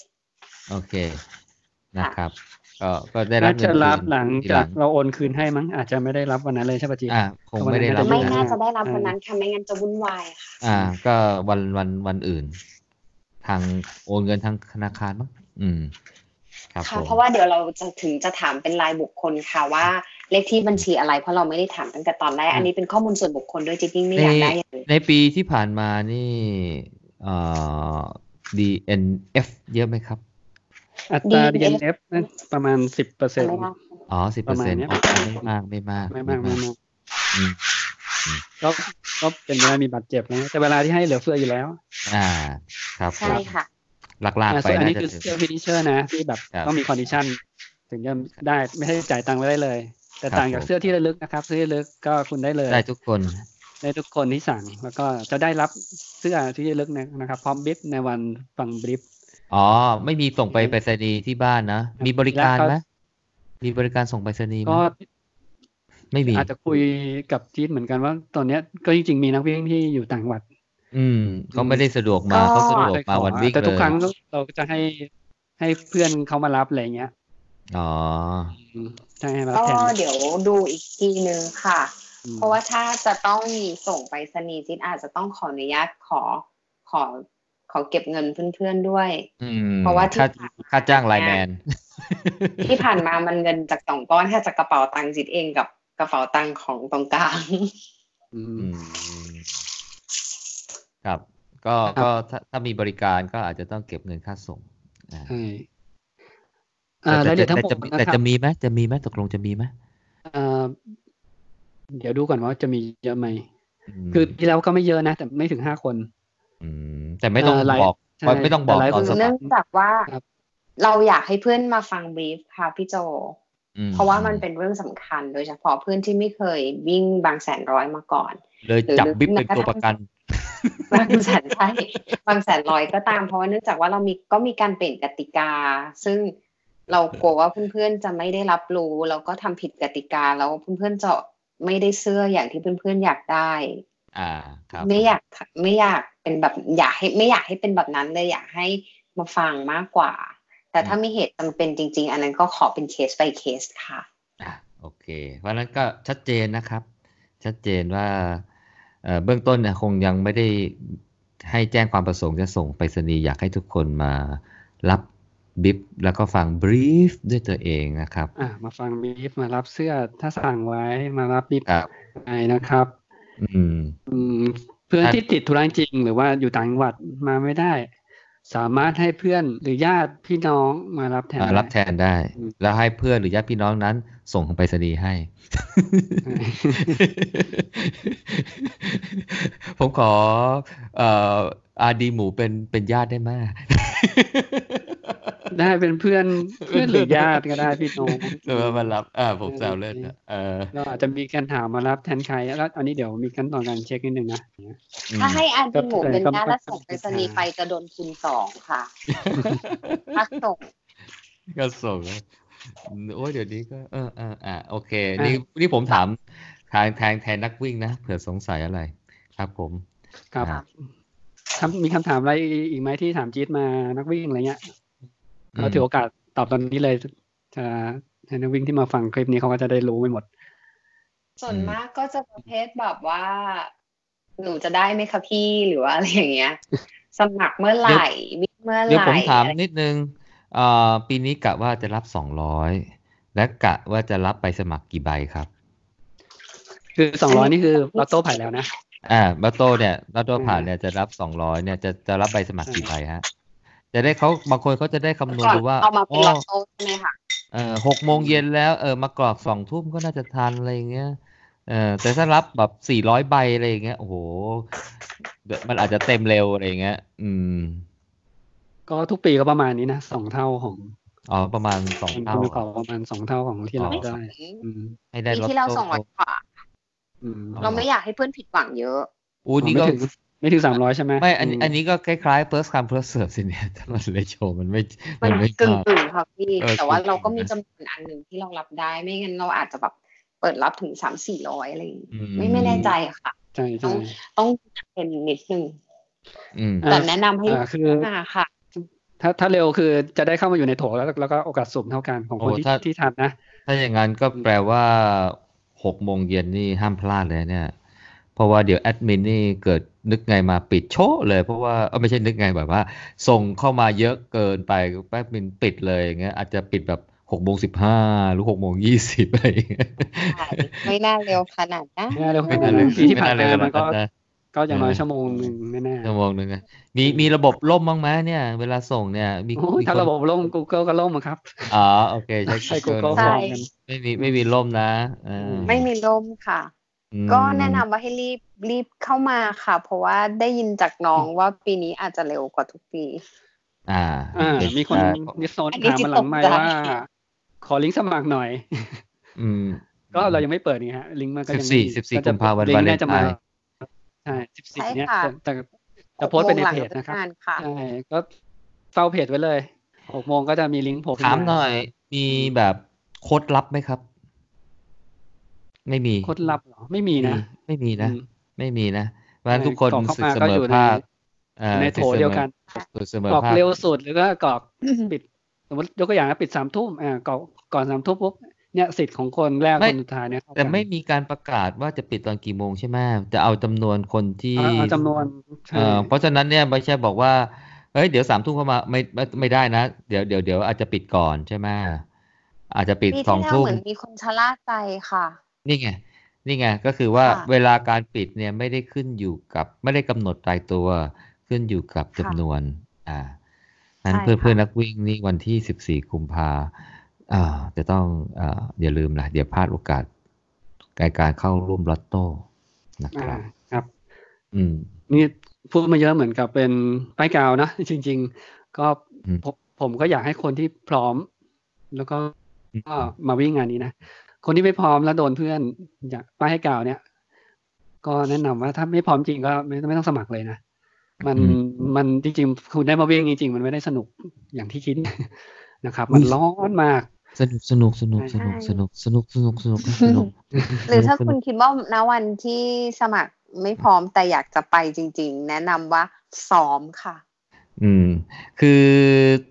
B: โอเค นะครับ ก็ก็ได้รับ
A: น่า
B: เงิ
A: จะ
B: นคืน
A: รับหลัง
B: ที
A: จากเราโอนคืนให้มั้งอาจจะไม่ได้รับวันนั้นเลยใช่ปะจี
B: อ่าคงไม่ได้รับ
A: ก็วันนั้
C: ไม่
B: นะ
C: น่าจะได้รับ
A: เออ
C: วันนั้นค่ะไม่งั้นจะวุ่นวายค่ะ
B: อ่า ก็วันวันวันอื่น ทางโอนเงินทางธนาคารมั้งอืม ครับผ
C: ค่ะ
B: ม
C: เพราะว่าเดี๋ยวเราจะถึงจะถามเป็นรายบุคคลค่ะว่าเลขที่บัญชีอะไรเพราะเราไม่ได้ถามตั้งแต่ตอนแรกอันนี้เป็นข้อมูลส่วนบุคคลด้วยจริงๆไม่อยากได้อย่างอื่น
B: ในปีที่ผ่านมานี่เอ่อ DNF เยอะไหมครับ
A: อัตรา DNF นั่นประมาณสิบเปอร์เซ็นต์
C: ไม่ได้
B: อ๋อสิบ
A: ป
B: เปอ
A: ระ
B: ร์
A: มาณ
B: เซ็นต์
A: เนี้ย
B: ไม่มากไม่มาก
A: ไม่มากไม่มาก
B: อืม
A: ก็ก็เป็นเวลามีบาดเจ็บนะแต่เวลาที่ให้เหลือเฟืออยู่แล้ว
B: อ่า ครับค
C: ใช่
B: รับ
C: ค่ะ
B: หลักๆ
A: อ่ะ
B: ไป
A: ส่วนอัน
B: น่า
A: นี้
B: จะ
A: คือ
B: ถึง
A: เซลฟินิเชอร์นะที่แบบ
B: ครับ
A: ต้องมีคอนดิชันถึงจะได้ไม่ใช่จ่ายตังค์ไว้ได้เลย แต่
B: ครับ
A: ต่างจาก
B: ผม
A: เสื้อที่ระลึกนะครับเสื้อที่ระลึกก็คุณได้เลย
B: ได้ทุกคน
A: ได้ทุกคนที่สั่งแล้วก็จะได้รับเสื้อที่ระลึกนะนะครับ พร้อมบลิฟในวันฟังบลิฟ
B: อ๋อ ไม่มีส่งไปไปรษณีย์ที่บ้านนะ มีบริการไหม
A: แล้วก็
B: มีบริการส่งไปรษณีย์ไหม
A: ก็
B: ไม่มี
A: อาจจะคุยกับจีดเหมือนกันว่า ตอนเนี้ยก็จริงๆมีนักวิ่งที่อยู่ต่างจังหวัด
B: อืมเขาไม่ได้สะดวกมา
C: ก็
B: เขาสะดวกมาวันวิ่ง
A: แต่
B: เล
A: ทุก
B: ย
A: ครั้งเราก็จะให้ให้เพื่อนเขามารับอะไรเงี้ย
B: อ๋อ
A: อืมใช่ให้มารับ
C: ก็
A: แทน
C: เดี๋ยวดูอีกทีนึงค่ะ
A: อืม
C: เพราะว่าถ้าจะต้องมีส่งไปสนีย์จิตอาจจะต้องขออนุญาตขอขอขอเก็บเงินเพื่อนๆด้วย
B: อืม
C: เพราะว่าที่
B: ค่า
C: ผ่าน
B: ค่าจ้างไลน์แมน
C: ที่ผ่านมามันเงินจากสองก้อนแค่จากกระเป๋าตังค์จิตเองกับกระเป๋าตังค์ของตรงกลาง
A: อืม
B: อืมครับ ก็
A: ครับ
B: ก็ถ้าถ้ามีบริการก็อาจจะต้องเก็บเงินค่าส่งอ่า
A: ใช่อ่าแล้วเดี๋ยวทั้งหมดนะ
B: แต่จะแต่
A: ครั
B: จะ
A: บ
B: มีไหมจะมีไหมตกลงจะมีไหม
A: เอ่อเดี๋ยวดูก่อนว่าจะมีเยอะไหม
B: ม
A: คือที่แล้วก็ไม่เยอะนะ แต่ไม่ถึงห้าคน
B: มแต่ไม่ต้อง
A: เอ่อหลาย
B: บอก
A: ใช่
B: ว่าไม่ต้องบอก
A: แต่หลาย
B: ตอน
A: คน
B: ส
C: เนื่
B: มัค
C: อง
B: ร
C: จากว่า
A: ครับ
C: เราอยากให้เพื่อนมาฟังบรีฟค่ะพี่โจ
B: อื
C: เพราะว่ามันเป็นเรื่องสำคัญ โดยเฉพาะเพื่อนที่ไม่เคยวิ่งบางแสนร้อยมาก่อน
B: เลยจับบิ๊บเป็นตัวประกัน
C: บางแสนใช่ บางแสนร้อยก็ตาม เพราะว่าเนื่องจากว่าเรามีก็มีการเปลี่ยนกติกา ซึ่งเรากลัวว่าเพื่อนๆจะไม่ได้รับรู้แล้วก็ทำผิดกติกาแล้วเพื่อนๆจะไม่ได้เสื้ออย่างที่เพื่อนๆอยากได้
B: อ่า ครับ
C: ไม่อยากไม่อยากเป็นแบบอยากให้ไม่อยากให้เป็นแบบนั้นเลยอยากให้มาฟังมากกว่า แต่ถ้ามีเหตุจำเป็นจริง ๆ อันนั้นก็ขอเป็นเคส by เคสค่ะ
B: อ่ะโอเค เพราะฉะนั้นก็ชัดเจนนะครับ ชัดเจนว่าเอ่อเบื้องต้นเนี่ยคงยังไม่ได้ให้แจ้งความประสงค์จะส่งไปรษณีย์อยากให้ทุกคนมารับบิ๊บแล้วก็ฟังบรีฟด้วยตัวเองนะครับ
A: อ่ามาฟังบลิฟมารับเสื้อถ้าสั่งไว้มารับบลิฟ
B: ครับ
A: ไปนะครับ
B: อืม
A: อืมเพื่อน
B: ครับ
A: ที่ติดธุระจริงหรือว่าอยู่ต่างจังหวัดมาไม่ได้ สามารถให้เพื่อนหรือญาติพี่น้องมารับแทน
B: อ่ารับแท
A: ได้
B: นได้
A: อืม
B: แล้วให้เพื่อนหรือญาติพี่น้องนั้น ส่งของไปรษณีย์ให้ ผมขอ เอ่ออาดีหมูเป็นเป็นญาติได้ไหม
A: ได้เป็นเพื่อนเพื่อนหรือญาติก็ได้พี่น้อง
B: เออมารับอ่าผมแซวเล่นนะเออ
A: เราอาจจะมีการถามมารับแทนใครแล้วอันนี้เดี๋ยวมีขั้นตอนการเช็คนิดนึงนะ
B: อืม
C: ถ้าให้อาดีหมู
A: ก็
C: เป็นหน้า
A: ก็
C: และส่งไปสนีย์ไปจะโดนคูณสองค่ะถ้าส่ง
B: ก็ส่งนะอืมโอ้ยเดี๋ยวนี้ก็เออเอออ่าโอเค นี่นี่ผมถามทางแทนแทนนักวิ่งนะเผื่อสงสัยอะไร ครับผม
A: ครับ
B: ครับ
A: ครับมีคำถามอะไรอีกไหมที่ถามจี๊ดมานักวิ่งอะไรเงี้ยเราถือโอกาสตอบตอนนี้เลยจะให้นักวิ่งที่มาฟังคลิปนี้เขาก็จะได้รู้ไปหมด
C: ส่วน
B: อืม
C: มากก็จะประเภทแบบว่า หนูจะได้ไหมคะพี่หรือว่าอะไรอย่างเงี้ย สมัครเมื่อไหร่วิ่งเมื่อไห
B: เดี๋ยว
C: ร่
B: ผมถาม
C: อะไร
B: นิดนึงเอ่อปีนี้กะว่าจะรับสองร้อยและกะว่าจะรับไปสมัครกี่ใบครับ
A: คือสองร้อยนี่คือเราโต้ผ่านแล้วนะ
B: อ่าบัตโต้เนี่ยบัตโต้
A: อืม
B: ผ่านเนี่ยจะรับสองร้อยเนี่ยจะจะรับใบสมัครกี่ใบฮะ จะได้เขาบางคนเขาจะได้คำนวณ
C: ก่อน
B: ดูว่า
C: เอามาเป็น
B: โอ้
C: ล็อตโต้ใช่ไหมคะ
B: เออหกโมงเย็นแล้วเออมากรอกสองทุ่มก็น่าจะทันอะไรอย่างเงี้ยเออแต่ถ้ารับแบบสี่ร้อยใบอะไรอย่างเงี้ยโอ้โหเดี๋ยวมันอาจจะเต็มเร็วอะไรอย่างเงี้ย อืม
A: ก็ทุกปีก็ประมาณนี้นะสองเท่าของ
B: อ๋อประมาณสอง
A: คุณ
B: เท่า
A: ภูเขาประมาณสองเท่าของที่เรา
B: อ๋อ
A: ได้ อืม
B: ให้ได้
C: ปี
B: ลด
C: ที่เรา
B: โต้
C: สองร้อยกว่า
A: อืม
B: อ๋อ
C: เราไม่อยากให้เพื่อนผิดหวังเยอะ
B: อู้นี่ก็
A: ไม่ถึงไม่ถึงสามร้อยใช่ไหม
B: ไม่ อันนี้
A: ม
B: อันนี้ก็คล้ายๆ first come first serve สิเนี่ย ถ้ามันเลยโชว์มันไม่
C: มั
B: มันนไม่
C: กึ่ง
B: มาก
C: กึ่งๆค่ะพี่
B: เออ
C: แต่ว่าเราก็
B: กึ่
C: มี
B: งๆนะ
C: จำนวนอันหนึ่งที่เรารับได้ไม่งั้นเราอาจจะแบบเปิดรับถึงสามสี่ร้อยอะไรอย่างเงี้ย
B: อื
C: ไม่ไม่แน่ใจค่ะ
A: ใช่
C: ต้
A: ใช่
C: องต้องเป็นนิดนึง
B: อืม
C: แต่แนะนำให้
A: อ่าคือ
C: มาค่ะ
A: ถ้าถ้าเร็วคือจะได้เข้ามาอยู่ในโถแล้วแล้วก็โอกาสสุ่มเท่ากันของคน
B: โอ้
A: ที่
B: ถ้า
A: ที่ทันนะ
B: ถ้าอย่างนั้นก็แปลว่าหกโมงเย็นนี่ห้ามพลาดเลยเนี่ย เพราะว่าเดี๋ยวแอดมินนี่เกิดนึกไงมาปิดโชะเลย เพราะว่าเออไม่ใช่นึกไงแบบว่า ส่งเข้ามาเยอะเกินไปแอดมินปิดเลยอย่างเงี้ยอาจจะปิดแบบหกโมงสิบห้าหรือหกโมงยี่สิบอะไรอย่างเงี้ย
C: ไม่น่าเร็วขนาดนั้น
A: ไม่น่าเร็วข
B: ไม่
A: นา
B: น่า
A: ด
B: เร็
A: นั้
B: วน
A: ปีที่ผ่าน
B: ไม่
A: มา
B: น่าเร็ว
A: มันก็
B: ขนาดนั้นนะ
A: ก็อย่างน้อย
B: เออ
A: ชั่วโมงหนึ่งแน่
B: ชั่วโมงหนึ่งอะมีมีระบบล่มบ้างไหมเนี่ย เวลาส่งเนี่ย มี
A: ๆโอ้ย
B: มี
A: ถ้า
B: คน
A: ระบบล่ม Google ก็ล่มอะครับ
B: อ๋อโอเค ใช้
A: ใช้
B: Google
A: Google
C: ใช่
A: ฟอร์ม
B: นะ
A: กัน
B: ไม่มีไม่มีล่มนะเออ
C: ไม่มีร่มค่ะ
B: อืม
C: ก็แนะนำว่าให้รีบรีบเข้ามาค่ะ เพราะว่าได้ยินจากน้องว่าปีนี้อาจจะเร็วกว่าทุกปี
B: อ่า
A: อ่า
B: โอเ
A: มีคน
B: ได้
A: นิสโซน
C: อันนี้
A: ถามมาหลังไม่
C: จิตตกใจ
A: ว่า ขอลิงก์สมัครหน่อย
B: อืม
A: ก็เรายังไม่เปิดนี่ฮะ ลิงก์มันก็ยัง
B: 14
A: ไม่มี
B: 14
A: จะ
B: กุมภาพันธ์
A: ลิงก์น่าจะมาว
B: าเลนไทน์
A: ใช่สิบสี่
C: ใช่
A: เนี้ย
C: ค่ะ
A: จะจะจะโพสต์ไปใน
C: หกโมงห
A: เพจ
C: ลัง
A: นะครับ
C: งานค่ะ
A: ใช่ก็เฝ้าเพจไว้เลยหกโมงก็จะมีลิงก์โผล่ขึ้
B: ถาม
A: ม
B: หน่อย มีแบบโค้ดลับไหมครับ ไม่มี
A: โคตรลับเหรอไม่มีนะ
B: ไม่มีนะ
A: อืม
B: ไม่มีนะเพราะฉะนั้นทุกคน
A: กรอกเข้า
B: สึก
A: มาก็
B: เสม
A: อยู่
B: อ
A: ใน
B: ภาคอ่า
A: ในโถเดียวกัน
B: สึกเสมอก
A: รอก
B: ภาค
A: เร็วสุดหรือก็กรอก ปิดสมมติยกตัวอย่างนะปิดสามทุ่มอ่าก่อนก่อนสามทุ่มปุ๊บเนี่ยสิทธิ์ของคนแรก
B: ไม่
A: คนสุดท้ายเนี่ยเท่ากัน
B: แต่ไม่มีการประกาศว่าจะปิดตอนกี่โมงใช่ไหมจะเอาจำนวนคนที่
A: เอาเอาจำนวนใช่
B: เอ่อเพราะฉะนั้นเนี่ยไม่ใช่บอกว่าเฮ้ยเดี๋ยวสามทุ่มเข้ามาไม่ไม่ไม่ได้นะ เดี๋ยวเดี๋ยวเดี๋ยวอาจจะปิดก่อนใช่ไหมอาจจะปิด
C: ปี
B: สอ
C: ที่
B: ง
C: แล้ว
B: ทุ่ม
C: เหมือนมีคนชะล่าใจค่ะ
B: นี่ไงนี่ไงก็คือว่า
C: ค่ะ
B: เวลาการปิดเนี่ยไม่ได้ขึ้นอยู่กับไม่ได้กำหนดตายตัว ขึ้นอยู่กับจำนวนอ่านั้น
C: ใช่
B: เพื่อน
C: ค่ะ
B: เพื่อนนักวิ่งนี่วันที่สิบสี่14กุมภาอ่าจะต้องอ่าอย่าลืมนะเดี๋ยวพลาดโอกาสในการเข้าร่วมลอตโต้นะค
A: อ่า
B: รับ
A: ครับ
B: อืม
A: นี่พูดมาเยอะเหมือนกับเป็นป้ายกาวนะ จริง ๆ ก็
B: อืม
A: ผมผมก็อยากให้คนที่พร้อม แล้วก็
B: อืม
A: ก็มาวิ่งงานนี้นะ คนที่ไม่พร้อมแล้วโดนเพื่อนอยากป้ายให้กาวเนี่ย ก็แนะนำว่าถ้าไม่พร้อมจริงก็ไม่ไม่ต้องสมัครเลยนะ มันมันจริงๆ คุณได้มาวิ่งจริงๆ มันไม่ได้สนุกอย่างที่คิด นะครับ มันร้อนมาก
B: สนุกสนุกสนุกส
A: ใช่
B: นุกสนุกสนุกสนุกสนุกสนุก
C: หรือถ้า
B: สนุก
C: คุณคิดว่าณวันที่สมัครไม่พร้อมแต่อยากจะไปจริง ๆ แนะนำว่าซ้อมค่ะ
B: อืม คือ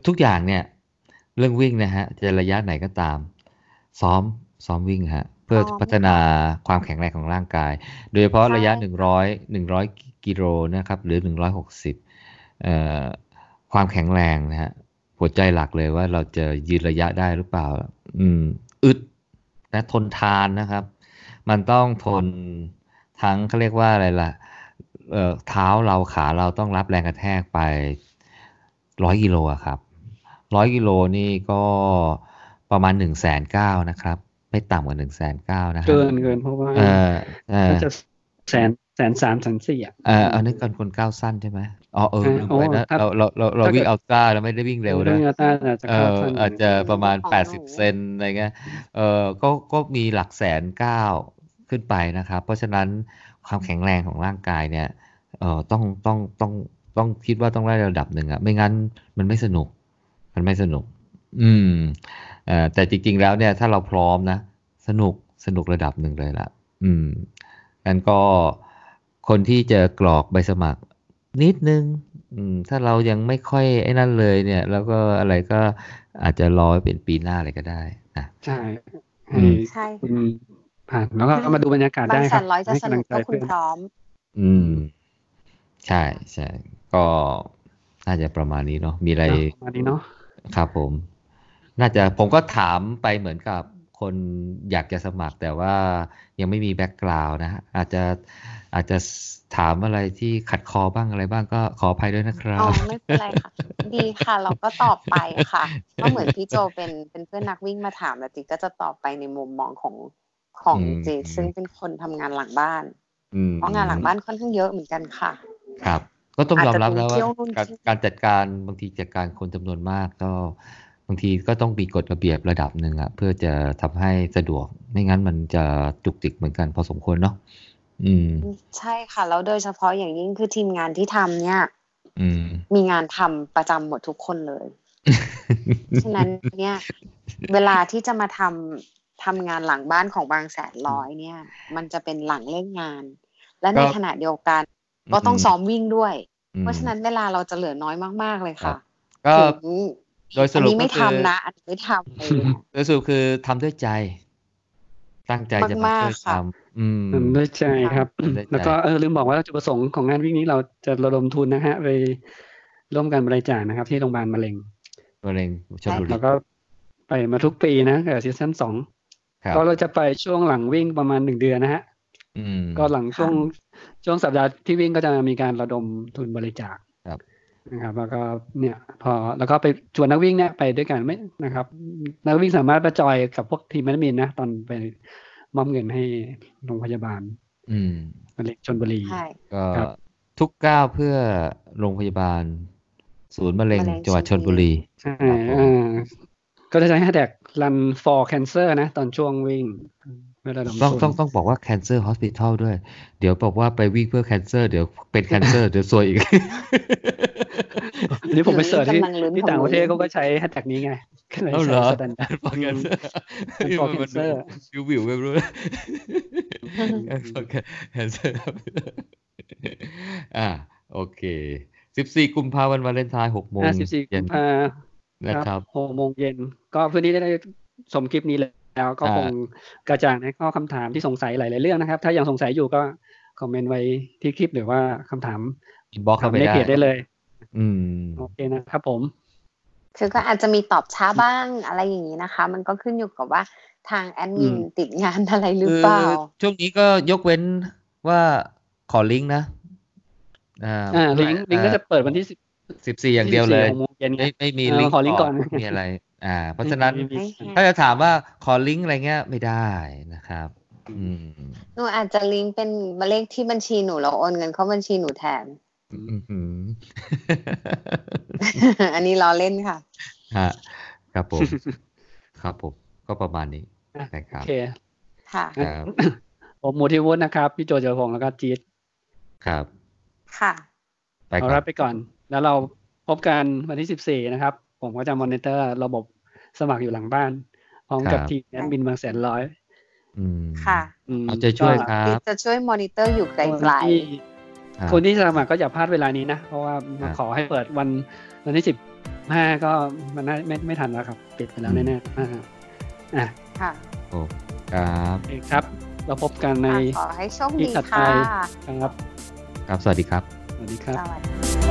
B: ทุกอย่างเนี่ย เรื่องวิ่งนะฮะ จะระยะไหนก็ตาม ซ้อมซ้อมวิ่งฮะ เพื่อ
C: ซ้อม
B: พัฒนาความแข็งแรงของร่างกาย โดยเฉพาะ
C: ใช่
B: ระยะหนึ่งร้อยหนึ่งร้อยกิโลนะครับ หรือหนึ่งร้อยหกสิบเอ่อความแข็งแรงนะฮะ หัวใจหลักเลยว่าเราจะยืนระยะได้หรือเปล่า อืม อึดและทนทานนะครับ มันต้องทนทั้งเขาเรียกว่าอะไรล่ะ เอ่อเท้าเราขาเราต้องรับแรงกระแทกไปร้อยกิโลอะครับร้อยกิโลนี่ก็ประมาณหนึ่งแสนเก้านะครับ ไม่ต่ำกว่าหนึ่งแสนเก้านะฮะ
A: เกินเกินเพราะว่า
B: เออเออ
A: น่าจะแสนแสนสามแสนสี่อ่ะ
B: เออเอานึกก่อนคนก้าวสั้นใช่ไหมอ๋อเออลืมไปนะ
A: โอ้ถ้า
B: เราเราเราเรา
A: ถ้าเกิด
B: วิ่งอัลตร้าเราไม่ได้วิ่งเร็ว
A: เรื่อ
B: นะ
A: งอาต้าอาจจะ
B: เอ
A: เข้า
B: อ
A: ท่าน
B: อาจจะประมาณ
C: ของหนู
B: 80 เซนอะไรเงี้ยเออก็ก็มีหลักแสนเก้าขึ้นไปนะครับ เพราะฉะนั้นความแข็งแรงของร่างกายเนี่ยเออต้องต้องต้องต้องคิดว่าต้องได้ระดับหนึ่งอะไม่งั้นมันไม่สนุก มันไม่สนุก อืมเออแต่จริงๆแล้วเนี่ยถ้าเราพร้อมนะ สนุกสนุกระดับหนึ่งเลยละอืมงั้นก็คนที่จะกรอกใบสมัคร นิดนึงอืมถ้าเรายังไม่ค่อยไอ้นั่นเลยเนี่ย แล้วก็อะไรก็อาจจะรอให้เป็นปีหน้าเลยก็ได้นะ
A: ใช่
B: อื
A: ให้
B: ม
C: ใช่
A: คุณผ่านแล้วก็มาดูบรรยากาศ
C: บา
A: ได้
C: ง
A: ค
C: แส
A: รับ
C: นร้อยจะ
A: ให้
C: ส
A: กำ
C: นุ
A: ลั
C: ก
A: งใจ
C: ถ้าคุ
A: เพื่
C: ณ
A: อน
C: พร้อม
B: อืม ใช่ใช่ก็น่าจะประมาณนี้เนาะมีอะไร
A: เนาะประมาณนี้เนาะ
B: ครับผม น่าจะผมก็ถามไปเหมือนกับคนอยากจะสมัคร แต่ว่ายังไม่มีแบ็กกราวน์นะฮะอาจจะอาจจะถามอะไรที่ขัดคอบ้างอะไรบ้างก็ขออภัยด้วยนะครั
C: อ๋อบ ไม่เป็นไรค่ะ ดีค่ะ เราก็ตอบไปค่ะก็เหมือนพี่โจเป็นเป็นเพื่อนนักวิ่งมาถามแล้วติ๊กก็จะตอบไปในมุมมองของของ
B: อืม
C: เจซึ่งเป็นคนทำงานหลังบ้าน
B: อืม
C: เพราะงานหลังบ้านค่อนข้างเยอะเหมือนกันค่ะ
B: ครับ ก็ต้องยอมรับแล้ว
C: อาจจะดู
B: ว่า
C: เที่ยวนู่น
B: การ
C: เที่ยวนี่
B: การจัดการบางทีจัดการคนจำนวนมากก็บางทีก็ต้องมีกฎระเบียบระดับหนึ่งอะเพื่อจะทำให้สะดวก ไม่งั้นมันจะจุกจิกเหมือนกันพอสมควรเนาะอืม
C: ใช่ค่ะ แล้วโดยเฉพาะอย่างยิ่งคือทีมงานที่ทำเนี่ย
B: อืม
C: มีงานทำประจำหมดทุกคนเลย ฉะนั้นเนี่ย เวลาที่จะมาทำทำงานหลังบ้านของบางแสนร้อยเนี่ย มันจะเป็นหลังเลิกงาน และใน
B: ก็
C: ขณะเดียวกัน ก็ต้องซ้อมวิ่งด้วย
B: อืม
C: เพราะฉะนั้นเวลาเราจะเหลือน้อยมาก ๆ เลยค่ะ
B: ครับ ก็
C: ถึง
B: โดยส
C: อัน
B: รุป
C: นี้ไม่
B: ก็คื
C: ท
B: อ
C: ำนะ อันนี้ไม่ทำอะไรอย่างเงี้ย
B: โดยสรุปคือทำด้วยใจ ตั้งใจจะมาช่ว
C: มาก
B: ย
C: ๆค่ะ
B: ทำอืม
A: อืมด้วยใจครับ
B: อืมด้วยใจ
A: แล้วก็เออลืมบอกว่าจุดประสงค์ของงานวิ่งนี้เราจะระดมทุนนะฮะไปร่วมกันบริจาคนะครับ ที่โรงพยาบาลมะเร็ง
B: มะเร็งชลบุรี
A: แล้วก็ไปมาทุกปีนะกับซีซั่นสอง
B: ครับ
A: ก็เราจะไปช่วงหลังวิ่งประมาณหนึ่งเดือนนะฮะ
B: อืม
A: ก็หลังช่วงช่วงสัปดาห์ที่วิ่งก็จะมีการระดมทุนบริจาค
B: ครับ
A: นะครับแล้วก็เนี่ยพอแล้วก็ไปชวนนักวิ่งเนี่ยไปด้วยกันไหมนะครับ นักวิ่งสามารถประจอยกับพวกทีมแอดมินนะตอนไปมอบเงินให้โรงพยาบาล
B: อืม
A: แม่เหล็กชนบุรี
C: ใช่
B: ก็
A: ครับ
B: ทุกก้าวเพื่อโรงพยาบาล ศูนย์มะเร็ง
C: มะเร็ง
B: จังหวัดช
C: ชล
B: ล
C: บุ
B: บุ
C: รี
B: รี
A: ใช่
B: ครับผม
A: เออก็จะใช้แฮชแท็ก run for cancer นะ ตอนช่วงวิ่งเวลาลง
B: ต้อง
A: ทุน
B: ต้องต้องบอกว่า cancer hospital ด้วย เดี๋ยวบอกว่าไปวิ่งเพื่อ cancer เดี๋ยวเป็น cancer เดี๋ยวซวยอีก
A: อันนี้ผมไปเสิร์ชที่
C: กำลังลุ้น
A: ที่ต่างประเทศ
C: กำลังลุ้
A: เขาก็
C: น
A: ใช้แฮชแท็กนี้ไงก็เลย
B: เอาเหร
A: ใช้
B: อ
A: สแตนดาร์ด
B: for
A: อืม
B: cancer
A: เป็น for cancer
B: วิววิวไปรู้
A: อืม
B: for cancer อ่าโอเค 14 กุมภาพันธ์วาเลนไทน์6โมง
A: ห้าสิบสี่
B: เย็น
A: พา
B: นะครับ
A: หกโมงเย็น ก็เพื่อนที่ได้ชมคลิปนี้แล้วก็
B: อ่า
A: คงกระจ่างในข้อคำถามที่สงสัยหลาย ๆ เรื่องนะครับ ถ้ายังสงสัยอยู่ก็คอมเมนต์ไว้ที่คลิปหรือว่าคำถาม
B: อินบ็อกเข้า
A: ถาม
B: ไป
A: ใน
B: ได้
A: เพจได้เลย
B: อืม
A: โอเคนะครับผม
C: คือก็อาจจะมีตอบช้าบ้างอะไรอย่างนี้นะคะ มันก็ขึ้นอยู่กับว่าทางแอดมิน
A: อืม
C: ติดงานอะไรหรือเปล่า
B: ช่วงนี้ก็ยกเว้นว่าขอลิงก์นะอ่า
A: อ่าลิงก์ลิงก์ก็จะเปิดวันที่สิบ
B: สิบสี่อย่างเดียวเลย
A: หกโมงเย็นไง
B: ไม่ไม่มี
A: เออ
B: ลิงก์
A: ขอลิงก์ก่อน
B: ไม่มีอะไร อ่า เพราะฉะนั้น
A: ไม่มี
C: ให้
B: ถ้าจะถามว่าขอลิงก์อะไรเงี้ยไม่ได้นะครับ อืม
C: หนูอาจจะลิงก์เป็นเลขที่บัญชีหนูแล้วโอนเงินเข้าบัญชีหนูแทน
B: อื้อหือ
C: อันนี้ล้อเล่นค่ะ
B: ฮะครับผม ครับผม ก็ประมาณนี้นะ
A: โอ
B: ครับ
A: เค
C: ค่ะ
B: ครับ
A: ผมมูทิวุฒินะครับ พี่โจเจอพงษ์แล้วก็จี๊ด
B: ครับ
C: ค่ะ
B: ไป
A: เอา
B: ก่อ
A: รั
B: น
A: บไปก่อน แล้วเราพบกันวันที่สิบสี่นะครับ ผมก็จะมอนิเตอร์ระบบสมัครอยู่หลังบ้าน พร้อมกับทีมแอดมินบางแสนร้อย
B: อืม
C: ค่ะ
A: อืม
B: เอาใจช่วยค
A: ก็
B: รั
C: ที่
B: บ
C: จะช่วยมอนิเตอร์อยู่ไกล
A: คนที่
B: ค
A: คนที่
B: รับ
A: สมัครก็อย่าพลาดเวลานี้นะ เพราะว่า
B: ครับ
A: ขอให้เปิดวันวันที่สิบห้าก็มันน่าไม่ไม่ทันแล้วครับปิดไปแล้วแน่ๆอ่าอ่ะ
C: ๆ ค่ะ
B: ผมครับ
A: โอเคครับ เราพบกันใน
C: อ่ะขอให้โชคดี
A: ที่ถัดไป
C: ค่ะ
A: ครับ
B: ครับ สวัสดีครับ
A: สวัสดีครับ
C: สวัสดีค่ะ